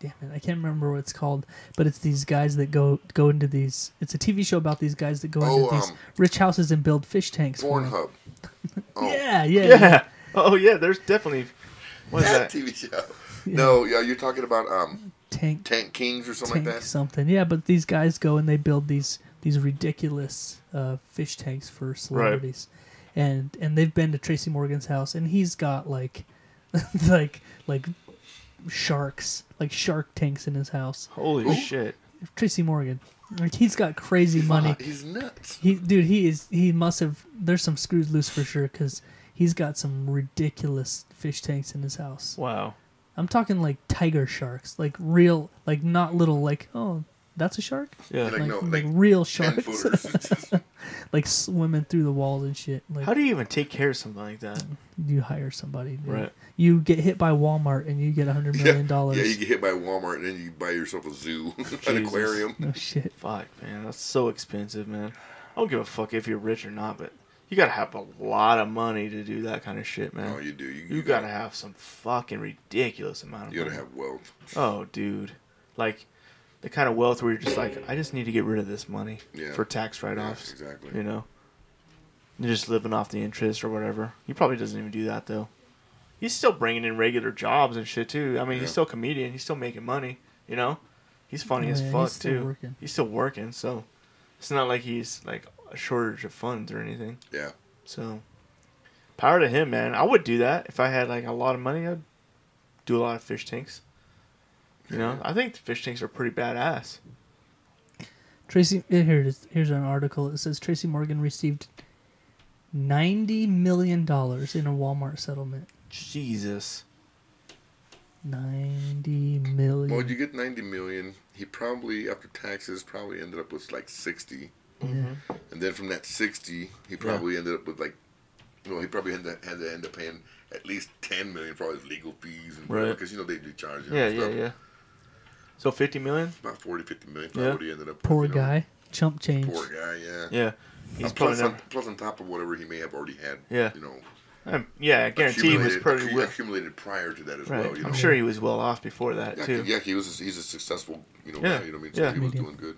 [SPEAKER 4] damn it, I can't remember what it's called, but it's these guys that go go into these. It's a TV show about these guys that go
[SPEAKER 2] Oh,
[SPEAKER 4] into these
[SPEAKER 2] um,
[SPEAKER 4] rich houses and build fish tanks. for
[SPEAKER 2] (laughs)
[SPEAKER 4] them.
[SPEAKER 2] Pornhub. Oh,
[SPEAKER 4] Yeah, yeah,
[SPEAKER 3] Yeah.
[SPEAKER 4] yeah.
[SPEAKER 3] Oh yeah, there's definitely. What is
[SPEAKER 2] that
[SPEAKER 3] that?
[SPEAKER 2] TV show. No, yeah, you're talking about um
[SPEAKER 4] Tank,
[SPEAKER 2] Tank Kings or something
[SPEAKER 4] tank
[SPEAKER 2] like that.
[SPEAKER 4] something. Yeah, but these guys go and they build these these ridiculous uh, fish tanks for celebrities, and and they've been to Tracy Morgan's house, and he's got like, (laughs) like like sharks, like shark tanks in his house.
[SPEAKER 3] Holy
[SPEAKER 2] Who?
[SPEAKER 3] shit!
[SPEAKER 4] Tracy Morgan, like he's got crazy money.
[SPEAKER 2] Ah, he's nuts.
[SPEAKER 4] He dude, he is he must have. There's some screws loose for sure because he's got some ridiculous fish tanks in his house.
[SPEAKER 3] Wow.
[SPEAKER 4] I'm talking like tiger sharks, like real, like not little, like oh, that's a shark,
[SPEAKER 3] Yeah.
[SPEAKER 2] Like,
[SPEAKER 4] like
[SPEAKER 2] no,
[SPEAKER 4] like
[SPEAKER 2] like,
[SPEAKER 4] real
[SPEAKER 2] Ten
[SPEAKER 4] sharks, (laughs)
[SPEAKER 2] footers. (laughs)
[SPEAKER 4] like swimming through the walls and shit. Like
[SPEAKER 3] How do you even take care of something like that?
[SPEAKER 4] you hire somebody? dude?
[SPEAKER 3] Right.
[SPEAKER 4] You get hit by Walmart and you get a
[SPEAKER 2] (laughs)
[SPEAKER 4] hundred
[SPEAKER 2] yeah,
[SPEAKER 4] million dollars.
[SPEAKER 2] yeah, you get hit by Walmart and then you buy yourself a zoo, (laughs) an
[SPEAKER 3] Jesus.
[SPEAKER 2] aquarium.
[SPEAKER 4] no shit.
[SPEAKER 3] Fuck, man, that's so expensive, man. I don't give a fuck if you're rich or not, but you gotta have a lot of money to do that kind of shit, man.
[SPEAKER 2] Oh, you do. You,
[SPEAKER 3] You gotta have some fucking ridiculous amount of
[SPEAKER 2] You gotta
[SPEAKER 3] money.
[SPEAKER 2] have wealth.
[SPEAKER 3] Oh, dude. Like, the kind of wealth where you're just like, I just need to get rid of this money
[SPEAKER 2] Yeah.
[SPEAKER 3] for tax write offs.
[SPEAKER 2] Yeah, exactly.
[SPEAKER 3] You know? You're just living off the interest or whatever. He probably doesn't even do that, though. He's still bringing in regular jobs and shit, too. I mean,
[SPEAKER 2] Yeah.
[SPEAKER 3] he's still a comedian. He's still making money, you know? He's funny
[SPEAKER 4] Oh,
[SPEAKER 3] as
[SPEAKER 4] yeah,
[SPEAKER 3] fuck,
[SPEAKER 4] he's still
[SPEAKER 3] too.
[SPEAKER 4] working.
[SPEAKER 3] He's still working, so it's not like he's, like, a shortage of funds or anything.
[SPEAKER 2] Yeah.
[SPEAKER 3] So, power to him, man. I would do that if I had like a lot of money. I'd do a lot of fish tanks. You know, I think fish tanks are pretty badass.
[SPEAKER 4] Tracy, eh, here it is. Here's an article. It says Tracy Morgan received ninety million dollars in a Walmart settlement.
[SPEAKER 3] Jesus.
[SPEAKER 4] Ninety million.
[SPEAKER 2] Well, you get 90 million. He probably, after taxes, probably ended up with like 60.
[SPEAKER 3] Mm-hmm.
[SPEAKER 4] Yeah.
[SPEAKER 2] And then from that 60, he probably ended up with like, well, he probably had to, had to end up paying at least 10 million for all his legal fees and
[SPEAKER 3] Right.
[SPEAKER 2] Because, you know, they do charge him.
[SPEAKER 3] Yeah,
[SPEAKER 2] and
[SPEAKER 3] yeah,
[SPEAKER 2] stuff.
[SPEAKER 3] yeah. So fifty million.
[SPEAKER 2] About 40, 50
[SPEAKER 3] Yeah.
[SPEAKER 2] million probably what he ended up with,
[SPEAKER 4] Poor
[SPEAKER 2] you know.
[SPEAKER 4] guy. Chump change.
[SPEAKER 2] Poor guy, yeah.
[SPEAKER 3] Yeah, he's probably
[SPEAKER 2] Uh, plus, on,
[SPEAKER 3] never.
[SPEAKER 2] plus on top of whatever he may have already had,
[SPEAKER 3] Yeah.
[SPEAKER 2] you know,
[SPEAKER 3] I'm- yeah, I guarantee he was
[SPEAKER 2] accumulated-
[SPEAKER 3] probably
[SPEAKER 2] accu-
[SPEAKER 3] well.
[SPEAKER 2] accumulated prior to that as
[SPEAKER 3] Right.
[SPEAKER 2] well. You know?
[SPEAKER 3] I'm sure he was well off before that
[SPEAKER 2] Yeah,
[SPEAKER 3] too.
[SPEAKER 2] yeah, he was. He's a successful, you know,
[SPEAKER 3] Yeah,
[SPEAKER 2] guy, you know what I mean.
[SPEAKER 3] yeah.
[SPEAKER 2] So he was
[SPEAKER 4] Medium.
[SPEAKER 2] doing good.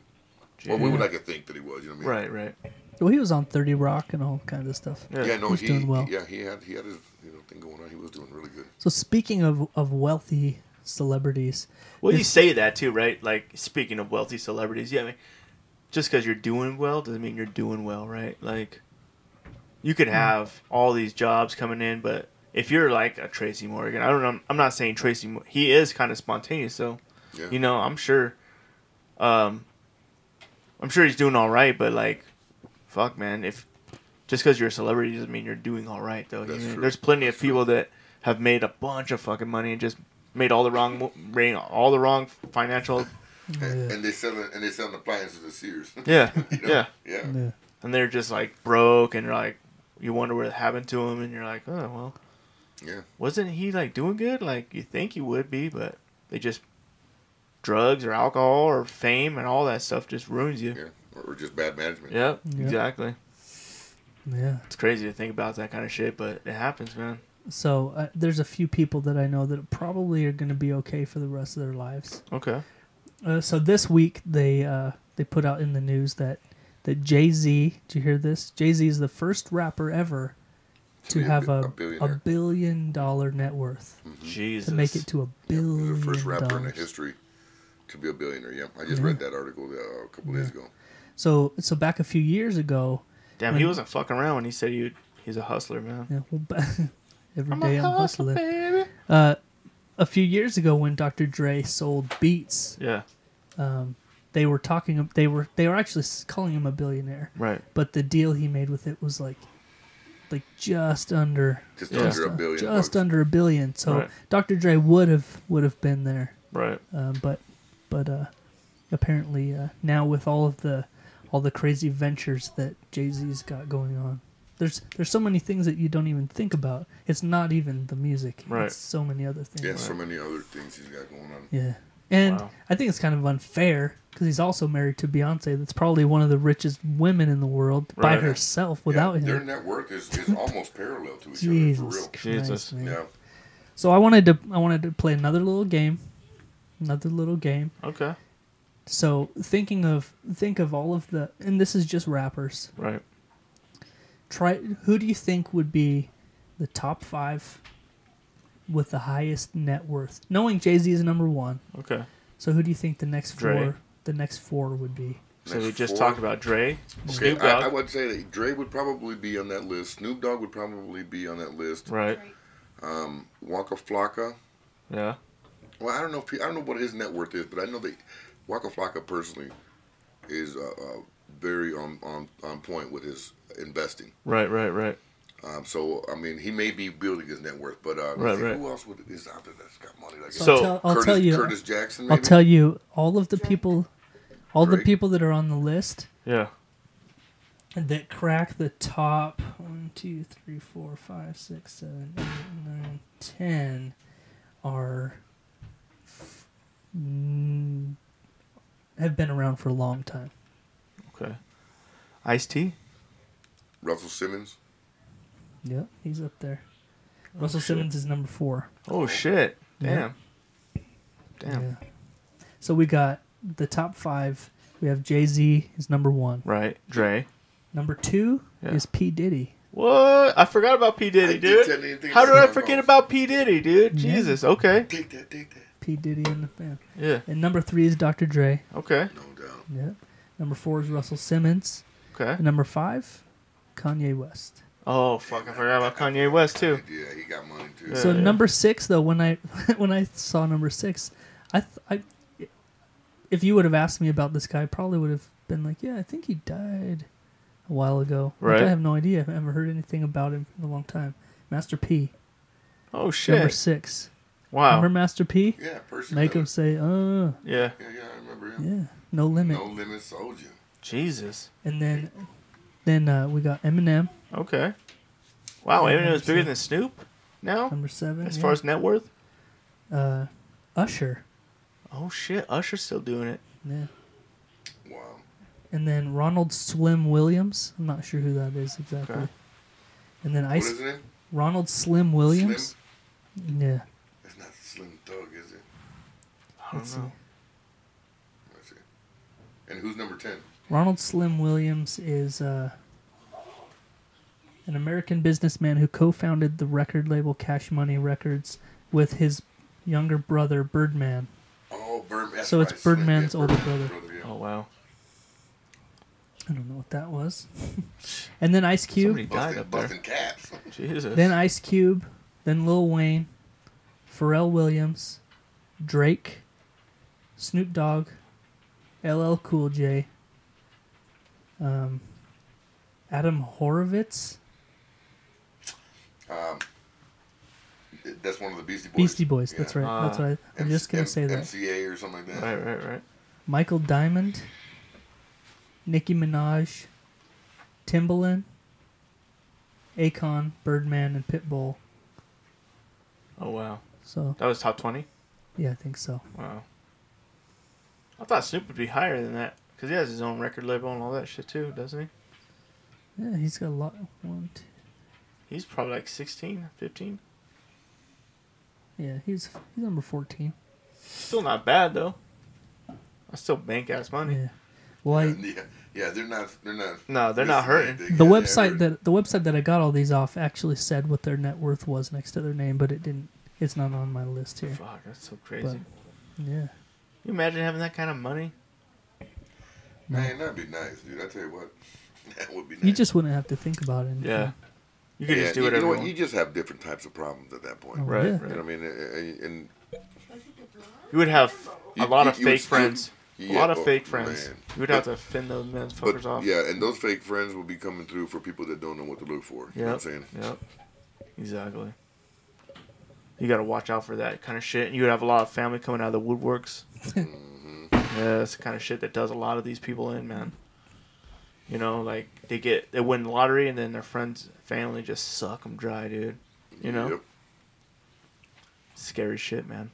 [SPEAKER 2] Well, we would like to think that he was. You know what I mean.
[SPEAKER 3] Right, right.
[SPEAKER 4] Well, he was on Thirty Rock and all kinds of stuff.
[SPEAKER 3] Yeah.
[SPEAKER 2] Yeah, no,
[SPEAKER 4] He's
[SPEAKER 2] he,
[SPEAKER 4] doing well.
[SPEAKER 2] yeah, he had he had his you know thing going on. He was doing really good.
[SPEAKER 4] So speaking of, of wealthy celebrities,
[SPEAKER 3] Well, you
[SPEAKER 4] It's-
[SPEAKER 3] say that too, right? Like speaking of wealthy celebrities, yeah. I mean, just because you're doing well doesn't mean you're doing well, right? Like, you could have all these jobs coming in, but if you're like a Tracy Morgan, I don't know. I'm not saying Tracy. Mo- He is kind of spontaneous, so
[SPEAKER 2] Yeah.
[SPEAKER 3] you know, I'm sure. Um, I'm sure he's doing all right, but like, fuck, man. If just because you're a celebrity doesn't mean you're doing all right, though. You
[SPEAKER 2] That's
[SPEAKER 3] know,
[SPEAKER 2] true.
[SPEAKER 3] There's plenty of people that have made a bunch of fucking money and just made all the wrong, mo- made all the wrong financial.
[SPEAKER 2] And, and they selling and they selling appliances at Sears. (laughs)
[SPEAKER 3] Yeah,
[SPEAKER 2] You know?
[SPEAKER 3] yeah.
[SPEAKER 2] yeah,
[SPEAKER 4] yeah,
[SPEAKER 3] And they're just like broke, and you're like, you wonder what happened to him, and you're like, oh well,
[SPEAKER 2] yeah.
[SPEAKER 3] wasn't he like doing good? Like you think he would be, but they just drugs or alcohol or fame and all that stuff just ruins you.
[SPEAKER 2] yeah. Or, or just bad management.
[SPEAKER 3] Yep,
[SPEAKER 4] Yep.
[SPEAKER 3] exactly.
[SPEAKER 4] yeah.
[SPEAKER 3] It's crazy to think about that kind of shit, but it happens, man.
[SPEAKER 4] So uh, there's a few people that I know that probably are going to be okay for the rest of their lives.
[SPEAKER 3] Okay.
[SPEAKER 4] Uh, so this week they uh, they put out in the news that that Jay Z. Did you hear this? Jay Z is the first rapper ever to
[SPEAKER 2] be a
[SPEAKER 4] have
[SPEAKER 2] bi-
[SPEAKER 4] a,
[SPEAKER 2] a
[SPEAKER 4] a
[SPEAKER 2] billionaire.
[SPEAKER 4] billion dollar net worth
[SPEAKER 2] Mm-hmm.
[SPEAKER 3] Jesus.
[SPEAKER 4] to make it to a
[SPEAKER 2] He
[SPEAKER 4] billion
[SPEAKER 2] was the first rapper in the
[SPEAKER 4] dollars.
[SPEAKER 2] history to be a billionaire. Yeah, I just read that article uh, a couple days ago.
[SPEAKER 4] So so back a few years ago,
[SPEAKER 3] Damn, he wasn't fucking around when he said he he's a hustler, man.
[SPEAKER 4] yeah, well, (laughs) every day I'm hustling. Uh,
[SPEAKER 3] baby.
[SPEAKER 4] a few years ago when Dr. Dre sold Beats,
[SPEAKER 3] Yeah.
[SPEAKER 4] they were talking. They were they were actually s- calling him a billionaire,
[SPEAKER 3] Right.
[SPEAKER 4] but the deal he made with it was like like just under
[SPEAKER 2] Just
[SPEAKER 3] Yeah.
[SPEAKER 2] under a billion.
[SPEAKER 4] just
[SPEAKER 2] bucks.
[SPEAKER 4] under a billion. So
[SPEAKER 3] Right.
[SPEAKER 4] Dr. Dre would have would have been there,
[SPEAKER 3] Right.
[SPEAKER 4] uh, but but uh, apparently uh, now with all of the all the crazy ventures that Jay Z's got going on, there's there's so many things that you don't even think about. It's not even the music.
[SPEAKER 3] Right.
[SPEAKER 4] It's so many other things.
[SPEAKER 2] Yeah, so many other things he's got going on.
[SPEAKER 4] Yeah. And
[SPEAKER 3] Wow.
[SPEAKER 4] I think it's kind of unfair because he's also married to Beyonce. That's probably one of the richest women in the world by
[SPEAKER 3] Right.
[SPEAKER 4] herself
[SPEAKER 2] Yeah,
[SPEAKER 4] without
[SPEAKER 2] Their
[SPEAKER 4] him.
[SPEAKER 2] net worth is, is almost parallel to each other for
[SPEAKER 4] Jesus
[SPEAKER 2] real.
[SPEAKER 4] Christ,
[SPEAKER 3] Jesus.
[SPEAKER 4] man.
[SPEAKER 2] Yeah.
[SPEAKER 4] So I wanted to I wanted to play another little game, another little game.
[SPEAKER 3] Okay.
[SPEAKER 4] So thinking of think of all of the and this is just rappers.
[SPEAKER 3] Right.
[SPEAKER 4] Try who do you think would be the top five with the highest net worth? Knowing Jay Z is number one,
[SPEAKER 3] Okay.
[SPEAKER 4] so who do you think the next four
[SPEAKER 3] Dre.
[SPEAKER 4] the next four would be?
[SPEAKER 3] So
[SPEAKER 2] Next
[SPEAKER 3] we just
[SPEAKER 2] four.
[SPEAKER 3] talked about Dre,
[SPEAKER 2] Okay,
[SPEAKER 3] Snoop
[SPEAKER 2] I, I
[SPEAKER 3] Dogg.
[SPEAKER 2] would say that Dre would probably be on that list. Snoop Dogg would probably be on that list.
[SPEAKER 3] right.
[SPEAKER 2] Waka Flocka.
[SPEAKER 3] Yeah.
[SPEAKER 2] Well, I don't know if he, I don't know what his net worth is, but I know that Waka Flocka personally is uh, uh, very on, on on point with his investing.
[SPEAKER 3] Right. Right. Right.
[SPEAKER 2] Um, so I mean, he may be building his net worth, but uh,
[SPEAKER 3] Right,
[SPEAKER 2] think
[SPEAKER 3] right.
[SPEAKER 2] who else would, is out there that's got money like
[SPEAKER 3] So-
[SPEAKER 2] that?
[SPEAKER 4] I'll tell, I'll
[SPEAKER 2] Curtis,
[SPEAKER 4] tell you.
[SPEAKER 2] Curtis Jackson. Maybe?
[SPEAKER 4] I'll tell you all of the people, all the
[SPEAKER 2] Drake.
[SPEAKER 4] people that are on the list
[SPEAKER 3] Yeah.
[SPEAKER 4] that crack the top one, two, three, four, five, six, seven, eight, nine, ten are mm, have been around for a long time.
[SPEAKER 3] Okay. Ice T.
[SPEAKER 2] Russell Simmons.
[SPEAKER 4] Yep, he's up there. Russell
[SPEAKER 3] shit.
[SPEAKER 4] Simmons is number four.
[SPEAKER 3] Oh shit. Damn. Damn.
[SPEAKER 4] Yeah. So we got the top five. We have Jay Z is number one.
[SPEAKER 3] Right. Dre.
[SPEAKER 4] Number two
[SPEAKER 3] Yeah.
[SPEAKER 4] is P Diddy.
[SPEAKER 3] What? I forgot about P Diddy,
[SPEAKER 2] I did tell you
[SPEAKER 3] dude.
[SPEAKER 2] anything
[SPEAKER 3] How did I
[SPEAKER 2] about
[SPEAKER 3] forget
[SPEAKER 2] those.
[SPEAKER 3] about P Diddy, dude?
[SPEAKER 4] Yeah.
[SPEAKER 3] Jesus. Okay.
[SPEAKER 2] Take that, take that.
[SPEAKER 4] P Diddy and the fam.
[SPEAKER 3] Yeah.
[SPEAKER 4] And number three is Dr. Dre.
[SPEAKER 3] Okay.
[SPEAKER 2] No doubt.
[SPEAKER 4] Yep. Number four is Russell Simmons.
[SPEAKER 3] Okay.
[SPEAKER 4] And number five, Kanye West.
[SPEAKER 3] Oh fuck! I forgot about Kanye West too.
[SPEAKER 2] Yeah, he got money too.
[SPEAKER 4] So
[SPEAKER 3] Yeah.
[SPEAKER 4] number six, though, when I (laughs) when I saw number six, I, th- I if you would have asked me about this guy, I probably would have been like, yeah, I think he died a while ago. Like,
[SPEAKER 3] Right.
[SPEAKER 4] I have no idea. I've never heard anything about him in a long time. Master P,
[SPEAKER 3] Oh
[SPEAKER 4] number
[SPEAKER 3] shit!
[SPEAKER 4] six. Remember
[SPEAKER 3] Wow.
[SPEAKER 4] Master P?
[SPEAKER 2] Yeah, person.
[SPEAKER 4] Make him say, uh,
[SPEAKER 3] Yeah.
[SPEAKER 2] Yeah, yeah, I remember him.
[SPEAKER 4] yeah, no limit.
[SPEAKER 2] No limit soldier.
[SPEAKER 3] Jesus.
[SPEAKER 4] And then then uh, we got Eminem,
[SPEAKER 3] Okay. Wow. Eminem was bigger than Snoop. Now,
[SPEAKER 4] number seven.
[SPEAKER 3] as
[SPEAKER 4] yeah.
[SPEAKER 3] far as net worth.
[SPEAKER 4] uh, Usher.
[SPEAKER 3] Oh shit! Usher's still doing it.
[SPEAKER 4] Yeah.
[SPEAKER 2] Wow.
[SPEAKER 4] And then Ronald Slim Williams. I'm not sure who that is exactly.
[SPEAKER 3] Okay.
[SPEAKER 4] And then
[SPEAKER 2] What
[SPEAKER 4] Ice
[SPEAKER 2] is it?
[SPEAKER 4] Ronald Slim Williams. Yeah.
[SPEAKER 2] It's not Slim Thug, is it?
[SPEAKER 3] I don't
[SPEAKER 4] Let's
[SPEAKER 3] know.
[SPEAKER 2] That's it. And who's number ten?
[SPEAKER 4] Ronald Slim Williams is uh, an American businessman who co-founded the record label Cash Money Records with his younger brother Birdman.
[SPEAKER 2] Oh, Birdman. that's
[SPEAKER 4] So it's
[SPEAKER 2] right, Slim,
[SPEAKER 4] Birdman's older
[SPEAKER 2] Birdman's
[SPEAKER 4] brother.
[SPEAKER 2] yeah.
[SPEAKER 3] Oh wow!
[SPEAKER 4] I don't know what that was. (laughs) and then Ice Cube.
[SPEAKER 3] Somebody died
[SPEAKER 2] Busting,
[SPEAKER 3] up there.
[SPEAKER 2] busting caps. (laughs)
[SPEAKER 3] Jesus.
[SPEAKER 4] then Ice Cube, then Lil Wayne, Pharrell Williams, Drake, Snoop Dogg, LL Cool J, um, Adam Horovitz,
[SPEAKER 2] Um, that's one of the Beastie Boys.
[SPEAKER 4] Beastie Boys. That's
[SPEAKER 2] Yeah.
[SPEAKER 4] right. that's right. I'm
[SPEAKER 2] M-
[SPEAKER 4] just gonna
[SPEAKER 2] Ah, M-
[SPEAKER 4] say that.
[SPEAKER 2] MCA or something like that.
[SPEAKER 3] Right, right, right.
[SPEAKER 4] Michael Diamond, Nicki Minaj, Timbaland, Akon, Birdman, and Pitbull.
[SPEAKER 3] Oh wow!
[SPEAKER 4] So
[SPEAKER 3] That was top twenty.
[SPEAKER 4] yeah, I think so.
[SPEAKER 3] Wow. I thought Snoop would be higher than that because he has his own record label and all that shit too, doesn't he?
[SPEAKER 4] Yeah, he's got a lot. One, two,
[SPEAKER 3] He's probably like 16, 15.
[SPEAKER 4] yeah, he's he's number fourteen.
[SPEAKER 3] Still not bad though. I still bank ass money.
[SPEAKER 4] Yeah. Well, I,
[SPEAKER 2] Yeah, yeah, they're not. They're not.
[SPEAKER 3] No, they're not
[SPEAKER 2] missing
[SPEAKER 3] hurting.
[SPEAKER 2] anything.
[SPEAKER 4] the
[SPEAKER 2] Yeah, they're
[SPEAKER 4] website
[SPEAKER 2] hurting.
[SPEAKER 4] that the website that I got all these off actually said what their net worth was next to their name, but it didn't. It's not on my list here.
[SPEAKER 3] Fuck, that's so crazy.
[SPEAKER 4] But- Yeah.
[SPEAKER 3] you imagine having that kind of money?
[SPEAKER 2] Man, that'd be nice, dude. I tell you what, (laughs) that would be. nice.
[SPEAKER 4] You just wouldn't have to think about it.
[SPEAKER 3] You could
[SPEAKER 2] Yeah,
[SPEAKER 3] just do whatever
[SPEAKER 2] you- You,
[SPEAKER 3] you,
[SPEAKER 2] know what? you
[SPEAKER 3] want.
[SPEAKER 2] just have different types of problems at that point.
[SPEAKER 4] Oh,
[SPEAKER 3] Right,
[SPEAKER 4] yeah.
[SPEAKER 3] right.
[SPEAKER 2] You know what I mean? And, and
[SPEAKER 3] You would have a
[SPEAKER 2] You-
[SPEAKER 3] lot
[SPEAKER 2] you-
[SPEAKER 3] of
[SPEAKER 2] you would
[SPEAKER 3] fake
[SPEAKER 2] still-
[SPEAKER 3] friends. A lot of fake friends. You would have to fend those men fuckers
[SPEAKER 2] oh, But
[SPEAKER 3] off.
[SPEAKER 2] yeah, and those fake friends will be coming through for people that don't know what to look for. You know what I'm saying?
[SPEAKER 3] Yep. Exactly. You got to watch out for that kind of shit. And you would have a lot of family coming out of the woodworks.
[SPEAKER 2] Mm-hmm.
[SPEAKER 3] yeah, that's the kind of shit that does a lot of these people in, man. You know, like they get they win the lottery and then their friends, family just suck them dry, dude. You know,
[SPEAKER 2] Yep.
[SPEAKER 3] scary shit, man.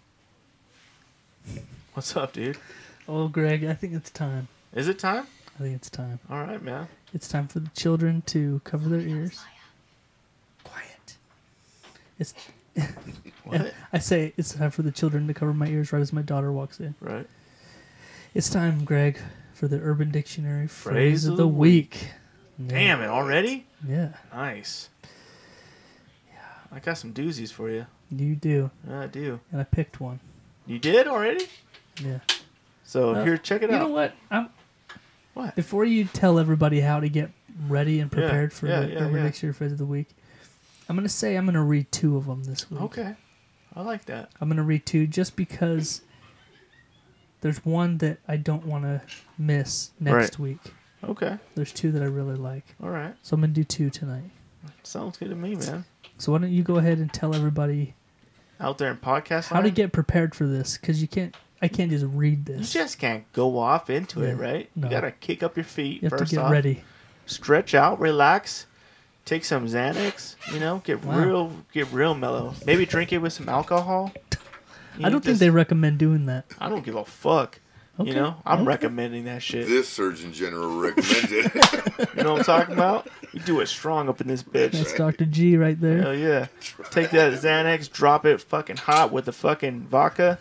[SPEAKER 3] What's up, dude?
[SPEAKER 4] Oh, Greg, I think it's time.
[SPEAKER 3] Is it time?
[SPEAKER 4] I think it's time.
[SPEAKER 3] All right, man.
[SPEAKER 4] It's time for the children to cover their ears. Quiet. It's.
[SPEAKER 3] What?
[SPEAKER 4] I say it's time for the children to cover my ears right as my daughter walks in.
[SPEAKER 3] right.
[SPEAKER 4] It's time, Greg, for the Urban Dictionary phrase,
[SPEAKER 3] Phrase
[SPEAKER 4] of,
[SPEAKER 3] of
[SPEAKER 4] the
[SPEAKER 3] the
[SPEAKER 4] week.
[SPEAKER 3] Damn it already.
[SPEAKER 4] Yeah,
[SPEAKER 3] Nice. Yeah, I got some doozies for you.
[SPEAKER 4] you do,
[SPEAKER 3] I do.
[SPEAKER 4] and I picked one.
[SPEAKER 3] You did already?
[SPEAKER 4] Yeah.
[SPEAKER 3] So
[SPEAKER 4] Uh,
[SPEAKER 3] here, check it
[SPEAKER 4] you
[SPEAKER 3] out.
[SPEAKER 4] know what? I'm,
[SPEAKER 3] What?
[SPEAKER 4] Before you tell everybody how to get ready and
[SPEAKER 3] Yeah,
[SPEAKER 4] prepared for
[SPEAKER 3] yeah,
[SPEAKER 4] the
[SPEAKER 3] yeah,
[SPEAKER 4] Urban
[SPEAKER 3] yeah.
[SPEAKER 4] Dictionary phrase of the week, I'm gonna say I'm gonna read two of them this week.
[SPEAKER 3] Okay, I like that.
[SPEAKER 4] I'm gonna read two just because there's one that I don't want to miss
[SPEAKER 3] Right.
[SPEAKER 4] next week.
[SPEAKER 3] Okay,
[SPEAKER 4] There's two that I really like,
[SPEAKER 3] all right.
[SPEAKER 4] so I'm gonna do two tonight.
[SPEAKER 3] Sounds good to me, man.
[SPEAKER 4] So why don't you go ahead and tell everybody
[SPEAKER 3] Out there in podcast.
[SPEAKER 4] how to
[SPEAKER 3] land,
[SPEAKER 4] get prepared for this? Because you can't, I can't just read
[SPEAKER 3] You
[SPEAKER 4] this.
[SPEAKER 3] just can't go off into it,
[SPEAKER 4] Yeah,
[SPEAKER 3] right?
[SPEAKER 4] no.
[SPEAKER 3] You gotta kick up your feet
[SPEAKER 4] you have
[SPEAKER 3] first
[SPEAKER 4] to get
[SPEAKER 3] off.
[SPEAKER 4] ready.
[SPEAKER 3] Stretch out, relax, take some Xanax. You know, get
[SPEAKER 4] Wow.
[SPEAKER 3] real, get real mellow. Maybe drink it with some alcohol. You
[SPEAKER 4] (laughs) I don't think
[SPEAKER 3] just-
[SPEAKER 4] they recommend doing that.
[SPEAKER 3] I don't give a fuck.
[SPEAKER 4] Okay.
[SPEAKER 3] You know, I'm
[SPEAKER 4] Okay.
[SPEAKER 3] recommending that shit.
[SPEAKER 2] This Surgeon General
[SPEAKER 3] (laughs)
[SPEAKER 2] recommends it.
[SPEAKER 3] You know what I'm talking about? We do it strong up in this bitch.
[SPEAKER 4] That's Dr. G right there.
[SPEAKER 3] Hell yeah. Take that Xanax, drop it fucking hot with the fucking vodka.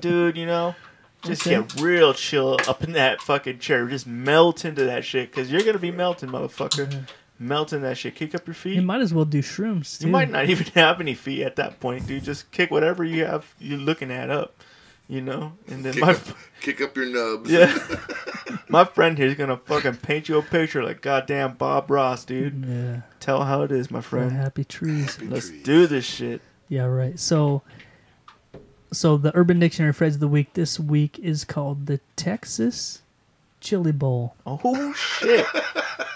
[SPEAKER 3] Dude, you know, just
[SPEAKER 4] Okay.
[SPEAKER 3] get real chill up in that fucking chair. Just melt into that shit because you're going to be melting, motherfucker. Melt in that shit. Kick up your feet.
[SPEAKER 4] You Mm-hmm. might as well do shrooms too.
[SPEAKER 3] You might not even (laughs) have any feet at that point, dude. Just kick whatever you have you're looking at up, you know? And then
[SPEAKER 2] Kick
[SPEAKER 3] my.
[SPEAKER 2] up, kick up your
[SPEAKER 3] (laughs)
[SPEAKER 2] nubs.
[SPEAKER 3] Yeah.
[SPEAKER 2] (laughs)
[SPEAKER 3] My friend here's gonna fucking paint you a picture like goddamn Bob Ross,
[SPEAKER 2] Mm-hmm.
[SPEAKER 3] dude.
[SPEAKER 4] Yeah,
[SPEAKER 3] Tell how it is, my
[SPEAKER 4] for
[SPEAKER 3] friend.
[SPEAKER 4] happy trees.
[SPEAKER 3] Let's
[SPEAKER 2] Trees.
[SPEAKER 3] do this shit.
[SPEAKER 4] Yeah, right. So, so the Urban Dictionary phrase of the week this week is called the Texas Chili Bowl.
[SPEAKER 3] Oh
[SPEAKER 2] (laughs)
[SPEAKER 3] shit.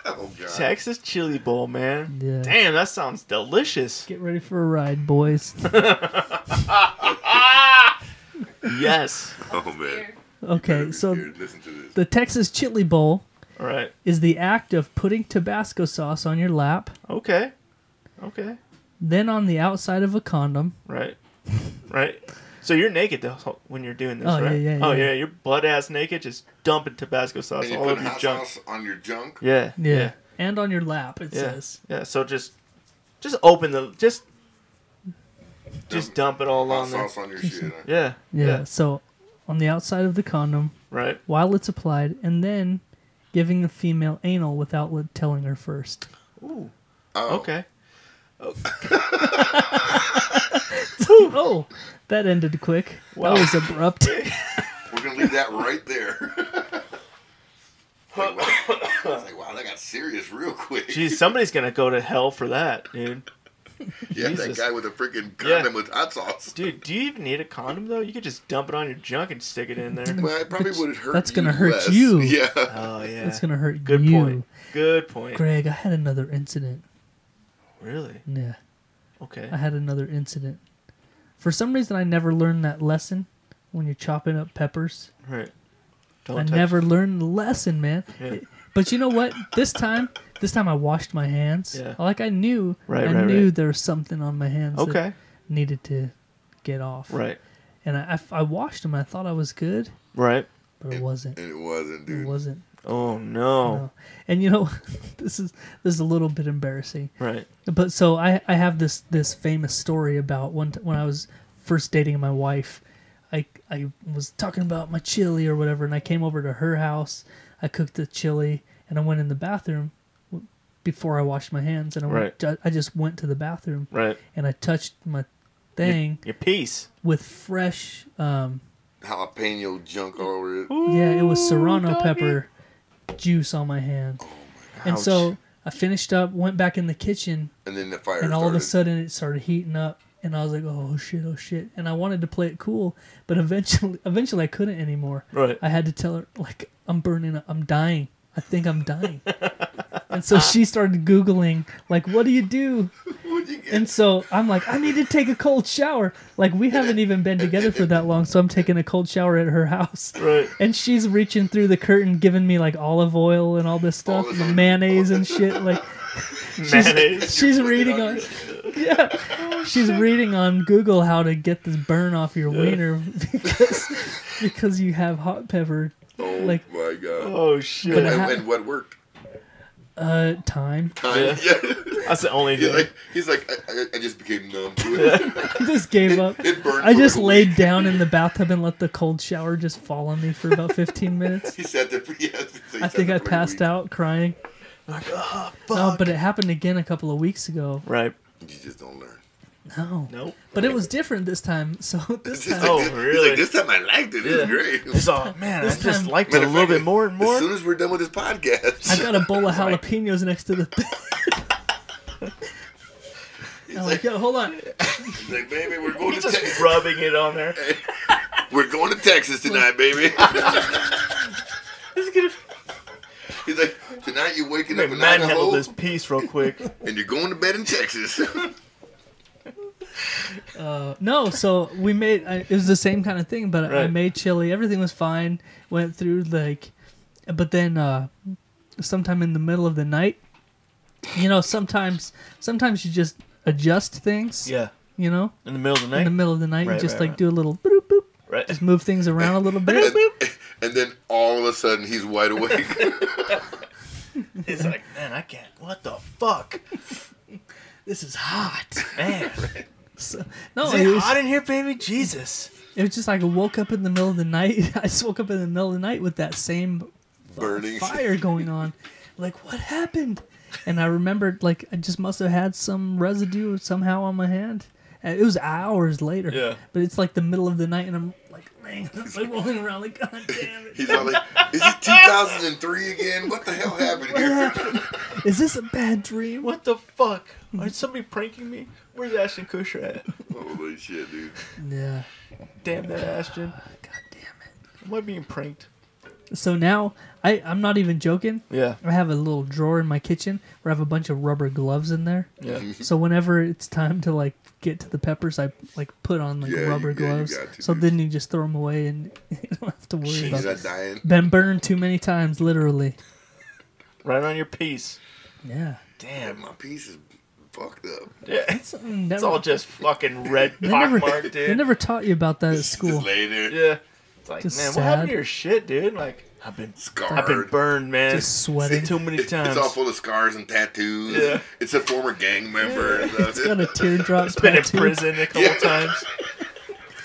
[SPEAKER 2] Oh god.
[SPEAKER 3] Texas chili bowl, man.
[SPEAKER 4] Yeah.
[SPEAKER 3] Damn, that sounds
[SPEAKER 2] (laughs)
[SPEAKER 3] delicious.
[SPEAKER 4] Get ready for a ride, boys.
[SPEAKER 3] Yes.
[SPEAKER 2] Oh man.
[SPEAKER 4] Okay, so
[SPEAKER 2] Here, listen to this.
[SPEAKER 4] the Texas Chili Bowl
[SPEAKER 3] All right.
[SPEAKER 4] is the act of putting Tabasco sauce on your lap,
[SPEAKER 3] Okay. Okay.
[SPEAKER 4] then on the outside of a condom.
[SPEAKER 3] Right. Right. So you're naked the whole, when you're doing this,
[SPEAKER 4] Oh, yeah,
[SPEAKER 3] right?
[SPEAKER 4] yeah,
[SPEAKER 3] oh
[SPEAKER 4] yeah.
[SPEAKER 3] yeah, you're butt ass naked, just dumping Tabasco sauce
[SPEAKER 2] and you
[SPEAKER 3] all
[SPEAKER 2] put
[SPEAKER 3] over your
[SPEAKER 2] hot
[SPEAKER 3] junk.
[SPEAKER 2] sauce on your junk.
[SPEAKER 3] Yeah. Yeah.
[SPEAKER 4] And on your lap, it
[SPEAKER 3] Yeah.
[SPEAKER 4] says.
[SPEAKER 3] Yeah. So just, just open the just, just dump it all
[SPEAKER 2] Hot
[SPEAKER 3] on there.
[SPEAKER 2] sauce on your shit. huh?
[SPEAKER 3] Yeah.
[SPEAKER 4] Yeah, so on the outside of the condom
[SPEAKER 3] Right.
[SPEAKER 4] while it's applied, and then giving the female anal without li- telling her
[SPEAKER 3] (laughs)
[SPEAKER 4] first.
[SPEAKER 3] Ooh.
[SPEAKER 2] Oh,
[SPEAKER 3] Okay.
[SPEAKER 4] oh, that ended quick.
[SPEAKER 3] Wow.
[SPEAKER 4] That was
[SPEAKER 3] (laughs)
[SPEAKER 4] abrupt.
[SPEAKER 2] We're gonna leave that right there. like, wow. I was like, wow, that got serious real quick.
[SPEAKER 3] Jeez, somebody's gonna go to hell for that, dude.
[SPEAKER 2] yeah,
[SPEAKER 3] Jesus.
[SPEAKER 2] that guy with a freaking
[SPEAKER 3] Yeah.
[SPEAKER 2] condom with hot sauce.
[SPEAKER 3] Dude, do you even need a condom though? You could just dump it on your junk and stick it in there.
[SPEAKER 2] Well, it probably would hurt.
[SPEAKER 4] that's
[SPEAKER 2] you
[SPEAKER 4] gonna hurt
[SPEAKER 2] less. (laughs)
[SPEAKER 4] you. Uh,
[SPEAKER 2] Yeah.
[SPEAKER 3] Oh yeah.
[SPEAKER 4] That's gonna hurt
[SPEAKER 3] Good
[SPEAKER 4] you,
[SPEAKER 3] point. Good point.
[SPEAKER 4] Greg. I had another incident.
[SPEAKER 3] Really?
[SPEAKER 4] Yeah,
[SPEAKER 3] Okay.
[SPEAKER 4] I had another incident. For some reason, I never learned that lesson when you're chopping up peppers.
[SPEAKER 3] Right. Don't
[SPEAKER 4] I
[SPEAKER 3] touch-
[SPEAKER 4] never learned the lesson, man.
[SPEAKER 3] Yeah.
[SPEAKER 4] But you know what? This time, this time I washed my hands.
[SPEAKER 3] Yeah.
[SPEAKER 4] Like I knew,
[SPEAKER 3] Right,
[SPEAKER 4] I
[SPEAKER 3] right,
[SPEAKER 4] knew
[SPEAKER 3] right.
[SPEAKER 4] there was something on my hands
[SPEAKER 3] Okay.
[SPEAKER 4] that needed to get off.
[SPEAKER 3] Right.
[SPEAKER 4] And I, I f- I washed them. I thought I was good,
[SPEAKER 3] Right.
[SPEAKER 4] but it wasn't.
[SPEAKER 2] And it wasn't,
[SPEAKER 4] It
[SPEAKER 2] dude.
[SPEAKER 4] wasn't.
[SPEAKER 3] Oh no.
[SPEAKER 4] No. And you know, (laughs) this is this is a little bit embarrassing.
[SPEAKER 3] Right.
[SPEAKER 4] But so I I have this this famous story about one t- when I was first dating my wife, I I was talking about my chili or whatever, and I came over to her house. I cooked the chili, and I went in the bathroom w- before I washed my hands, and I went, ju- I just went to the bathroom
[SPEAKER 3] Right.
[SPEAKER 4] and I touched my thing
[SPEAKER 3] Your piece.
[SPEAKER 4] with fresh um
[SPEAKER 2] Jalapeno junk all over it.
[SPEAKER 4] Yeah, it was serrano
[SPEAKER 3] doggy.
[SPEAKER 4] pepper juice on my hand. and so
[SPEAKER 3] Ouch.
[SPEAKER 4] I finished up, went back in the kitchen,
[SPEAKER 2] And then the fire.
[SPEAKER 4] and all of a
[SPEAKER 2] started.
[SPEAKER 4] sudden it started heating up. and I was like, oh shit, oh shit, and I wanted to play it cool, but eventually, (laughs) eventually I couldn't anymore.
[SPEAKER 3] Right.
[SPEAKER 4] I had to tell her like I'm burning, up, I'm dying. I think I'm dying. and so she started googling like, what do you do?
[SPEAKER 2] What'd you get?
[SPEAKER 4] And so I'm like, I need to take a cold shower. Like we haven't even been together for that long, so I'm taking a cold shower at her house.
[SPEAKER 3] Right.
[SPEAKER 4] And she's reaching through the curtain, giving me like olive oil and all this stuff,
[SPEAKER 2] All this-
[SPEAKER 4] and mayonnaise and shit. Like
[SPEAKER 2] (laughs)
[SPEAKER 3] Mayonnaise.
[SPEAKER 4] (laughs) she's reading on, (laughs) yeah, she's reading on Google how to get this burn off your wiener (laughs) because because you have hot pepper.
[SPEAKER 2] Oh
[SPEAKER 4] like-
[SPEAKER 2] my god.
[SPEAKER 3] (laughs) Oh
[SPEAKER 4] But
[SPEAKER 2] And,
[SPEAKER 4] I
[SPEAKER 3] shit.
[SPEAKER 4] ha-
[SPEAKER 2] and what worked?
[SPEAKER 4] Uh, time.
[SPEAKER 2] (laughs) Time. Yeah.
[SPEAKER 3] That's the only
[SPEAKER 2] He's
[SPEAKER 3] thing.
[SPEAKER 2] like, he's like I, I- I just became numb to it.
[SPEAKER 4] I just gave up.
[SPEAKER 2] It burned.
[SPEAKER 4] I
[SPEAKER 2] for
[SPEAKER 4] just
[SPEAKER 2] like a
[SPEAKER 4] laid
[SPEAKER 2] week.
[SPEAKER 4] down in the bathtub and let the cold shower just fall on me for about 15 minutes.
[SPEAKER 2] (laughs) He sat there. For, yeah, he sat
[SPEAKER 4] I
[SPEAKER 2] there
[SPEAKER 4] think
[SPEAKER 2] for
[SPEAKER 4] I
[SPEAKER 2] like a
[SPEAKER 4] passed
[SPEAKER 2] week.
[SPEAKER 4] out crying.
[SPEAKER 3] Like, oh,
[SPEAKER 4] No,
[SPEAKER 3] fuck.
[SPEAKER 4] but it happened again a couple of weeks ago.
[SPEAKER 3] Right.
[SPEAKER 2] You just don't learn.
[SPEAKER 4] No.
[SPEAKER 3] Nope.
[SPEAKER 4] But it was different this time. So (laughs)
[SPEAKER 2] (laughs) It's
[SPEAKER 4] this
[SPEAKER 2] just
[SPEAKER 4] time,
[SPEAKER 2] like,
[SPEAKER 3] Oh,
[SPEAKER 2] this- it's
[SPEAKER 3] really?
[SPEAKER 2] like, this time I liked it. It
[SPEAKER 3] Yeah.
[SPEAKER 2] was great.
[SPEAKER 3] It's all, man, I
[SPEAKER 4] This
[SPEAKER 3] just
[SPEAKER 4] time-
[SPEAKER 3] liked it a little bit more and
[SPEAKER 2] As
[SPEAKER 3] more.
[SPEAKER 2] soon as we're done with this podcast,
[SPEAKER 4] I got a bowl of
[SPEAKER 3] Right.
[SPEAKER 4] jalapenos next to the bed.
[SPEAKER 3] (laughs)
[SPEAKER 4] I'm like, yo, hold on.
[SPEAKER 2] (laughs) He's like, baby, we're going to
[SPEAKER 3] Just
[SPEAKER 2] Texas.
[SPEAKER 3] rubbing it on there.
[SPEAKER 2] We're going to Texas tonight, baby.
[SPEAKER 3] Just gonna
[SPEAKER 2] He's like, tonight you're waking
[SPEAKER 3] Hey,
[SPEAKER 2] up in
[SPEAKER 3] man, handle
[SPEAKER 2] Idaho
[SPEAKER 3] this piece real
[SPEAKER 2] (laughs)
[SPEAKER 3] quick.
[SPEAKER 2] and you're going to bed
[SPEAKER 3] (laughs)
[SPEAKER 2] in Texas.
[SPEAKER 4] Uh, no, so we made I, it was the same kind of thing, but I
[SPEAKER 3] Right.
[SPEAKER 4] made chili. Everything was fine. Went through like, but then uh, sometime in the middle of the night, you know, sometimes sometimes you just adjust things.
[SPEAKER 3] yeah.
[SPEAKER 4] You know,
[SPEAKER 3] In the middle of the
[SPEAKER 4] in the
[SPEAKER 3] night.
[SPEAKER 4] middle of the night, you
[SPEAKER 3] Right,
[SPEAKER 4] just
[SPEAKER 3] right,
[SPEAKER 4] like
[SPEAKER 3] right.
[SPEAKER 4] do a little boop boop,
[SPEAKER 3] Right.
[SPEAKER 4] just move things around a little bit.
[SPEAKER 3] (laughs)
[SPEAKER 2] and, and then all of a sudden he's wide awake.
[SPEAKER 3] He's like, man, I can't. What the fuck?
[SPEAKER 4] this is hot.
[SPEAKER 3] Man.
[SPEAKER 4] (laughs) So, no,
[SPEAKER 3] Is
[SPEAKER 4] it
[SPEAKER 3] it
[SPEAKER 4] Oh, was,
[SPEAKER 3] hot in here, baby? Jesus.
[SPEAKER 4] it was just like I woke up in the middle of the night. (laughs) I just woke up in the middle of the night with that same
[SPEAKER 2] Burning.
[SPEAKER 4] fire going on. Like, what happened? And I remembered, like, I just must have had some residue somehow on my hand. And it was hours later.
[SPEAKER 3] Yeah.
[SPEAKER 4] But it's like the middle of the night, and I'm like, (laughs) laying, like rolling around, like, God damn it.
[SPEAKER 2] He's all like, is it 2003 again? What the hell happened
[SPEAKER 4] What
[SPEAKER 2] here?
[SPEAKER 4] happened? Is this a bad dream?
[SPEAKER 3] What the
[SPEAKER 4] (laughs)
[SPEAKER 3] fuck? Is somebody pranking me? Where's Ashton Kutcher at?
[SPEAKER 2] Holy shit, dude.
[SPEAKER 4] Yeah.
[SPEAKER 3] Damn that Ashton.
[SPEAKER 4] Uh, God damn it.
[SPEAKER 3] Am I being pranked?
[SPEAKER 4] So now, I, I'm not even joking.
[SPEAKER 3] Yeah.
[SPEAKER 4] I have a little drawer in my kitchen where I have a bunch of rubber gloves in there.
[SPEAKER 3] Yeah.
[SPEAKER 4] So whenever it's time to like get to the peppers, I like put on like
[SPEAKER 2] Yeah, you-
[SPEAKER 4] rubber
[SPEAKER 2] yeah, you
[SPEAKER 4] gloves.
[SPEAKER 2] got to
[SPEAKER 4] so
[SPEAKER 2] do
[SPEAKER 4] then you just throw them away and (laughs) you don't have to worry about
[SPEAKER 2] He's not
[SPEAKER 4] it.
[SPEAKER 2] dying.
[SPEAKER 4] Been burned too many times, literally.
[SPEAKER 3] Right on your piece.
[SPEAKER 4] Yeah.
[SPEAKER 2] And
[SPEAKER 3] Damn.
[SPEAKER 2] my piece is fucked up.
[SPEAKER 3] Yeah. It's,
[SPEAKER 4] It's, never,
[SPEAKER 3] it's all just fucking red
[SPEAKER 4] they never,
[SPEAKER 3] pockmarked,
[SPEAKER 4] they
[SPEAKER 3] dude.
[SPEAKER 4] never taught you about that at
[SPEAKER 2] Just
[SPEAKER 4] school.
[SPEAKER 2] lay there,
[SPEAKER 3] Yeah. It's like,
[SPEAKER 4] Just
[SPEAKER 3] man, what happened
[SPEAKER 4] sad.
[SPEAKER 3] to your shit, dude? Like, I've been
[SPEAKER 2] scarred.
[SPEAKER 3] I've been burned, man.
[SPEAKER 4] Just sweating.
[SPEAKER 3] Too many times.
[SPEAKER 2] It's all full of scars and tattoos.
[SPEAKER 3] Yeah.
[SPEAKER 2] It's a former gang member. and stuff.
[SPEAKER 3] (laughs)
[SPEAKER 4] Got a teardrop
[SPEAKER 3] It's been in
[SPEAKER 4] tattoo.
[SPEAKER 3] prison a couple
[SPEAKER 2] Yeah.
[SPEAKER 3] times.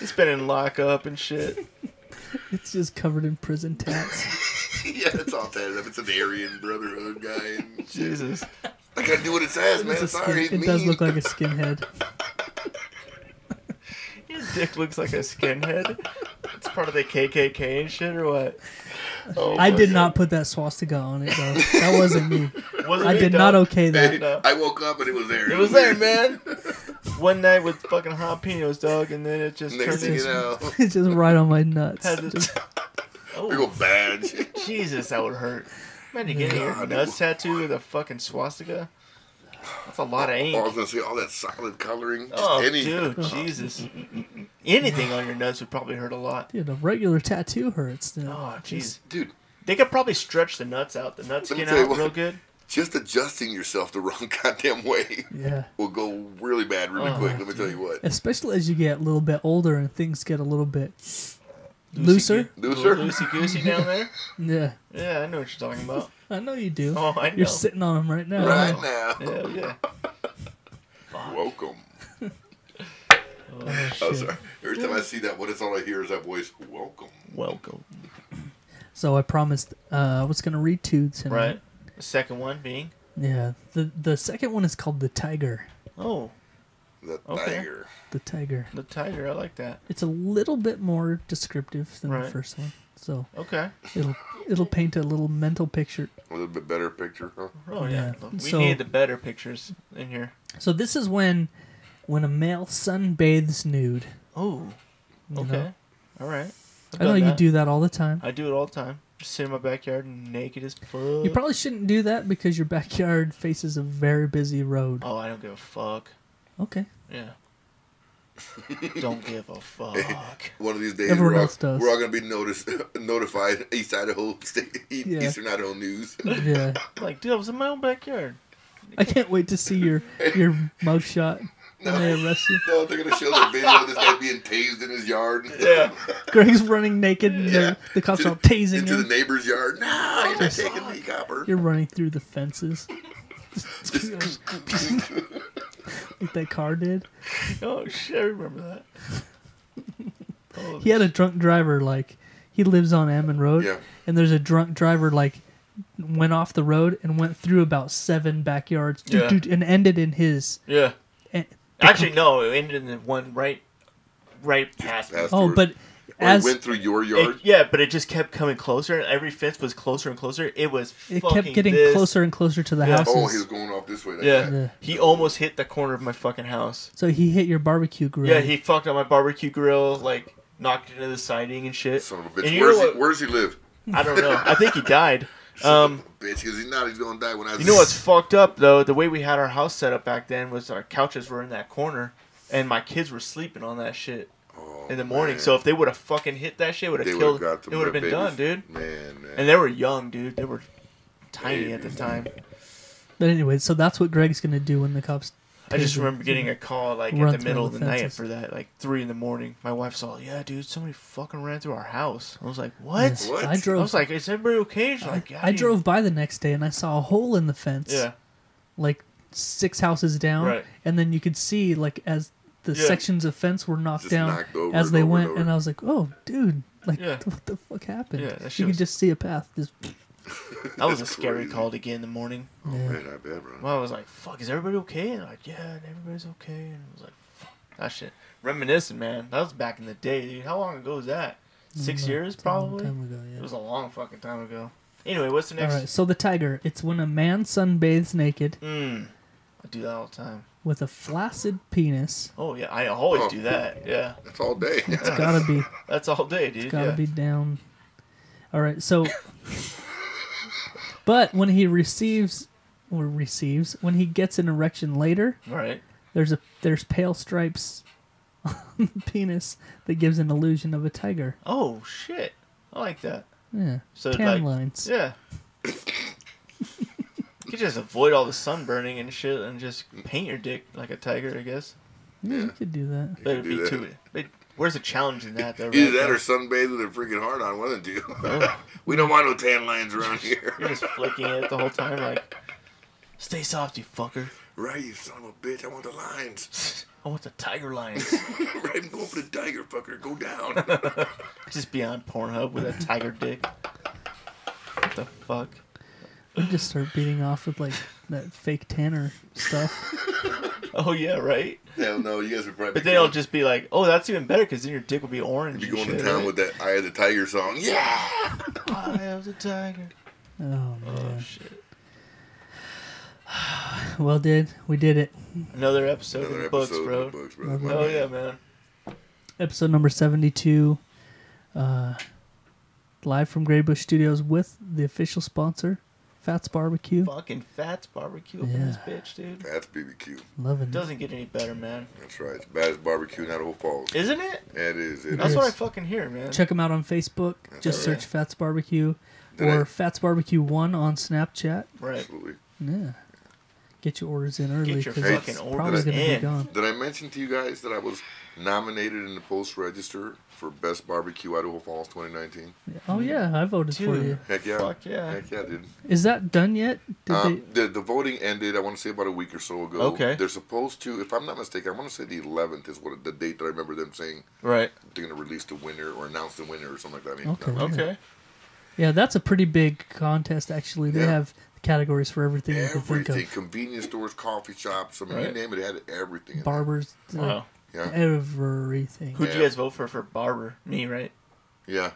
[SPEAKER 3] It's been in lockup and shit.
[SPEAKER 4] It's just covered in prison
[SPEAKER 2] (laughs)
[SPEAKER 4] tats.
[SPEAKER 2] yeah, it's all tatted up. It's an Aryan Brotherhood guy. And shit.
[SPEAKER 3] Jesus.
[SPEAKER 2] I gotta do what
[SPEAKER 3] (laughs)
[SPEAKER 2] it says, man.
[SPEAKER 4] It's a
[SPEAKER 2] Sorry, he's
[SPEAKER 4] skin, it
[SPEAKER 2] mean.
[SPEAKER 4] does look like a skinhead.
[SPEAKER 3] Your dick looks like a skinhead. It's part of the KKK and shit, or what? (laughs) Oh,
[SPEAKER 4] I
[SPEAKER 3] my
[SPEAKER 4] did
[SPEAKER 3] God.
[SPEAKER 4] not put that swastika on it though. That wasn't me.
[SPEAKER 3] Was
[SPEAKER 4] I
[SPEAKER 3] it,
[SPEAKER 4] did
[SPEAKER 3] though?
[SPEAKER 4] not okay that.
[SPEAKER 2] Hey,
[SPEAKER 3] No.
[SPEAKER 2] (laughs) I woke up and it was there.
[SPEAKER 3] It was there, man. One night with fucking jalapenos, dog, and then it just
[SPEAKER 2] (laughs) Next
[SPEAKER 3] turned
[SPEAKER 2] thing you
[SPEAKER 3] into.
[SPEAKER 2] know,
[SPEAKER 4] (laughs)
[SPEAKER 2] (laughs)
[SPEAKER 4] It's just right on my nuts.
[SPEAKER 3] had this- (laughs)
[SPEAKER 4] Just-
[SPEAKER 2] we go
[SPEAKER 3] Oh,
[SPEAKER 2] badge.
[SPEAKER 3] Jesus, that would hurt. Imagine getting your
[SPEAKER 2] God.
[SPEAKER 3] nuts tattoo with a fucking swastica. That's a lot of
[SPEAKER 2] Oh, I was
[SPEAKER 3] ink.
[SPEAKER 2] gonna say all that solid coloring. Just
[SPEAKER 3] Oh,
[SPEAKER 2] any,
[SPEAKER 3] dude, Jesus. Anything on your nuts would probably hurt a lot.
[SPEAKER 4] Dude, a regular tattoo hurts. Dude.
[SPEAKER 3] Oh, jeez.
[SPEAKER 2] dude.
[SPEAKER 3] They could probably stretch the nuts out, the nut
[SPEAKER 2] Let me
[SPEAKER 3] skin
[SPEAKER 2] tell you
[SPEAKER 3] out
[SPEAKER 2] what.
[SPEAKER 3] real good.
[SPEAKER 2] Just adjusting yourself the (laughs) wrong goddamn way
[SPEAKER 4] Yeah.
[SPEAKER 2] will go really bad really
[SPEAKER 3] Oh,
[SPEAKER 2] quick. Let me tell
[SPEAKER 3] (laughs)
[SPEAKER 2] you what.
[SPEAKER 4] Especially as you get a little bit older and things get a little bit looser.
[SPEAKER 2] Looser?
[SPEAKER 3] Loosey goosey down there.
[SPEAKER 4] Yeah.
[SPEAKER 3] Yeah, I know what you're talking about.
[SPEAKER 4] I know you do.
[SPEAKER 3] Oh, I know.
[SPEAKER 4] You're sitting on them right now.
[SPEAKER 2] Right
[SPEAKER 4] Oh,
[SPEAKER 2] now,
[SPEAKER 3] Yeah, yeah.
[SPEAKER 2] welcome.
[SPEAKER 4] shit.
[SPEAKER 2] Sorry. Every time I see that, what it's all I hear is that voice. Welcome.
[SPEAKER 3] Welcome.
[SPEAKER 4] So I promised uh, I was going to read two tonight.
[SPEAKER 3] Right. The second one being.
[SPEAKER 4] Yeah. The, the second one is called The Tiger.
[SPEAKER 3] Oh,
[SPEAKER 2] The
[SPEAKER 3] Okay.
[SPEAKER 2] tiger.
[SPEAKER 4] The Tiger.
[SPEAKER 3] the tiger. I like that.
[SPEAKER 4] It's a little bit more descriptive than the
[SPEAKER 3] Right.
[SPEAKER 4] first one. So
[SPEAKER 3] Okay.
[SPEAKER 4] it'll it'll paint a little mental picture.
[SPEAKER 2] A little bit better picture, huh?
[SPEAKER 3] Oh yeah.
[SPEAKER 4] Yeah.
[SPEAKER 3] We
[SPEAKER 4] So-
[SPEAKER 3] need the better pictures in here.
[SPEAKER 4] So this is when when a male sunbathes nude.
[SPEAKER 3] Oh,
[SPEAKER 4] you
[SPEAKER 3] okay,
[SPEAKER 4] know?
[SPEAKER 3] all right. I've
[SPEAKER 4] I know
[SPEAKER 3] done
[SPEAKER 4] you
[SPEAKER 3] that.
[SPEAKER 4] do that all the time.
[SPEAKER 3] I do it all the time. Just sit in my backyard naked as fuck.
[SPEAKER 4] You probably shouldn't do that because your backyard faces a very busy road.
[SPEAKER 3] oh, I don't give a fuck.
[SPEAKER 4] Okay.
[SPEAKER 3] Yeah. don't give a fuck.
[SPEAKER 2] One of these days,
[SPEAKER 4] Everyone
[SPEAKER 2] we're,
[SPEAKER 4] else
[SPEAKER 2] all,
[SPEAKER 4] does.
[SPEAKER 2] we're all gonna be noticed, (laughs) notified. East Idaho (laughs) State, E-
[SPEAKER 4] Yeah.
[SPEAKER 2] Eastern Idaho News. (laughs)
[SPEAKER 4] Yeah.
[SPEAKER 3] Like, dude, I was in my own backyard.
[SPEAKER 4] I can't wait to see your your mugshot when they arrest you.
[SPEAKER 2] no, they're gonna show the video of this guy being tased in his yard. and
[SPEAKER 3] (laughs)
[SPEAKER 2] stuff.
[SPEAKER 3] Yeah.
[SPEAKER 4] Greg's running naked and the, the cops are all
[SPEAKER 2] (laughs)
[SPEAKER 4] tasing
[SPEAKER 2] into the
[SPEAKER 4] him.
[SPEAKER 2] neighbor's yard. Nah, you're not taking me, copper.
[SPEAKER 4] You're running through
[SPEAKER 2] (laughs)
[SPEAKER 4] the fences
[SPEAKER 2] Just-
[SPEAKER 4] like that car did.
[SPEAKER 3] oh shit, I remember that. Oh,
[SPEAKER 4] He had a drunk driver like he lives on Ammon Road
[SPEAKER 2] Yeah.
[SPEAKER 4] and there's a drunk driver like went off the road and went through about seven backyards
[SPEAKER 3] Yeah.
[SPEAKER 4] dude, and ended in his eh,
[SPEAKER 3] yeah.
[SPEAKER 4] and,
[SPEAKER 3] (laughs) Actually, no. It ended in the one right, right past. me.
[SPEAKER 2] Past
[SPEAKER 4] oh
[SPEAKER 2] your-
[SPEAKER 4] but
[SPEAKER 2] or
[SPEAKER 4] as
[SPEAKER 2] went through your
[SPEAKER 3] It,
[SPEAKER 2] yard.
[SPEAKER 3] yeah, but it just kept coming closer, and every fence was closer and closer. It was.
[SPEAKER 4] it
[SPEAKER 3] fucking
[SPEAKER 4] kept getting
[SPEAKER 3] this.
[SPEAKER 4] closer and closer to the
[SPEAKER 3] Yeah.
[SPEAKER 4] houses.
[SPEAKER 2] (laughs) oh, he was going off this way. Like
[SPEAKER 3] Yeah.
[SPEAKER 4] Yeah.
[SPEAKER 3] He almost hit the corner of my fucking house.
[SPEAKER 4] So he hit your barbecue grill.
[SPEAKER 3] Yeah, he fucked up my barbecue grill, like knocked it into the siding and shit.
[SPEAKER 2] that. Son of a bitch.
[SPEAKER 3] And you know
[SPEAKER 2] Where's he,
[SPEAKER 3] what?
[SPEAKER 2] where's he live?
[SPEAKER 3] I don't know. I
[SPEAKER 2] (laughs)
[SPEAKER 3] think he died.
[SPEAKER 2] Son
[SPEAKER 3] (laughs) Um,
[SPEAKER 2] of a bitch, because he's not. He's gonna die when I.
[SPEAKER 3] you know what's fucked up though? The way we had our house set up back then was our couches were in that corner, and my kids were sleeping on that shit
[SPEAKER 2] Oh,
[SPEAKER 3] in the morning.
[SPEAKER 2] man.
[SPEAKER 3] So if they would have fucking hit that shit, would have
[SPEAKER 2] (laughs) they would
[SPEAKER 3] killed.
[SPEAKER 2] have got
[SPEAKER 3] It
[SPEAKER 2] them.
[SPEAKER 3] would have been
[SPEAKER 2] babies.
[SPEAKER 3] done, dude.
[SPEAKER 2] Man, man.
[SPEAKER 3] And they were young, dude. They were tiny at the
[SPEAKER 2] Babies.
[SPEAKER 3] time.
[SPEAKER 4] But anyway, so that's what Greg's gonna do when the cops.
[SPEAKER 3] I just
[SPEAKER 4] tase him.
[SPEAKER 3] remember getting a call like
[SPEAKER 4] Run
[SPEAKER 3] at the
[SPEAKER 4] through
[SPEAKER 3] middle
[SPEAKER 4] all
[SPEAKER 3] of the
[SPEAKER 4] the
[SPEAKER 3] night
[SPEAKER 4] fences.
[SPEAKER 3] for that, like three in the morning. My wife's all, "Yeah, dude, somebody fucking ran through our house." I was like, "What?"
[SPEAKER 2] What?
[SPEAKER 4] I
[SPEAKER 3] I
[SPEAKER 4] drove. I,
[SPEAKER 3] was like, "Oh "Is everybody okay?" She's like, "Yeah." dude."
[SPEAKER 4] drove by the next day and I saw a hole in the fence.
[SPEAKER 3] Yeah,
[SPEAKER 4] Like six houses down,
[SPEAKER 3] Right.
[SPEAKER 4] and then you could see like as the
[SPEAKER 3] Yeah.
[SPEAKER 4] sections of fence were knocked
[SPEAKER 2] Just
[SPEAKER 4] down
[SPEAKER 2] knocked over
[SPEAKER 4] as
[SPEAKER 2] and
[SPEAKER 4] they
[SPEAKER 2] over and
[SPEAKER 4] went,
[SPEAKER 2] over.
[SPEAKER 4] and, I was like, oh, dude, like
[SPEAKER 3] Yeah.
[SPEAKER 4] (laughs) what the fuck happened?
[SPEAKER 3] Yeah, that shit
[SPEAKER 4] you
[SPEAKER 3] was-
[SPEAKER 4] could just see a path. Just,
[SPEAKER 3] that was a
[SPEAKER 2] That's
[SPEAKER 3] scary
[SPEAKER 2] crazy.
[SPEAKER 3] call to get in the morning.
[SPEAKER 2] Oh,
[SPEAKER 4] Yeah.
[SPEAKER 2] man, I bet, bro.
[SPEAKER 3] Well, I was like, "Fuck, is everybody okay?" And like, "Yeah, and everybody's okay." And I was like, "Fuck, that shit." Reminiscing, man. That was back in the day, dude. How long ago was that? Six
[SPEAKER 4] Mm,
[SPEAKER 3] years,
[SPEAKER 4] it's a long
[SPEAKER 3] probably.
[SPEAKER 4] time ago, yeah.
[SPEAKER 3] It was a long fucking time ago. Anyway, what's the next?
[SPEAKER 4] All right, so the tiger. It's when a man sunbathes naked
[SPEAKER 3] Mm, I do that all the time.
[SPEAKER 4] with a flaccid penis.
[SPEAKER 3] Oh yeah, I always
[SPEAKER 2] Oh.
[SPEAKER 3] do that. Yeah,
[SPEAKER 2] That's all
[SPEAKER 4] (laughs)
[SPEAKER 2] day.
[SPEAKER 4] It's gotta be.
[SPEAKER 3] that's all day, dude.
[SPEAKER 4] Gotta
[SPEAKER 3] yeah.
[SPEAKER 4] be down. All right, so. but when he receives, or receives, when he gets an erection later,
[SPEAKER 3] All right.
[SPEAKER 4] there's a there's pale stripes on the penis that gives an illusion of a tiger.
[SPEAKER 3] Oh shit! I like that.
[SPEAKER 4] Yeah,
[SPEAKER 3] So,
[SPEAKER 4] tan
[SPEAKER 3] like-
[SPEAKER 4] lines.
[SPEAKER 3] Yeah. you could just avoid all the sunburning and shit, and just paint your dick like a tiger, I guess.
[SPEAKER 4] Yeah, you could do that.
[SPEAKER 3] But it'd
[SPEAKER 2] do
[SPEAKER 3] be
[SPEAKER 2] that.
[SPEAKER 3] too. But where's the challenge in that, though?
[SPEAKER 2] Either
[SPEAKER 3] right?
[SPEAKER 2] that or sunbathe with a freaking hard on. One of the two. (laughs) we don't want no tan lines around (laughs) here.
[SPEAKER 3] you're just flicking it the whole time, like, stay soft, you fucker.
[SPEAKER 2] right, you son of a bitch. I want the lines. (laughs)
[SPEAKER 3] I want the tiger lines.
[SPEAKER 2] right, I'm going for the tiger, fucker. Go down.
[SPEAKER 3] just be on Pornhub with a tiger dick. What the fuck?
[SPEAKER 4] Or just start beating off with like that fake tanner stuff. (laughs)
[SPEAKER 3] Oh yeah, right.
[SPEAKER 2] (laughs) Hell no, you guys would probably.
[SPEAKER 3] But
[SPEAKER 2] be
[SPEAKER 3] then it'll
[SPEAKER 2] going-
[SPEAKER 3] just be like, oh, that's even better because then your dick will be orange.
[SPEAKER 2] be
[SPEAKER 3] and
[SPEAKER 2] going to
[SPEAKER 3] shit,
[SPEAKER 2] town
[SPEAKER 3] right?
[SPEAKER 2] with that "Eye of the Tiger" song. Yeah.
[SPEAKER 3] I was a tiger.
[SPEAKER 4] Oh man.
[SPEAKER 3] Oh shit!
[SPEAKER 4] Well, dude, we did it.
[SPEAKER 3] Another episode of
[SPEAKER 2] Another
[SPEAKER 3] the books,
[SPEAKER 2] episode
[SPEAKER 3] bro.
[SPEAKER 2] of the books, brother. My
[SPEAKER 3] Oh
[SPEAKER 2] man.
[SPEAKER 3] yeah, man.
[SPEAKER 4] episode number 72 uh, live from Grey Bush Studios with the official sponsor Fats Barbecue
[SPEAKER 3] Fucking Fats barbecue up in this
[SPEAKER 4] Yeah.
[SPEAKER 3] bitch, dude.
[SPEAKER 2] That's BBQ.
[SPEAKER 4] loving it
[SPEAKER 3] Doesn't get any better, man.
[SPEAKER 2] That's right. It's bad as barbecue, not whole falls.
[SPEAKER 3] Isn't it?
[SPEAKER 2] That is it.
[SPEAKER 3] That's
[SPEAKER 2] is.
[SPEAKER 3] what I fucking hear, man.
[SPEAKER 4] check them out on Facebook just
[SPEAKER 3] right.
[SPEAKER 4] search Fats Barbecue
[SPEAKER 2] Did
[SPEAKER 4] or
[SPEAKER 2] I-
[SPEAKER 4] Fats Barbecue 1 on Snapchat
[SPEAKER 3] Right.
[SPEAKER 2] Absolutely.
[SPEAKER 4] yeah get your orders in early
[SPEAKER 3] Get your
[SPEAKER 4] 'cause it's
[SPEAKER 3] fucking
[SPEAKER 4] probably
[SPEAKER 3] orders
[SPEAKER 4] gonna be
[SPEAKER 3] in.
[SPEAKER 4] gone
[SPEAKER 2] Did I mention to you guys that I was nominated in the Post Register for Best Barbecue Idaho Falls 2019?
[SPEAKER 4] oh yeah I voted for
[SPEAKER 3] Dude.
[SPEAKER 4] you
[SPEAKER 2] Heck yeah.
[SPEAKER 3] Fuck yeah.
[SPEAKER 2] Heck yeah, dude.
[SPEAKER 4] is that done yet did
[SPEAKER 3] Uh,
[SPEAKER 2] Um, the, the voting ended, I want to say, about a week or so ago.
[SPEAKER 3] Okay.
[SPEAKER 2] They're supposed to, if I'm not mistaken, I want to say the 11th is what the date that I remember them saying
[SPEAKER 3] Right.
[SPEAKER 2] they're going to release the winner or announce the winner or something like that. I mean, uh,
[SPEAKER 4] Okay.
[SPEAKER 2] not-
[SPEAKER 3] Okay.
[SPEAKER 4] they yeah that's a pretty big contest actually they
[SPEAKER 2] Yeah.
[SPEAKER 4] have categories for everything you can think
[SPEAKER 2] everything.
[SPEAKER 4] of
[SPEAKER 2] Convenience stores, coffee shops, I mean, you
[SPEAKER 3] Right.
[SPEAKER 2] name it, it had everything. in there.
[SPEAKER 4] barbers uh,
[SPEAKER 3] Wow.
[SPEAKER 2] Yeah.
[SPEAKER 4] everything
[SPEAKER 3] Who'd you
[SPEAKER 2] Yeah.
[SPEAKER 3] guys vote for for barber? Me, right?
[SPEAKER 2] Yeah.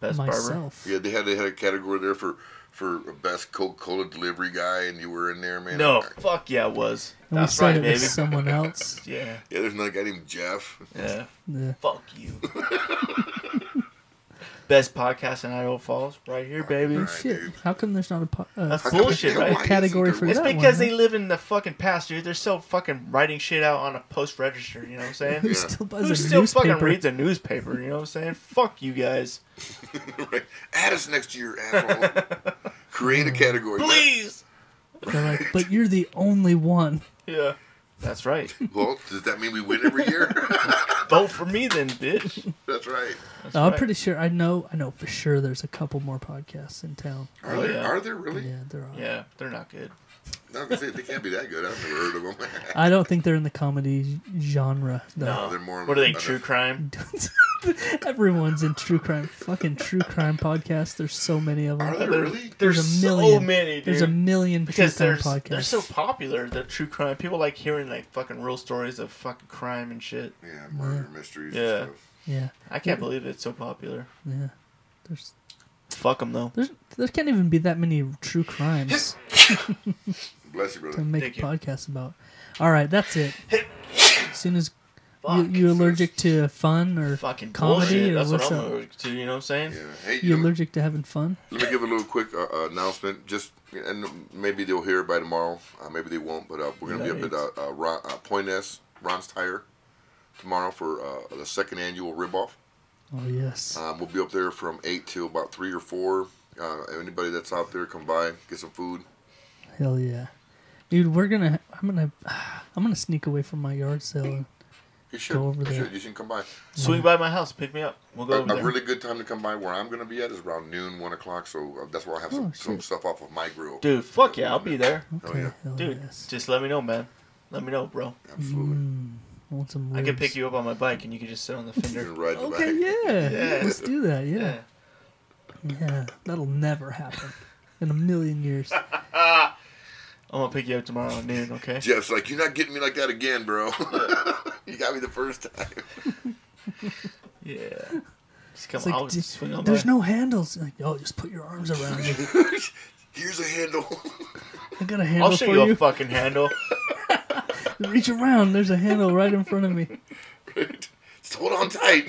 [SPEAKER 3] Best barber.
[SPEAKER 4] myself
[SPEAKER 2] Yeah, they had they had a category there for for a best Coca Cola delivery guy, and you were in there, man.
[SPEAKER 3] No,
[SPEAKER 2] I-
[SPEAKER 3] fuck yeah, it was.
[SPEAKER 4] And we
[SPEAKER 3] That's
[SPEAKER 4] said
[SPEAKER 3] right,
[SPEAKER 4] it
[SPEAKER 3] baby.
[SPEAKER 4] was someone else.
[SPEAKER 3] (laughs) Yeah,
[SPEAKER 2] Yeah, there's another guy named
[SPEAKER 4] (laughs)
[SPEAKER 2] Jeff.
[SPEAKER 3] yeah.
[SPEAKER 4] Yeah.
[SPEAKER 3] Fuck
[SPEAKER 2] (laughs)
[SPEAKER 3] you. Best podcast in Idaho Falls, right here, baby.
[SPEAKER 2] Right,
[SPEAKER 4] Shit,
[SPEAKER 2] dude.
[SPEAKER 4] how come there's not a po- uh,
[SPEAKER 3] That's
[SPEAKER 2] How come
[SPEAKER 3] bullshit,
[SPEAKER 2] there-
[SPEAKER 3] right?
[SPEAKER 2] why isn't
[SPEAKER 4] Category
[SPEAKER 2] there
[SPEAKER 4] for
[SPEAKER 2] one?
[SPEAKER 3] It's
[SPEAKER 4] that
[SPEAKER 3] because
[SPEAKER 4] one,
[SPEAKER 3] they live in the fucking past, dude. They're still fucking writing shit out on a post register. You know what I'm
[SPEAKER 2] (laughs)
[SPEAKER 3] saying?
[SPEAKER 4] who still buys
[SPEAKER 3] Who
[SPEAKER 4] a
[SPEAKER 3] still
[SPEAKER 4] newspaper?
[SPEAKER 3] fucking reads a newspaper? You know what I'm saying? Fuck you guys,
[SPEAKER 2] right. Add us next year,
[SPEAKER 4] (laughs)
[SPEAKER 2] asshole. Create a category.
[SPEAKER 3] please.
[SPEAKER 4] They're
[SPEAKER 3] (laughs)
[SPEAKER 4] like, but you're the only one.
[SPEAKER 3] Yeah, that's right.
[SPEAKER 2] Well, does that mean we win every year?
[SPEAKER 4] (laughs)
[SPEAKER 3] Vote for me then, bitch.
[SPEAKER 2] That's right.
[SPEAKER 3] That's
[SPEAKER 4] No, I'm
[SPEAKER 3] right.
[SPEAKER 4] pretty sure. I know. I know for sure. There's a couple more podcasts in town.
[SPEAKER 2] Are
[SPEAKER 3] Oh,
[SPEAKER 2] there?
[SPEAKER 3] yeah.
[SPEAKER 2] Are there really?
[SPEAKER 4] Yeah, there are.
[SPEAKER 3] Yeah, they're not good.
[SPEAKER 2] No, they, they can't be that good. I've never heard of them.
[SPEAKER 4] (laughs) I don't think they're in the comedy genre though.
[SPEAKER 3] No,
[SPEAKER 2] They're more
[SPEAKER 3] what are they?
[SPEAKER 2] like-
[SPEAKER 3] True crime?
[SPEAKER 4] Everyone's in true crime. Fucking true crime podcasts. There's so many of them.
[SPEAKER 2] Are there really?
[SPEAKER 3] There's,
[SPEAKER 4] There's a
[SPEAKER 3] so
[SPEAKER 4] million.
[SPEAKER 3] many, dude.
[SPEAKER 4] There's a million true
[SPEAKER 3] because
[SPEAKER 4] crime
[SPEAKER 3] they're
[SPEAKER 4] podcasts.
[SPEAKER 3] they're so popular. The true crime people like hearing like fucking real stories of fucking crime and shit.
[SPEAKER 2] Yeah, murder mysteries.
[SPEAKER 3] Yeah.
[SPEAKER 2] And stuff.
[SPEAKER 4] yeah,
[SPEAKER 3] I can't believe it's so popular.
[SPEAKER 4] yeah. There's
[SPEAKER 3] Fuck them though.
[SPEAKER 4] there's there can't even be that many true crimes
[SPEAKER 2] Bless you,
[SPEAKER 4] to
[SPEAKER 2] brother.
[SPEAKER 4] make
[SPEAKER 3] Thank
[SPEAKER 4] a
[SPEAKER 3] you.
[SPEAKER 4] podcast about. All right, that's it. As soon as you,
[SPEAKER 3] Fuck.
[SPEAKER 4] you allergic to fun or
[SPEAKER 3] fucking bullshit.
[SPEAKER 4] comedy or
[SPEAKER 3] That's
[SPEAKER 4] what's
[SPEAKER 3] what I'm
[SPEAKER 4] up?
[SPEAKER 3] allergic to. You know what I'm saying?
[SPEAKER 2] Yeah. Hey,
[SPEAKER 4] You
[SPEAKER 2] you know,
[SPEAKER 4] allergic to having fun?
[SPEAKER 2] let me give a little quick uh, uh, announcement. Just and maybe they'll hear it by tomorrow. Uh, maybe they won't. But uh, we're gonna be up at uh, uh, Ron, uh, Point S Ron's Tire tomorrow for uh, the second annual rib off.
[SPEAKER 4] Oh yes.
[SPEAKER 2] Um, we'll be up there from eight till about three or four. Uh, anybody that's out there, come by, get some food.
[SPEAKER 4] Hell yeah, dude. We're gonna. I'm gonna. I'm gonna sneak away from my yard sale. and-
[SPEAKER 2] You should.
[SPEAKER 4] Go over
[SPEAKER 2] you,
[SPEAKER 4] there.
[SPEAKER 2] should you should come by.
[SPEAKER 3] Swing by my house, pick me up. We'll go
[SPEAKER 2] A,
[SPEAKER 3] over
[SPEAKER 2] a
[SPEAKER 3] there.
[SPEAKER 2] really good time to come by where I'm going to be at is around noon, one o'clock. So uh, that's where I'll have some,
[SPEAKER 4] Oh,
[SPEAKER 2] some
[SPEAKER 4] shit.
[SPEAKER 2] stuff off of my grill.
[SPEAKER 3] Dude, fuck Oh, yeah, I'll be there.
[SPEAKER 4] Okay,
[SPEAKER 2] yeah.
[SPEAKER 4] hell
[SPEAKER 3] Dude,
[SPEAKER 4] yes.
[SPEAKER 3] just let me know, man. Let me know, bro.
[SPEAKER 2] Absolutely.
[SPEAKER 3] Mm.
[SPEAKER 4] Want some
[SPEAKER 3] I can
[SPEAKER 4] ribs.
[SPEAKER 3] pick you up on my bike and you can just sit on the
[SPEAKER 2] You
[SPEAKER 3] fender. (laughs)
[SPEAKER 2] can ride the
[SPEAKER 4] Okay,
[SPEAKER 2] bike.
[SPEAKER 4] yeah.
[SPEAKER 3] Yeah.
[SPEAKER 4] Let's do that. Yeah.
[SPEAKER 3] Yeah.
[SPEAKER 4] yeah. That'll never happen in a million
[SPEAKER 3] (laughs)
[SPEAKER 4] years.
[SPEAKER 3] I'm gonna pick you up tomorrow at noon, okay?
[SPEAKER 2] Jeff's like, you're not getting me like that again, bro. (laughs) you got me the first time. (laughs)
[SPEAKER 3] Yeah. Just come
[SPEAKER 4] It's like,
[SPEAKER 3] I'll
[SPEAKER 4] d-
[SPEAKER 3] just swing on
[SPEAKER 4] there's
[SPEAKER 3] by.
[SPEAKER 4] no handles. Like, oh, just put your arms around me.
[SPEAKER 2] Here's a handle. (laughs)
[SPEAKER 4] I got a handle
[SPEAKER 3] I'll show
[SPEAKER 4] for
[SPEAKER 3] you
[SPEAKER 4] you.
[SPEAKER 3] a fucking
[SPEAKER 4] (laughs)
[SPEAKER 3] handle.
[SPEAKER 4] Reach around. There's a handle right in front
[SPEAKER 3] (laughs)
[SPEAKER 4] of me.
[SPEAKER 2] Right? Just hold on tight. (laughs)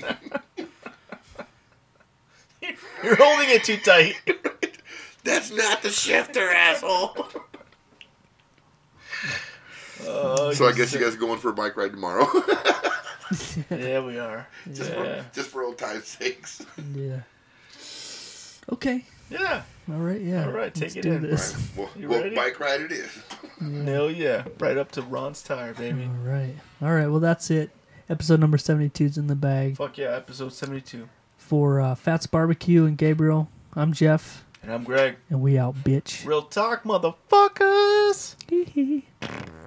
[SPEAKER 3] You're holding it too tight.
[SPEAKER 2] That's not the shifter, asshole.
[SPEAKER 3] Oh,
[SPEAKER 2] So I guess you guys are going for a bike ride tomorrow. (laughs)
[SPEAKER 3] Yeah, we are.
[SPEAKER 2] just,
[SPEAKER 3] Yeah.
[SPEAKER 2] for, just for old time's sakes. (laughs)
[SPEAKER 4] Yeah. Okay.
[SPEAKER 3] Yeah.
[SPEAKER 4] All right. Yeah.
[SPEAKER 3] All right, take
[SPEAKER 4] Let's
[SPEAKER 3] it
[SPEAKER 4] do
[SPEAKER 3] in.
[SPEAKER 4] This.
[SPEAKER 2] Well,
[SPEAKER 3] You
[SPEAKER 2] well
[SPEAKER 3] ready?
[SPEAKER 2] bike ride it is.
[SPEAKER 3] Hell yeah. Right up to Ron's tire, baby.
[SPEAKER 4] All right. All right. Well, that's it. Episode number 72 is in the bag
[SPEAKER 3] Fuck yeah, episode 72.
[SPEAKER 4] for uh, Fats Barbecue and Gabriel. I'm Jeff,
[SPEAKER 3] And I'm Greg.
[SPEAKER 4] and we out, bitch.
[SPEAKER 3] Real talk, motherfuckers.
[SPEAKER 4] Hee hee.